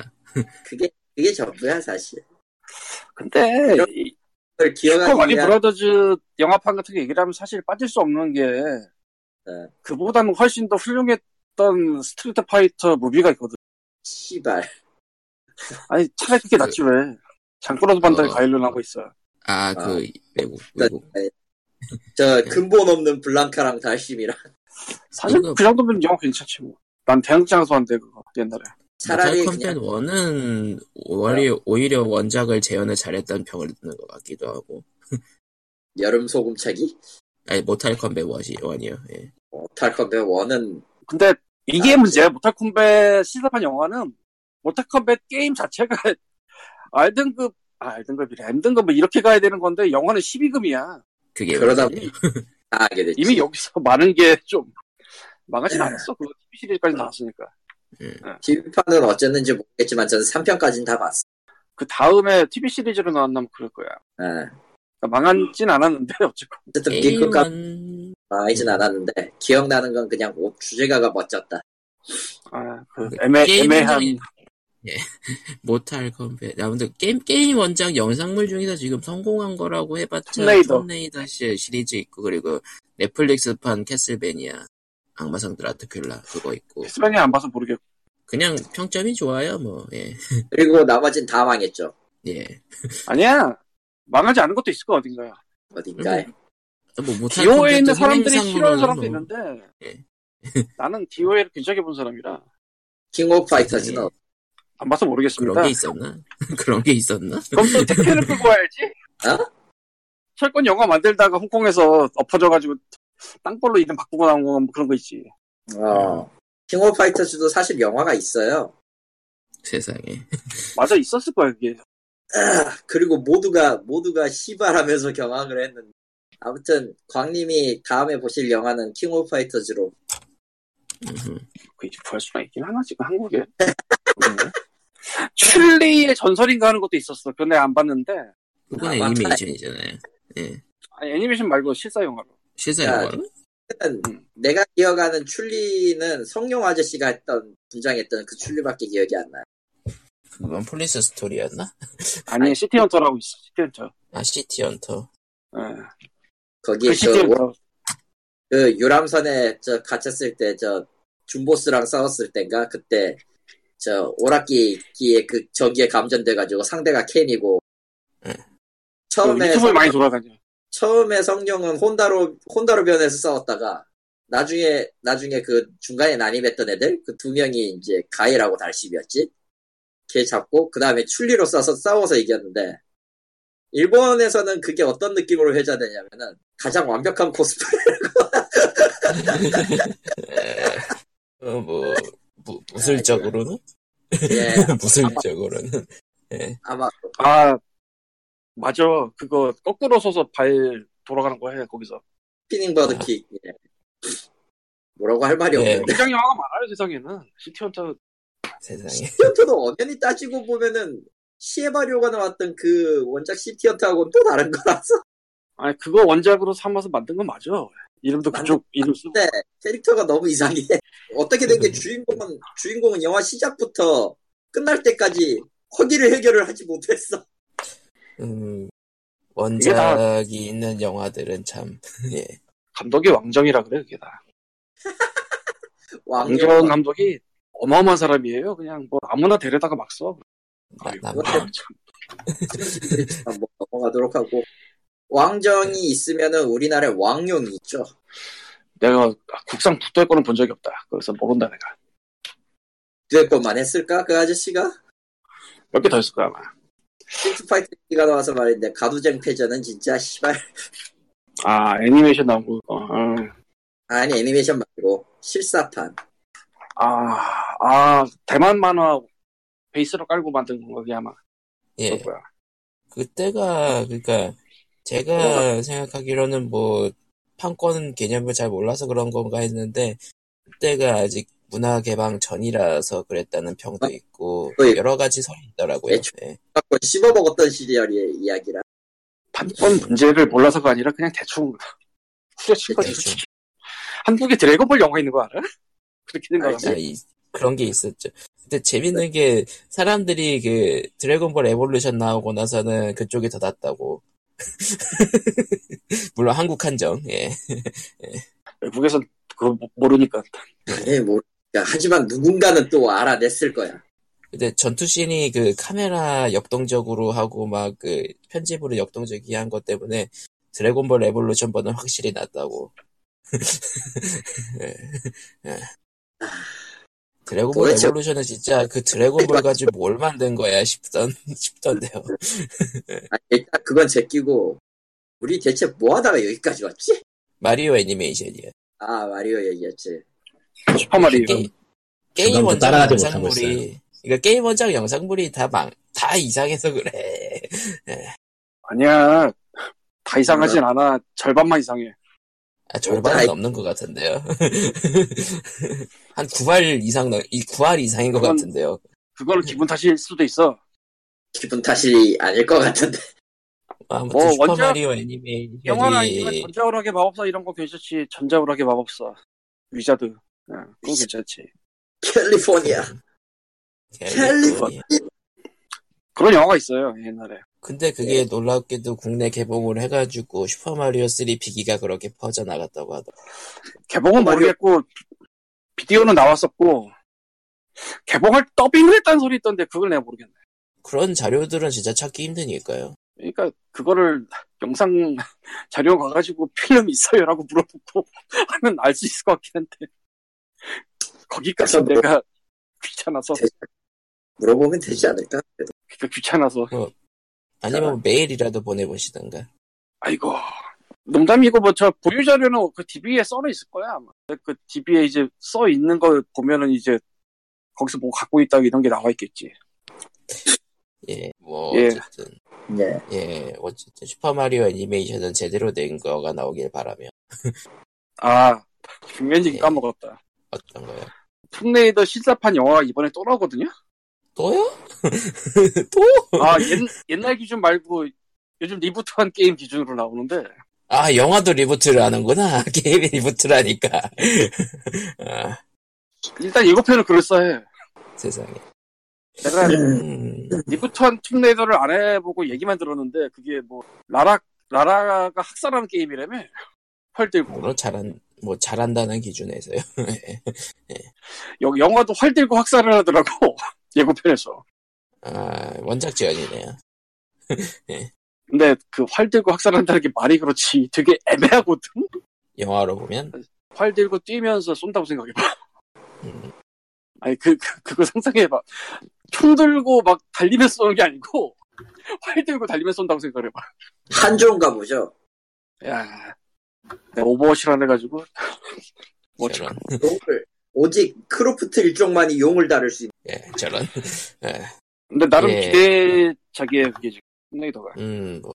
Speaker 2: 그게 그게 전부야 사실.
Speaker 3: 근데
Speaker 2: 이런-
Speaker 3: 이-
Speaker 2: 그걸 기억하기
Speaker 3: 슈퍼마리
Speaker 2: 위한
Speaker 3: 브라더즈 영화판 같은 거 얘기를 하면 사실 빠질 수 없는 게
Speaker 2: 네.
Speaker 3: 그보다는 훨씬 더 훌륭했던 스트리트 파이터 무비가 있거든.
Speaker 2: 씨발
Speaker 3: 아니 차라리 그게 낫지 왜. 장꾸러도 반달에
Speaker 1: 어.
Speaker 3: 가일로 나고 있어.
Speaker 1: 아
Speaker 2: 아.
Speaker 1: 그 외국 외국
Speaker 2: 저 근본 없는 블랑카랑 달심이랑
Speaker 3: 뭐 사실
Speaker 1: 이거-
Speaker 3: 그 정도면 영화 괜찮지 뭐. 난 대학장에서 한대 그거 옛날에.
Speaker 2: 차라리
Speaker 1: 컴팬
Speaker 2: 그냥
Speaker 1: 원은 오히려, 오히려 원작을 재현을 잘했다는 평을 듣는 것 같기도 하고
Speaker 2: 여름 소금차기
Speaker 1: 아니 모탈 컴뱃 워시 원이요 예.
Speaker 2: 탈 건데 원은
Speaker 3: 근데 이게
Speaker 2: 아,
Speaker 3: 문제야. 모탈 컴뱃 시사판 영화는 모탈 컴뱃 게임 자체가 R등급, 아, R등급이래. M등급 뭐 이렇게 가야 되는 건데 영화는 12금이야.
Speaker 1: 그게
Speaker 2: 그러다
Speaker 1: 문제예요.
Speaker 2: 다 하게 됐지.
Speaker 3: 이미 여기서 많은 게 좀
Speaker 1: 예.
Speaker 3: 망하진 않았어. 그 TV 시리즈까지 나왔으니까.
Speaker 2: TV판은 어쨌는지 모르겠지만 저는 3편까지는 다 봤어.
Speaker 3: 그 다음에 TV 시리즈로 나왔나면 그럴 거야.
Speaker 2: 예.
Speaker 3: 그러니까 망하진 않았는데 어쨌건.
Speaker 2: 어쨌든 B급값
Speaker 1: 게임은
Speaker 2: 망하진 않았는데 기억나는 건 그냥 옷 주제가가 멋졌다.
Speaker 3: 아, 그 애매,
Speaker 1: 게임
Speaker 3: 애매한.
Speaker 1: 원작이- 예. 모탈 컴뱃 아무튼 게임 게임 원작 영상물 중에서 지금 성공한 거라고 해봤자
Speaker 3: 톰레이더.
Speaker 1: 톰레이더 시- 시리즈 있고 그리고 넷플릭스판 캐슬베니아 악마성들 아트큘라 그거 있고
Speaker 3: 스페니 안 봐서 모르겠고.
Speaker 1: 그냥 평점이 좋아요 뭐예
Speaker 2: 그리고 나머진 다 망했죠.
Speaker 1: 예.
Speaker 3: 아니야. 망하지 않은 것도 있을 거 어딘가요.
Speaker 2: 어딘가에.
Speaker 1: 뭐 모탈
Speaker 3: DO에 있는
Speaker 1: 컴뱃도
Speaker 3: 사람들이 싫어하는
Speaker 1: 흥행상으로는
Speaker 3: 사람도
Speaker 1: 뭐-
Speaker 3: 있는데
Speaker 1: 예.
Speaker 3: 나는 DOA를 굉장히 본 사람이라
Speaker 2: 킹 오브 파이터즈는
Speaker 1: 예.
Speaker 3: 안 봐서 모르겠습니다.
Speaker 1: 그런 게 있었나? 그런 게 있었나?
Speaker 3: 그럼 또 택배를 끌고 와야지.
Speaker 2: 어?
Speaker 3: 철권 영화 만들다가 홍콩에서 엎어져가지고 땅볼로 이름 바꾸고 나온 거 그런 거 있지.
Speaker 2: 어. 킹 오브 파이터즈도 사실 영화가 있어요.
Speaker 1: 세상에.
Speaker 3: 맞아 있었을 거야 그게.
Speaker 2: 그리고 모두가 모두가 시발하면서 경악을 했는데 아무튼 광님이 다음에 보실 영화는 킹 오브 파이터즈로
Speaker 1: 음흠.
Speaker 3: 그게 구할 수가 있긴 하나 지금 한국에. 모르겠네. 출리의 전설인가 하는 것도 있었어. 근데 안 봤는데
Speaker 1: 그건
Speaker 2: 아,
Speaker 1: 애니메이션이잖아요. 예.
Speaker 3: 아니, 애니메이션 말고 실사 영화로.
Speaker 1: 실사
Speaker 2: 야,
Speaker 1: 영화?
Speaker 3: 음.
Speaker 2: 내가 기억하는 출리는 성룡 아저씨가 했던 분장했던 그 출리밖에 기억이 안 나요.
Speaker 1: 그건 폴리스 스토리였나?
Speaker 3: 아니 시티헌터라고 있어. 시티헌터.
Speaker 1: 아, 시티 헌터.
Speaker 3: 예.
Speaker 2: 거기에
Speaker 1: 예,
Speaker 2: 그
Speaker 3: 그 시티헌터.
Speaker 2: 그 유람선에 저 갇혔을 때 저 준보스랑 싸웠을 땐가 그때 저 오락기기에 그 전기에 감전돼가지고 상대가 캔이고
Speaker 1: 응.
Speaker 2: 처음에
Speaker 3: 어, 유튜브에
Speaker 2: 성-
Speaker 3: 많이 돌아다녀.
Speaker 2: 처음에 성룡은 혼다로 혼다로 변해서 싸웠다가 나중에 나중에 그 중간에 난입했던 애들 그 두 명이 이제 가이라고 달심이었지 걔 잡고 그 다음에 출리로 싸서 싸워서 이겼는데 일본에서는 그게 어떤 느낌으로 회자되냐면은 가장 완벽한 코스프레
Speaker 1: 어, 뭐, 무, 무술적으로는?
Speaker 2: 예,
Speaker 1: 무술적으로는. 예,
Speaker 2: 아마
Speaker 3: 아 맞아 그거 거꾸로 서서 발 돌아가는 거야 거기서.
Speaker 2: 피닝 버드킥. 예. 뭐라고 할 말이
Speaker 1: 예.
Speaker 2: 없는데.
Speaker 3: 굉장히 화가 많아요 세상에는. 시티헌터
Speaker 1: 세상에.
Speaker 2: 시티어터도 엄연히 따지고 보면은 시에바리오가 나왔던 그 원작 시티어터하고는 또 다른 거라서.
Speaker 3: 아니 그거 원작으로 삼아서 만든 건 맞아. 이름도 그쪽 이름 쓰고.
Speaker 2: 근데 캐릭터가 너무 이상해. 어떻게 된 게 주인공은, 주인공은 영화 시작부터 끝날 때까지 허기를 해결을 하지 못했어.
Speaker 1: 음,
Speaker 3: 이게 다-
Speaker 1: 원작이 있는 영화들은 참, 예.
Speaker 3: 감독이 왕정이라 그래 그게 다. 왕정
Speaker 2: 왕정.
Speaker 3: 감독이 어마어마한 사람이에요. 그냥 뭐 아무나 데려다가 막 써.
Speaker 1: 나,
Speaker 3: 아이고,
Speaker 1: 남,
Speaker 3: 참.
Speaker 2: 한번 넘어가도록 하고. 왕정이 있으면은 우리나라에 왕룡이 있죠.
Speaker 3: 내가 국상 붙어 있거는 본 적이 없다. 그래서 모른다 내가.
Speaker 2: 될 것만 했을까? 그 아저씨가?
Speaker 3: 몇 개 더 있을 거야 아마.
Speaker 2: 스파이트가 나와서 말인데 가두쟁 패전은 진짜 씨발
Speaker 3: 아 애니메이션 나온 거. 어, 어.
Speaker 2: 아니 애니메이션 말고 실사판
Speaker 3: 아, 아 대만 만화 베이스로 깔고 만든 건 거기 아마
Speaker 1: 예.
Speaker 3: 그럴 거야.
Speaker 1: 그때가 그러니까 제가 생각하기로는 뭐 판권 개념을 잘 몰라서 그런 건가 했는데 그때가 아직 문화 개방 전이라서 그랬다는 평도 있고
Speaker 2: 네.
Speaker 1: 여러 가지 설이 있더라고요.
Speaker 2: 애초-
Speaker 1: 네.
Speaker 2: 갖고 씹어먹었던 시리얼의 이야기라
Speaker 3: 판권 문제를 몰라서가 아니라 그냥 대충 후려친
Speaker 2: 그
Speaker 3: 거지.
Speaker 1: 대충.
Speaker 3: 한국에 드래곤볼 영화 있는 거 알아? 그렇게 된 거야.
Speaker 2: 알지.
Speaker 1: 아, 이- 그런 게 있었죠. 근데 재밌는 게 사람들이 그 드래곤볼 에볼루션 나오고 나서는 그쪽이 더 낫다고. 물론 한국 한정. 예.
Speaker 3: 외국에선 그거 모- 모르니까.
Speaker 2: 예, 뭐 하지만 누군가는 또 알아냈을 거야
Speaker 1: 근데 전투씬이 그 카메라 역동적으로 하고 막 그 편집으로 역동적이 한 것 때문에 드래곤볼 레볼루션 버는 확실히 낫다고. 예. 예. 드래곤볼
Speaker 2: 도대체-
Speaker 1: 레볼루션은 진짜 그 드래곤볼 가지고 뭘 만든 거야 싶던 싶던데요.
Speaker 2: 아니, 일단 그건 제끼고 우리 대체 뭐 하다가 여기까지 왔지?
Speaker 1: 마리오 애니메이션이야.
Speaker 2: 아 마리오 얘기였지
Speaker 3: 어, 슈퍼마리오.
Speaker 1: 게- 게임
Speaker 4: 그다음부터
Speaker 1: 원작
Speaker 4: 따라가지 못하고
Speaker 1: 영상물이 그러니까 게임 원작 영상물이 다망다 이상해서 그래.
Speaker 3: 아니야. 다 이상하진 않아. 절반만 이상해.
Speaker 1: 아, 절반은
Speaker 2: 아이-
Speaker 1: 넘는 것 같은데요. 한 9할 이상, 넘- 이 9할 이상인 것
Speaker 3: 그건-
Speaker 1: 같은데요.
Speaker 3: 그거는 기분 탓일 수도 있어.
Speaker 2: 기분 탓이 아닐 것 같은데
Speaker 1: 아무튼 뭐
Speaker 3: 어, 원작-
Speaker 1: 슈퍼마리오 애니메이션이
Speaker 3: 영화나 아니면 전자오락의 마법사 이런 거 괜찮지. 전자오락의 마법사. 위자드. 어, 그거 괜찮지.
Speaker 2: 캘리포니아 캘리포니아
Speaker 3: 그런 영화가 있어요. 옛날에.
Speaker 1: 근데
Speaker 3: 예.
Speaker 1: 그게 놀랍게도 국내 개봉을 해가지고 슈퍼마리오 3 비기가 그렇게 퍼져나갔다고 하더라고요.
Speaker 3: 개봉은 모르겠고 비디오는 나왔었고 개봉할 더빙을 했다는 소리 있던데 그걸 내가 모르겠네.
Speaker 1: 그런 자료들은 진짜 찾기 힘드니까요.
Speaker 3: 그러니까 그거를 영상 자료 가가지고 필름 있어요라고 물어보고 하면 알 수 있을 것 같긴 한데 거기까지
Speaker 2: 그래서 뭐
Speaker 3: 내가 귀찮아서
Speaker 2: 대- 물어보면 되지 않을까? 그래도
Speaker 3: 그러니까 귀찮아서
Speaker 1: 아니면 메일이라도 보내보시던가.
Speaker 3: 아이고 농담이고 뭐 저 보유 자료는 그 DB에 써져 있을 거야 아마 근데 그 DB에 이제 써 있는 걸 보면은 이제 거기서 뭐 갖고 있다 이런 게 나와 있겠지
Speaker 1: 예, 뭐
Speaker 3: 예.
Speaker 1: 어쨌든
Speaker 2: 예.
Speaker 1: 예, 어쨌든 슈퍼마리오 애니메이션은 제대로 된 거가 나오길 바라며
Speaker 3: 아 중요한 얘기
Speaker 2: 네.
Speaker 1: 예.
Speaker 3: 까먹었다
Speaker 1: 어떤 거요?
Speaker 3: 툼레이더 실사판 영화가 이번에 또 나오거든요
Speaker 1: 또요?
Speaker 3: 아, 옛, 옛날 기준 말고 요즘 리부트한 게임 기준으로 나오는데
Speaker 1: 아, 영화도 리부트를 하는구나. 게임이 리부트라니까. 아,
Speaker 3: 일단 예고편은 그럴싸해.
Speaker 1: 세상에.
Speaker 3: 내가
Speaker 1: 음,
Speaker 3: 리부트한 툼레이더를 안 해보고 얘기만 들었는데 그게 뭐 라라 라라가 학살하는 게임이라며 활 들고
Speaker 1: 물론 잘한, 뭐, 잘한다는 기준에서요.
Speaker 3: 여, 영화도 활 들고 학살을 하더라고 예고편에서.
Speaker 1: 아, 원작 지연이네요.
Speaker 3: 근데 그 활 들고 학살한다는 게 말이 그렇지 되게 애매하거든.
Speaker 1: 영화로 보면.
Speaker 3: 활 들고 뛰면서 쏜다고 생각해봐.
Speaker 1: 음,
Speaker 3: 아니 그, 그 그거 상상해봐. 총 들고 막 달리면서 쏘는 게 아니고 활 들고 달리면서 쏜다고 생각해봐.
Speaker 2: 한조인가 보죠
Speaker 3: 야, 내가 오버워치를 안 해가지고. 뭐,
Speaker 1: 저런.
Speaker 2: 용을 오직 크로프트 일종만이 용을 다룰 수 있는
Speaker 1: 예, 저런.
Speaker 3: 근데 나름
Speaker 1: 예.
Speaker 3: 기대작이에요, 그게 지금. 툼레이더가.
Speaker 1: 음, 뭐,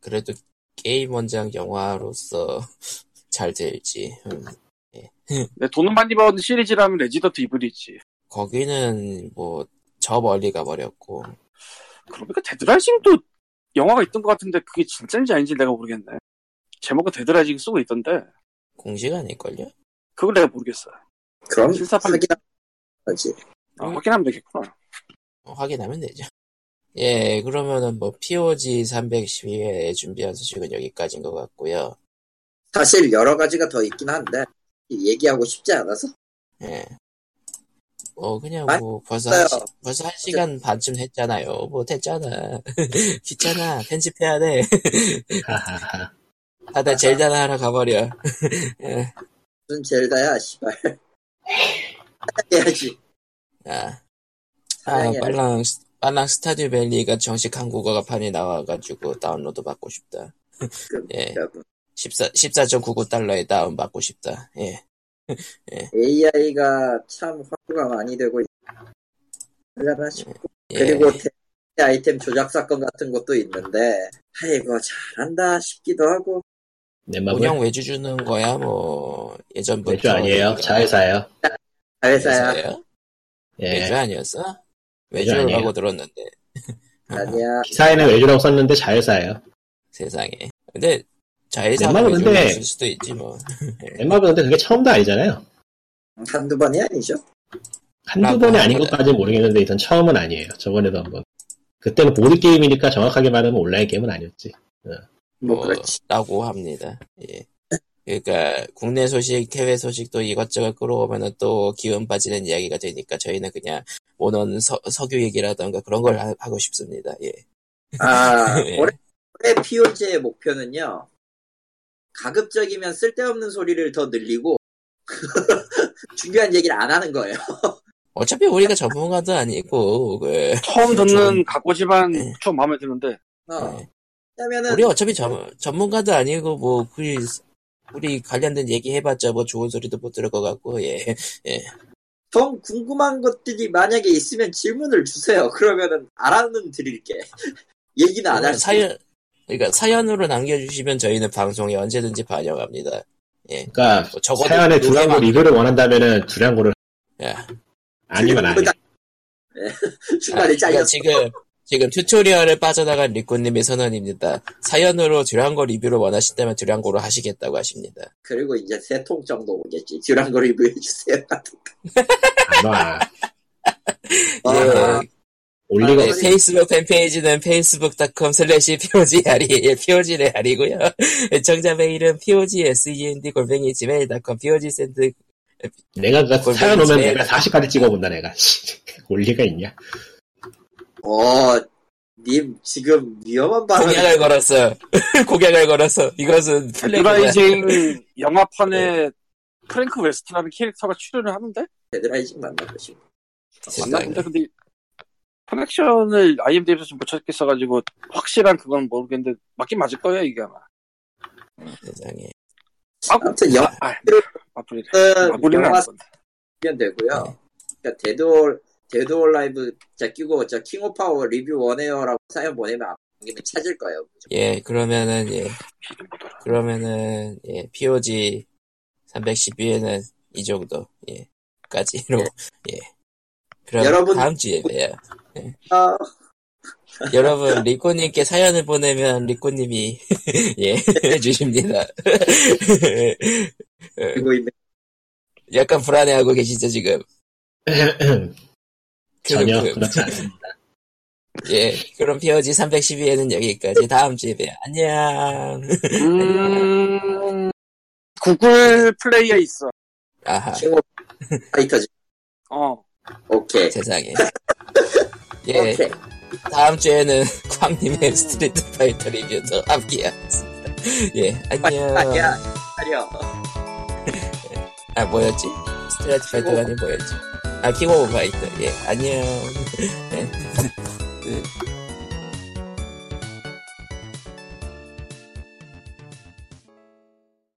Speaker 1: 그래도 게임 원장 영화로서 잘 될지. 음.
Speaker 3: 내 돈은 많이 받은 시리즈라면 레지던트 이블이지.
Speaker 1: 거기는 뭐 저 멀리 가버렸고
Speaker 3: 그러니까 데드라이징도 영화가 있던 것 같은데 그게 진짜인지 아닌지 내가 모르겠네. 제목은 데드라이징 쓰고 있던데
Speaker 1: 공식 아닐걸요?
Speaker 3: 그걸 내가 모르겠어.
Speaker 2: 그럼
Speaker 3: 실사판-
Speaker 2: 확인하지.
Speaker 3: 아, 확인하면 되겠구나.
Speaker 1: 어, 확인하면 되죠. 예, 그러면은 뭐 POG 312회 준비한 소식은 여기까지인 것 같고요.
Speaker 2: 사실 여러 가지가 더 있긴 한데 얘기하고 싶지 않아서
Speaker 1: 예. 뭐 그냥
Speaker 2: 아니,
Speaker 1: 뭐 벌써
Speaker 2: 없어요.
Speaker 1: 한, 시, 벌써 한 시간 반쯤 했잖아요. 뭐 됐잖아. 귀찮아. 편집해야 돼.
Speaker 4: 하하하.
Speaker 1: 아나 젤다나 하러 가버려.
Speaker 2: 무슨 젤다야 씨발 해야지
Speaker 1: 아, 아
Speaker 2: 사랑해요.
Speaker 1: 빨랑 빨랑 스타듀 밸리가 정식 한국어가판이 나와가지고 다운로드 받고 싶다. 예,
Speaker 2: 여러분
Speaker 1: 14 14.99 달러에 다운 받고 싶다. 예.
Speaker 2: AI가 참 확보가 많이 되고 있- 하려나 싶고
Speaker 1: 예.
Speaker 2: 그리고 대- 아이템 조작 사건 같은 것도 있는데 아이고 잘한다 싶기도 하고
Speaker 4: 내 맘은
Speaker 1: 운영 외주 주는 거야 뭐 예전부터 그러니까.
Speaker 4: 외주 뭐, 아니에요. 자회사예요.
Speaker 2: 회사야
Speaker 4: 예.
Speaker 1: 외주 아니었어?
Speaker 4: 외주
Speaker 1: 외주라고
Speaker 4: 아니에요.
Speaker 1: 네. 들었는데
Speaker 2: 아니야
Speaker 4: 기사에는 외주라고 썼는데 자회사예요.
Speaker 1: 세상에. 근데 자회사가
Speaker 4: 웬만하면
Speaker 1: 외주를
Speaker 4: 근데-
Speaker 1: 줄 수도 있지 뭐.
Speaker 4: 엠마브 근데 그게 처음도 아니잖아요.
Speaker 2: 한두 번이 아니죠
Speaker 4: 한두
Speaker 1: 라고
Speaker 4: 번이 아닌
Speaker 1: 합니다.
Speaker 4: 것까지는 모르겠는데 일단 처음은 아니에요. 저번에도 한번. 그때는 보드게임이니까 정확하게 말하면 온라인 게임은 아니었지.
Speaker 2: 뭐 그렇지
Speaker 1: 라고 합니다. 예. 그러니까 국내 소식, 해외 소식도 이것저것 끌어오면은 또 기운 빠지는 이야기가 되니까 저희는 그냥 오는 서, 석유 얘기라던가 그런 걸 하, 고 싶습니다. 예.
Speaker 2: 아
Speaker 1: 예.
Speaker 2: 올해, 올해 POG의 목표는요 가급적이면 쓸데없는 소리를 더 늘리고 중요한 얘기를 안 하는 거예요
Speaker 1: 어차피 우리가 전문가도 아니고 그
Speaker 3: 처음 듣는
Speaker 1: 저는-
Speaker 3: 각고지만
Speaker 1: 네.
Speaker 3: 좀 마음에 드는데
Speaker 2: 어.
Speaker 1: 예.
Speaker 2: 왜냐면은
Speaker 1: 우리 어차피 전, 전문가도 아니고 뭐 우리 우리 관련된 얘기 해봤자 뭐 좋은 소리도 못 들을 것 같고 예.
Speaker 2: 좀 궁금한 것들이 만약에 있으면 질문을 주세요. 그러면은 알아는 드릴게. 얘기는 안 할게.
Speaker 1: 사연 그러니까 사연으로 남겨주시면 저희는 방송에 언제든지 반영합니다.
Speaker 4: 그러니까
Speaker 1: 뭐 적어도
Speaker 4: 사연에
Speaker 1: 요새
Speaker 4: 두량고
Speaker 1: 막-
Speaker 4: 리뷰를 원한다면은 두량고를
Speaker 1: 예.
Speaker 4: 아니면 아니.
Speaker 1: 그러니까
Speaker 2: 중간에 잘렸어.
Speaker 1: 지금 지금 튜토리얼에 빠져나간 리코님의 선언입니다. 사연으로 듀랑고 리뷰를 원하신다면 듀랑고로 하시겠다고 하십니다.
Speaker 2: 그리고 이제 세 통 정도 오겠지. 듀랑거 리뷰해 주세요.
Speaker 4: 안 와.
Speaker 2: 아,
Speaker 1: 예,
Speaker 4: 아, 올 리가
Speaker 2: 아,
Speaker 1: 네,
Speaker 4: 없어.
Speaker 1: 페이스북 팬페이지는 facebook.com 슬래시 POGRE, 예, POG래 아니고요 청자 메일은 POGSEND E 골뱅이 gmail.com, POG센드,
Speaker 4: 내가 그
Speaker 1: 골뱅이
Speaker 4: 사연 오면
Speaker 1: 제일-
Speaker 4: 내가 40까지 찍어본다 내가. 씨, 올 리가 있냐.
Speaker 2: 어, 님 지금 위험한 발언.
Speaker 1: 공약을 걸었어. 공약을 걸었어. 이것은 플래그다.
Speaker 3: 데드라이징
Speaker 1: 네.
Speaker 3: 영화판에 프랭크 웨스트라는 캐릭터가 출연을 하는데
Speaker 2: 데드라이징 만나고 싶어.
Speaker 1: 세상에.
Speaker 3: 만났는데 근데 커넥션을 IMDb에서 좀 못찾겠어가지고 확실한 그건 모르겠는데 맞긴 맞을 거예요 이게 아마
Speaker 1: 세상에.
Speaker 2: 아무튼 영
Speaker 3: 아, 마블이래
Speaker 2: 은
Speaker 3: 마블이는
Speaker 2: 네, 영화
Speaker 3: 아니건
Speaker 2: 면 되고요.
Speaker 1: 네.
Speaker 2: 그러니까 데드올 데드올 라이브 자 끼고 자 킹오 파워 리뷰 원에어라고 사연 보내면 안 보기는 찾을 거예요.
Speaker 1: 예, 그러면은, 예. 그러면은, 예, POG 312에는 이 정도, 예. 까지로, 예. 그럼
Speaker 2: 여러분-
Speaker 1: 다음 주에 봬요.
Speaker 2: 아,
Speaker 1: 여러분, 리코님께 사연을 보내면 리코님이, 예, 해주십니다.
Speaker 2: 그리고 있는
Speaker 1: 약간 불안해하고 계시죠, 지금?
Speaker 4: 전혀
Speaker 1: 그, 그,
Speaker 4: 그렇지 않습니다.
Speaker 1: 예, 그럼 POG 312에는 여기까지. 다음 주에 봬요. 안녕.
Speaker 3: 음... 구글 플레이에 있어
Speaker 1: 아하,
Speaker 2: 킹오 파이터즈.
Speaker 3: 어
Speaker 2: 오케이.
Speaker 1: 세상에. 예,
Speaker 2: 오케이.
Speaker 1: 다음 주에는
Speaker 2: 음.
Speaker 1: 광님의 스트리트 파이터 리뷰도 함께하겠습니다. 예, 안녕.
Speaker 2: 아니야. 아니야.
Speaker 1: 아, 뭐였지? 스트리트 파이터가 아닌 뭐였지? 아, 킹오브 파이터. 예, 안녕.